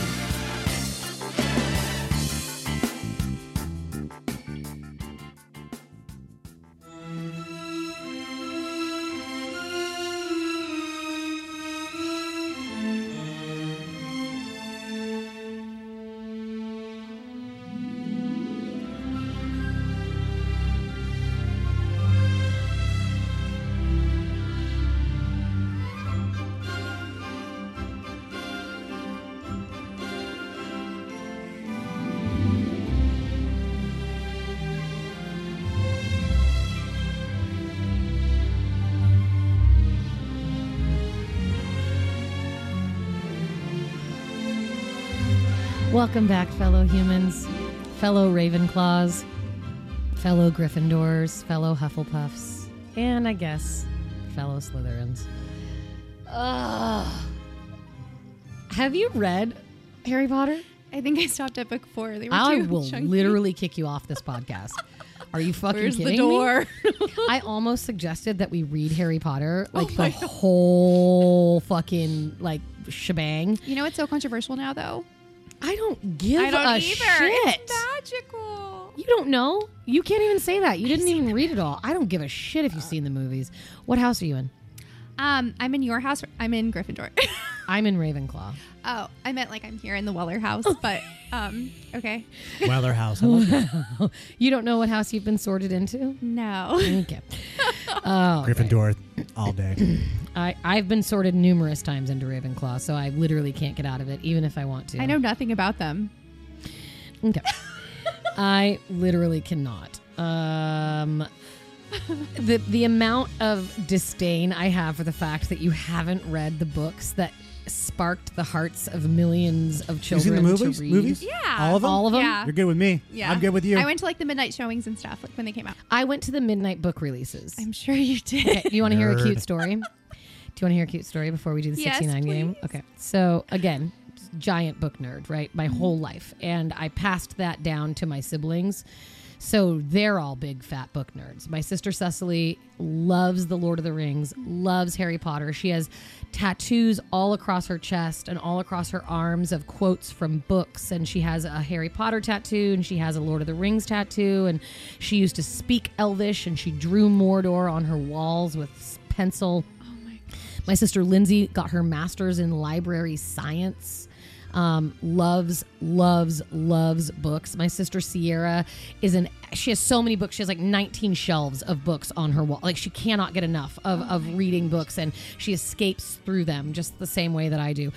Welcome back, fellow humans, fellow Ravenclaws, fellow Gryffindors, fellow Hufflepuffs, and I guess fellow Slytherins. Ugh. Have you read Harry Potter? I think I stopped at book four. They were I too will chunky. literally kick you off this podcast. Are you fucking Where's kidding the door? me? *laughs* I almost suggested that we read Harry Potter, like the whole fucking like shebang. you know it's so controversial now though. I don't give I don't a either. shit. It's magical. You don't know. You can't even say that. You didn't even read it all. I don't give a shit if you've seen the movies. What house are you in? Um, I'm in your house. I'm in Gryffindor. *laughs* I'm in Ravenclaw. oh, I meant like I'm here in the Weller house, but um, okay. Weller House. I love that. You don't know what house you've been sorted into? No. *laughs* Okay. Gryffindor all day. I, I've been sorted numerous times into Ravenclaw, so I literally can't get out of it, even if I want to. I know nothing about them. Okay. I literally cannot. Um, the the amount of disdain I have for the fact that you haven't read the books that sparked the hearts of millions of You seen children the movies? to read. Movies? Yeah. All of them. All of them. Yeah. You're good with me. Yeah. I'm good with you. I went to like the midnight showings and stuff, like when they came out. I went to the midnight book releases. I'm sure you did. Okay, you want to hear a cute Nerd. story? Do you want to hear a cute story before we do the Yes, 69 game? Okay. So, again, giant book nerd, right? My whole life. And I passed that down to my siblings. So they're all big fat book nerds. My sister Cecily loves The Lord of the Rings, loves Harry Potter. She has tattoos all across her chest and all across her arms of quotes from books. And she has a Harry Potter tattoo and she has a Lord of the Rings tattoo. And she used to speak Elvish and she drew Mordor on her walls with s- pencil. My sister Lindsay got her master's in library science. Um, loves, loves, loves books. My sister Sierra is an she has so many books. She has like 19 shelves of books on her wall. Like she cannot get enough of, of reading books and she escapes through them just the same way that I do.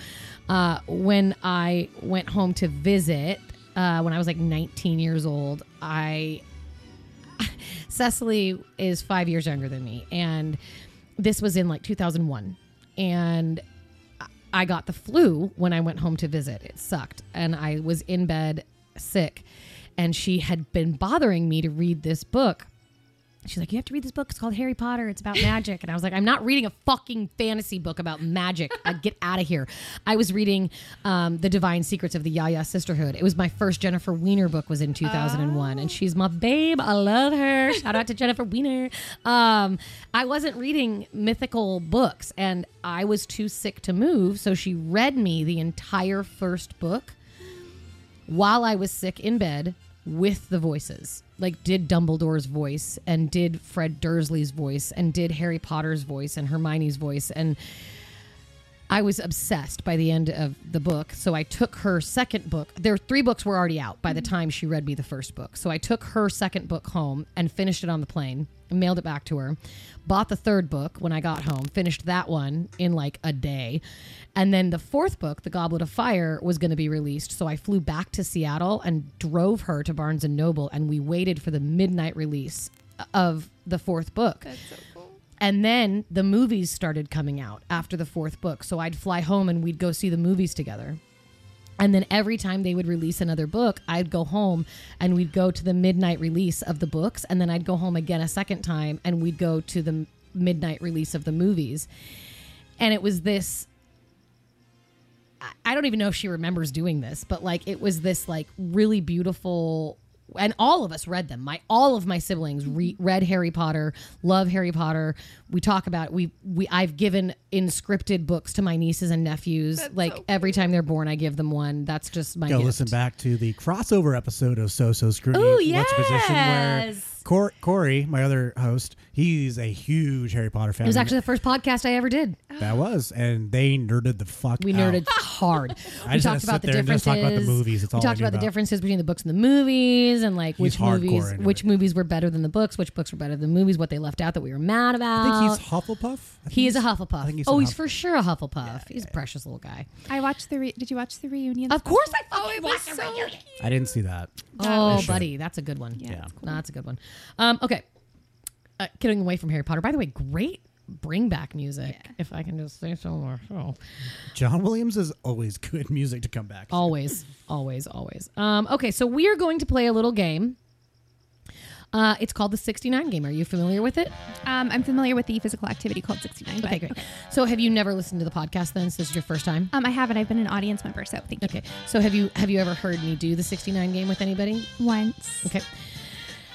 Uh, when I went home to visit, uh, when I was like 19 years old, I *laughs* Cecily is five years younger than me, and this was in like 2001. And I- I got the flu when I went home to visit. It sucked, and I was in bed sick. And she had been bothering me to read this book. She's like, You have to read this book. It's called Harry Potter. It's about magic. And I was like, I'm not reading a fucking fantasy book about magic. I get out of here. I was reading um, The Divine Secrets of the Yaya Sisterhood. It was my first Jennifer Weiner book was in 2001. And she's my babe. I love her. Shout out to Jennifer Weiner. Um, I wasn't reading mythical books and I was too sick to move. So she read me the entire first book while I was sick in bed with the voices. Like, did Dumbledore's voice and did Fred Dursley's voice and did Harry Potter's voice and Hermione's voice. And I was obsessed by the end of the book. So I took her second book. Their three books were already out by the time she read me the first book. So I took her second book home and finished it on the plane, mailed it back to her, bought the third book when I got home, finished that one in like a day. And then the fourth book, The Goblet of Fire, was going to be released. So I flew back to Seattle and drove her to Barnes and Noble and we waited for the midnight release of the fourth book. And then the movies started coming out after the fourth book. So I'd fly home and we'd go see the movies together. And then every time they would release another book, I'd go home and we'd go to the midnight release of the books. And then I'd go home again a second time and we'd go to the m- midnight release of the movies. And it was this I- I don't even know if she remembers doing this, but like it was this like really beautiful and all of us read them. My all of my siblings re- read Harry Potter, love Harry Potter. We talk about it. we we I've given inscripted books to my nieces and nephews. like every time they're born, I give them one. That's just my Go gift. listen back to the crossover episode of So So Scrutiny. Ooh, What's Position, where yes. Cor- Corey, my other host, he's a huge Harry Potter fan. It was actually the first podcast I ever did. Oh. that was, and they nerded the fuck. We out. nerded *laughs* hard. Oh. I we just had talked to about sit the there and just differences. talk about the movies. That's we all I talked knew about the about. differences between the books and the movies, and like which hardcore movies, into which it. movies were better than the books, which books were better than the movies, what they left out that we were mad about. I think he's Hufflepuff. I he think is he's- a Hufflepuff. I think he's oh, a he's Huff- for sure a Hufflepuff. he's a precious little guy. I watched the. Re- Did you watch the reunion? Oh, Of course, I fucking watched the so reunion. I didn't see that. Oh, was- buddy, that's a good one. Yeah. that's No, that's a good one. Um, okay, uh, getting away from Harry Potter. By the way, great bring back music. If I can just say so myself. John Williams is always good *laughs* music to come back. to. Always, always, always. Um, okay, so we are going to play a little game. Uh, it's called the 69 game. Are you familiar with it? Um, I'm familiar with the physical activity called 69. Okay, but- great. So have you never listened to the podcast then? So this is your first time? Um, I haven't. I've been an audience member, so thank you. Okay. So have you have you ever heard me do the 69 game with anybody? Once. Okay.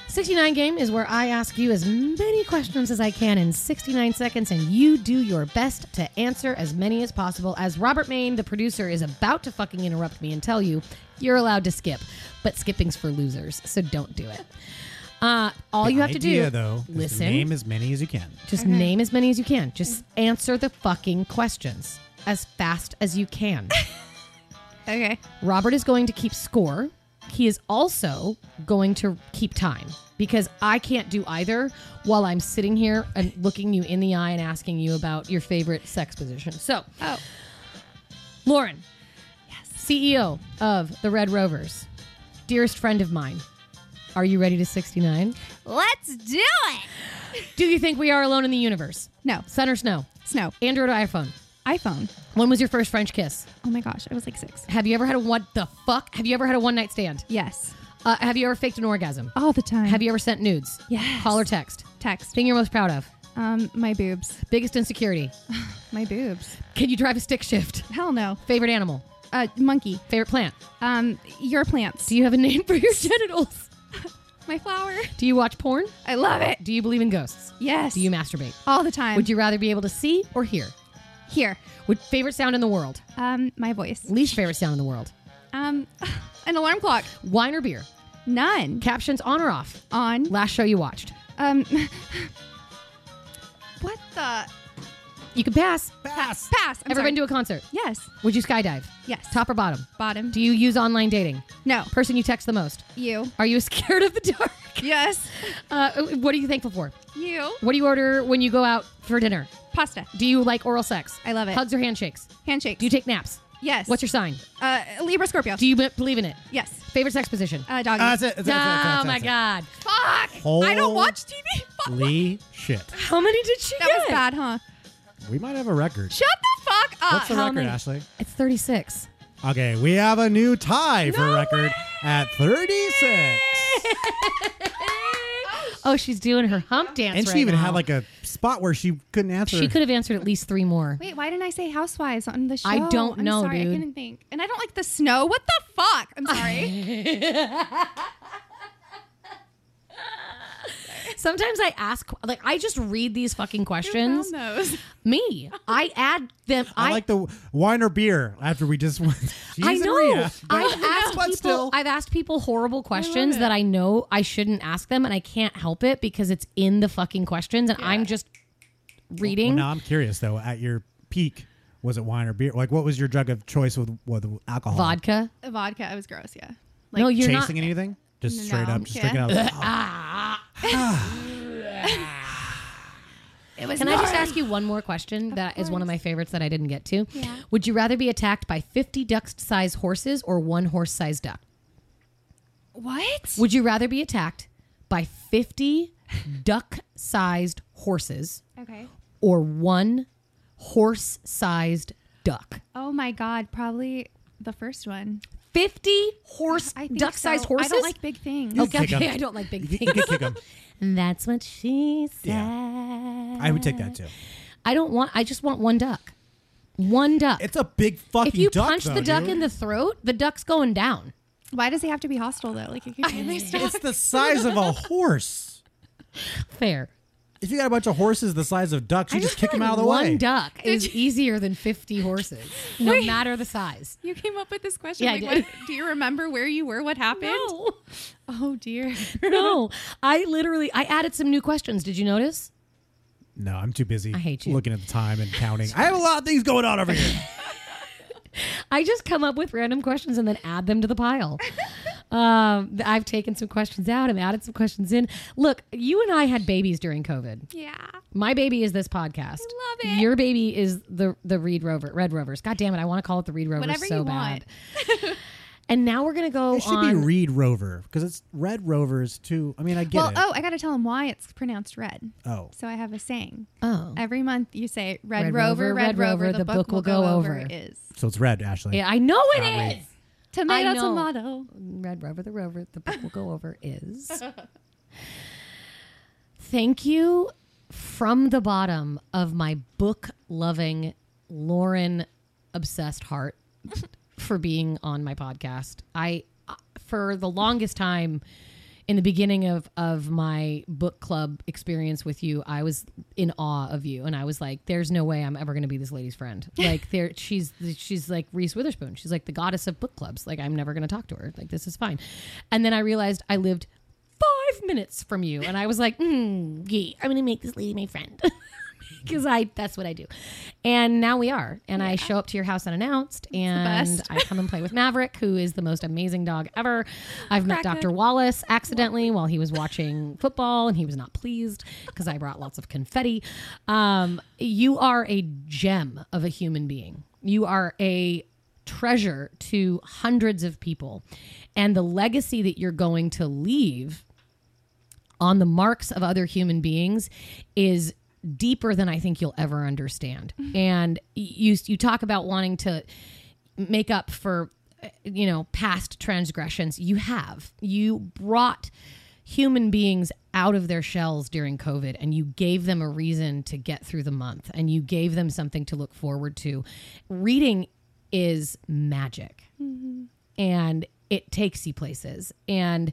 69 game is where I ask you as many questions as I can in 69 seconds, and you do your best to answer as many as possible. As Robert Main, the producer, is about to fucking interrupt me and tell you you're allowed to skip, but skipping's for losers, so don't do it. Uh, all The you have to idea, do, though, is to listen, name as many as you can. just name as many as you can. Just answer the fucking questions as fast as you can. Okay. Robert is going to keep score. He is also going to keep time because I can't do either while I'm sitting here and looking you in the eye and asking you about your favorite sex position. So, Oh. Lauren, CEO of the Red Rovers, dearest friend of mine, are you ready to 69? Let's do it. Do you think we are alone in the universe? No. Sun or snow? Snow. Android or iPhone? iPhone. When was your first French kiss? Oh my gosh, I was like six. Have you ever had a what the fuck? Have you ever had a one night stand? Yes. Uh, have you ever faked an orgasm? All the time. Have you ever sent nudes? Yes. Call or text. text? Thing you're most proud of. Um, my boobs. Biggest insecurity. My boobs. Can you drive a stick shift? Hell no. Favorite animal. Uh, monkey. Favorite plant. Um, your plants. Do you have a name *laughs* for your *laughs* *laughs* genitals? my flower. Do you watch porn? I love it. Do you believe in ghosts? Yes. Do you masturbate? all the time? Would you rather be able to see or hear? here? Would favorite sound in the world? Um, my voice. Least favorite sound in the world. Um, *laughs* an alarm clock. Wine or beer? None. Captions on or off? On. Last show you watched. Um. *laughs* what the? You can pass. Pass. Pass. I'm Ever sorry. been to a concert? Yes. Would you skydive? Yes. Top or bottom? Bottom. Do you use online dating? No. Person you text the most? *laughs* You. Are you scared of the dark? Yes. Uh, what are you thankful for? You. What do you order when you go out for dinner? Pasta. Do you like oral sex? I love it. Hugs or handshakes? Handshake. Do you take naps? yes. What's your sign? uh, Libra Scorpio? Do you be- believe in it? yes. Favorite sex position? Uh, doggy. Ah, that's it. That's it, oh that's it, my that's it, god! Fuck. I don't watch TV. Fuck. that's it. Lee, shit. How many did she That get? was bad, huh? We might have a record. Shut the fuck up. What's the How record, many? Ashley? It's thirty-six. Okay, we have a new tie for record at 36. Oh, she's doing her hump dance. And she right even now. had like a spot where she couldn't answer. She could have answered at least three more. Wait, why didn't I say housewives on the show? I don't I'm know, sorry, dude. I couldn't think. And I don't like the snow. What the fuck? *laughs* I'm sorry. Sometimes I ask, like, I just read these fucking questions. those. Me, I add them. I, like the wine or beer after we just went. *laughs* Jeez I and know. Maria. I've asked but people. still. I've asked people horrible questions that I know I shouldn't ask them, and I can't help it because it's in the fucking questions, and I'm just reading. Well, now Oh, I'm curious though. At your peak, was it wine or beer? Like, what was your drug of choice with with alcohol? Vodka. Vodka. It was gross. Yeah. no, you're not. Chasing anything? Just straight No. up, just Yeah. drinking out. of- Oh, It was. Can I just ask you one more question? that is one of my favorites that I didn't get to. Would you rather be attacked by 50 duck-sized horses or one horse-sized duck? what? Would you rather be attacked by 50 *laughs* duck-sized horses Okay. or one horse-sized duck? Oh my god. Probably the first one. 50 horse I think duck-sized so. horses. Oh. I don't like big things. Okay, Kick 'em. I don't like *laughs* big you, you things. could kick *laughs* 'em. And that's what she said. Yeah. I would take that too. I don't want. I just want one duck. One duck. It's a big fucking if you duck, punch though, the duck dude. in the throat, the duck's going down. Why does he have to be hostile though? Like, *laughs* it could be nice to- It's the size of a horse. Fair. If you got a bunch of horses the size of ducks, you just, kick them out of the one way. duck is easier than 50 horses, no matter the size. you came up with this question. Yeah, I like, did. What, do you remember where you were? What happened? No. Oh dear. *laughs* no, I literally I added some new questions. Did you notice? No, I'm too busy. I hate you. Looking at the time and *laughs* counting. I have a lot of things going on over here. I just come up with random questions and then add them to the *laughs* pile. um, th- I've taken some questions out. I've added some questions in. Look, you and I had babies during COVID. Yeah. My baby is this podcast. I love it. Your baby is the the Reed Rover, Red Rovers. God damn it! I want to call it the Reed Rovers Whatever so you bad. want. and now we're gonna go It should on. be Reed Rover because it's Red Rovers too. I mean, I get Well, it. oh, I got to tell him why it's pronounced red. Oh. So I have a saying. oh, Every month you say Red, Red Rover, Rover, Red Rover, the, book, will go, over. is so it's red, Ashley. yeah, I know it is. Probably. tomato know. tomato. Red Rover the Rover, the book will go over is. Thank you from the bottom of my book loving, Lauren obsessed heart *laughs* for being on my podcast. I, uh, for the longest time, in the beginning of, of my book club experience with you, I was in awe of you, and I was like, "There's no way I'm ever going to be this lady's friend." Like, there, she's she's like Reese Witherspoon. She's like the goddess of book clubs. Like, I'm never going to talk to her. Like, this is fine. And then I realized I lived five minutes from you, and I was like, mm, "Yeah, I'm going to make this lady my friend." *laughs* Because I, that's what I do, and now we are. And I show up to your house unannounced, and best. I come and play with Maverick, who is the most amazing dog ever. I've met Crackhead. Dr. Wallace accidentally while he was watching football, and he was not pleased because I brought lots of confetti. Um, you are a gem of a human being. You are a treasure to hundreds of people, and the legacy that you're going to leave on the marks of other human beings is deeper than I think you'll ever understand. And you you talk about wanting to make up for uh, you know past transgressions you have. You brought human beings out of their shells during COVID and you gave them a reason to get through the month and you gave them something to look forward to. Reading is magic. And it takes you places and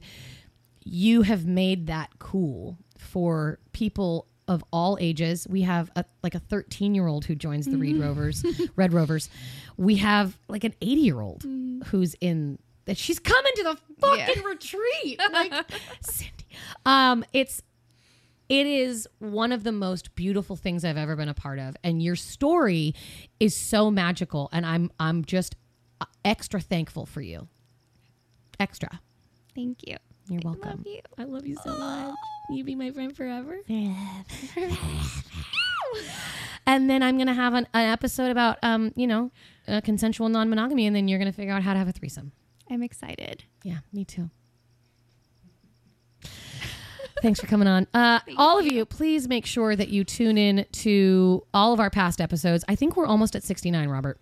you have made that cool for people of all ages. We have a, like a 13 year old who joins the Reed Rovers, Red Rovers. We have like an 80 year old who's in that she's coming to the fucking retreat. Like Cindy. Um, it's it is one of the most beautiful things I've ever been a part of, and your story is so magical, and I'm I'm just uh, extra thankful for you. Extra. Thank you. You're welcome. Love you. I love you so much. You be my friend forever. and then I'm gonna have an, an episode about um, you know, uh, consensual non-monogamy, and then you're gonna figure out how to have a threesome. I'm excited. Yeah, me too. Thanks for coming on. Uh, all of you, please make sure that you tune in to all of our past episodes. I think we're almost at 69, Robert.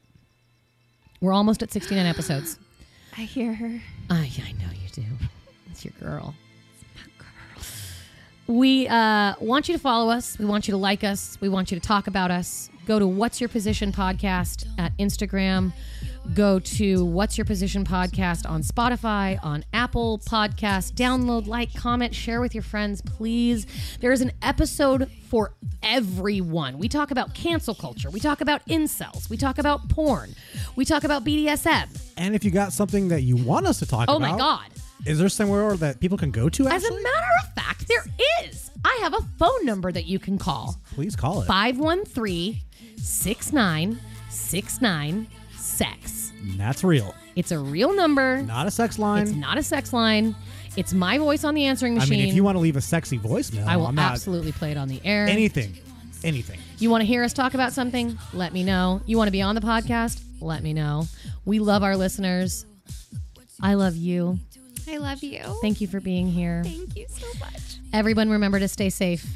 We're almost at 69 episodes. I hear her. I, I know you do. It's your girl. We uh, want you to follow us. We want you to like us. We want you to talk about us. Go to What's Your Position Podcast at Instagram. Go to What's Your Position Podcast on Spotify, on Apple Podcast. Download, like, comment, share with your friends, please. There is an episode for everyone. We talk about cancel culture. We talk about incels. We talk about porn. We talk about BDSM. And if you got something that you want us to talk Oh about, my God. is there somewhere that people can go to? As a Ashley? matter of fact, there is. I have a phone number that you can call Please call it. 513 6969 sex. That's real, It's a real number. not a sex line. It's not a sex line. It's my voice on the answering I machine. mean, if you want to leave a sexy voicemail, I will am not absolutely play it on the air. anything, anything. you want to hear us talk about something? Let me know. You want to be on the podcast? Let me know. We love our listeners. I love you. I love you. Thank you for being here. Thank you so much. Everyone, remember to stay safe,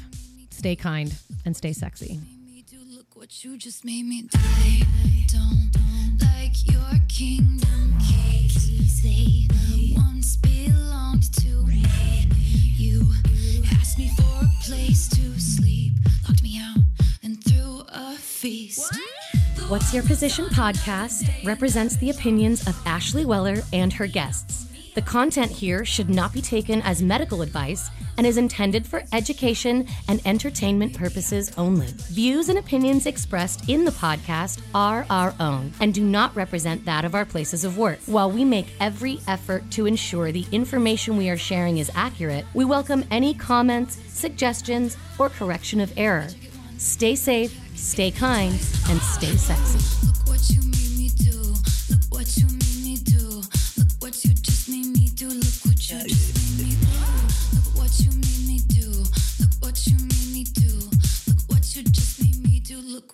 stay kind, and stay sexy. me do. Look what you just made me do. They don't like your kingdom keys. They once belonged to me. You asked me for a place to sleep, locked me out, and threw a feast. The What's Your Position podcast represents the opinions of Ashley Weller and her guests. The content here should not be taken as medical advice and is intended for education and entertainment purposes only. Views and opinions expressed in the podcast are our own and do not represent that of our places of work. While we make every effort to ensure the information we are sharing is accurate, we welcome any comments, suggestions, or correction of error. Stay safe, stay kind, and stay sexy. Look what you made me do. Look what you made me do. Look what you just made me do. Look what you just made me do. Look what you made me do. Look what you made me do. Look what you just made me do. Look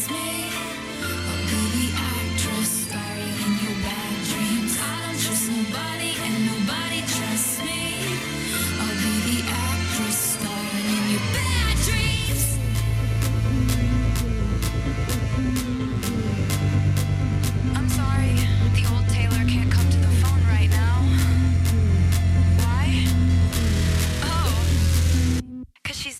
me. I'll be the actress starring in your bad dreams. I don't trust nobody and nobody trusts me. I'll be the actress starring in your bad dreams. I'm sorry, the old tailor can't come to the phone right now. Why? Oh, because she's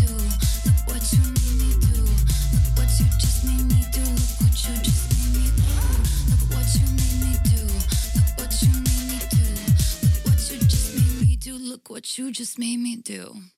do. Look what you made me do. Look what you just made me do. Look what you just made me do. Look what you made me do. Look what you made me do. Look what you just made me do. Look what you just made me do.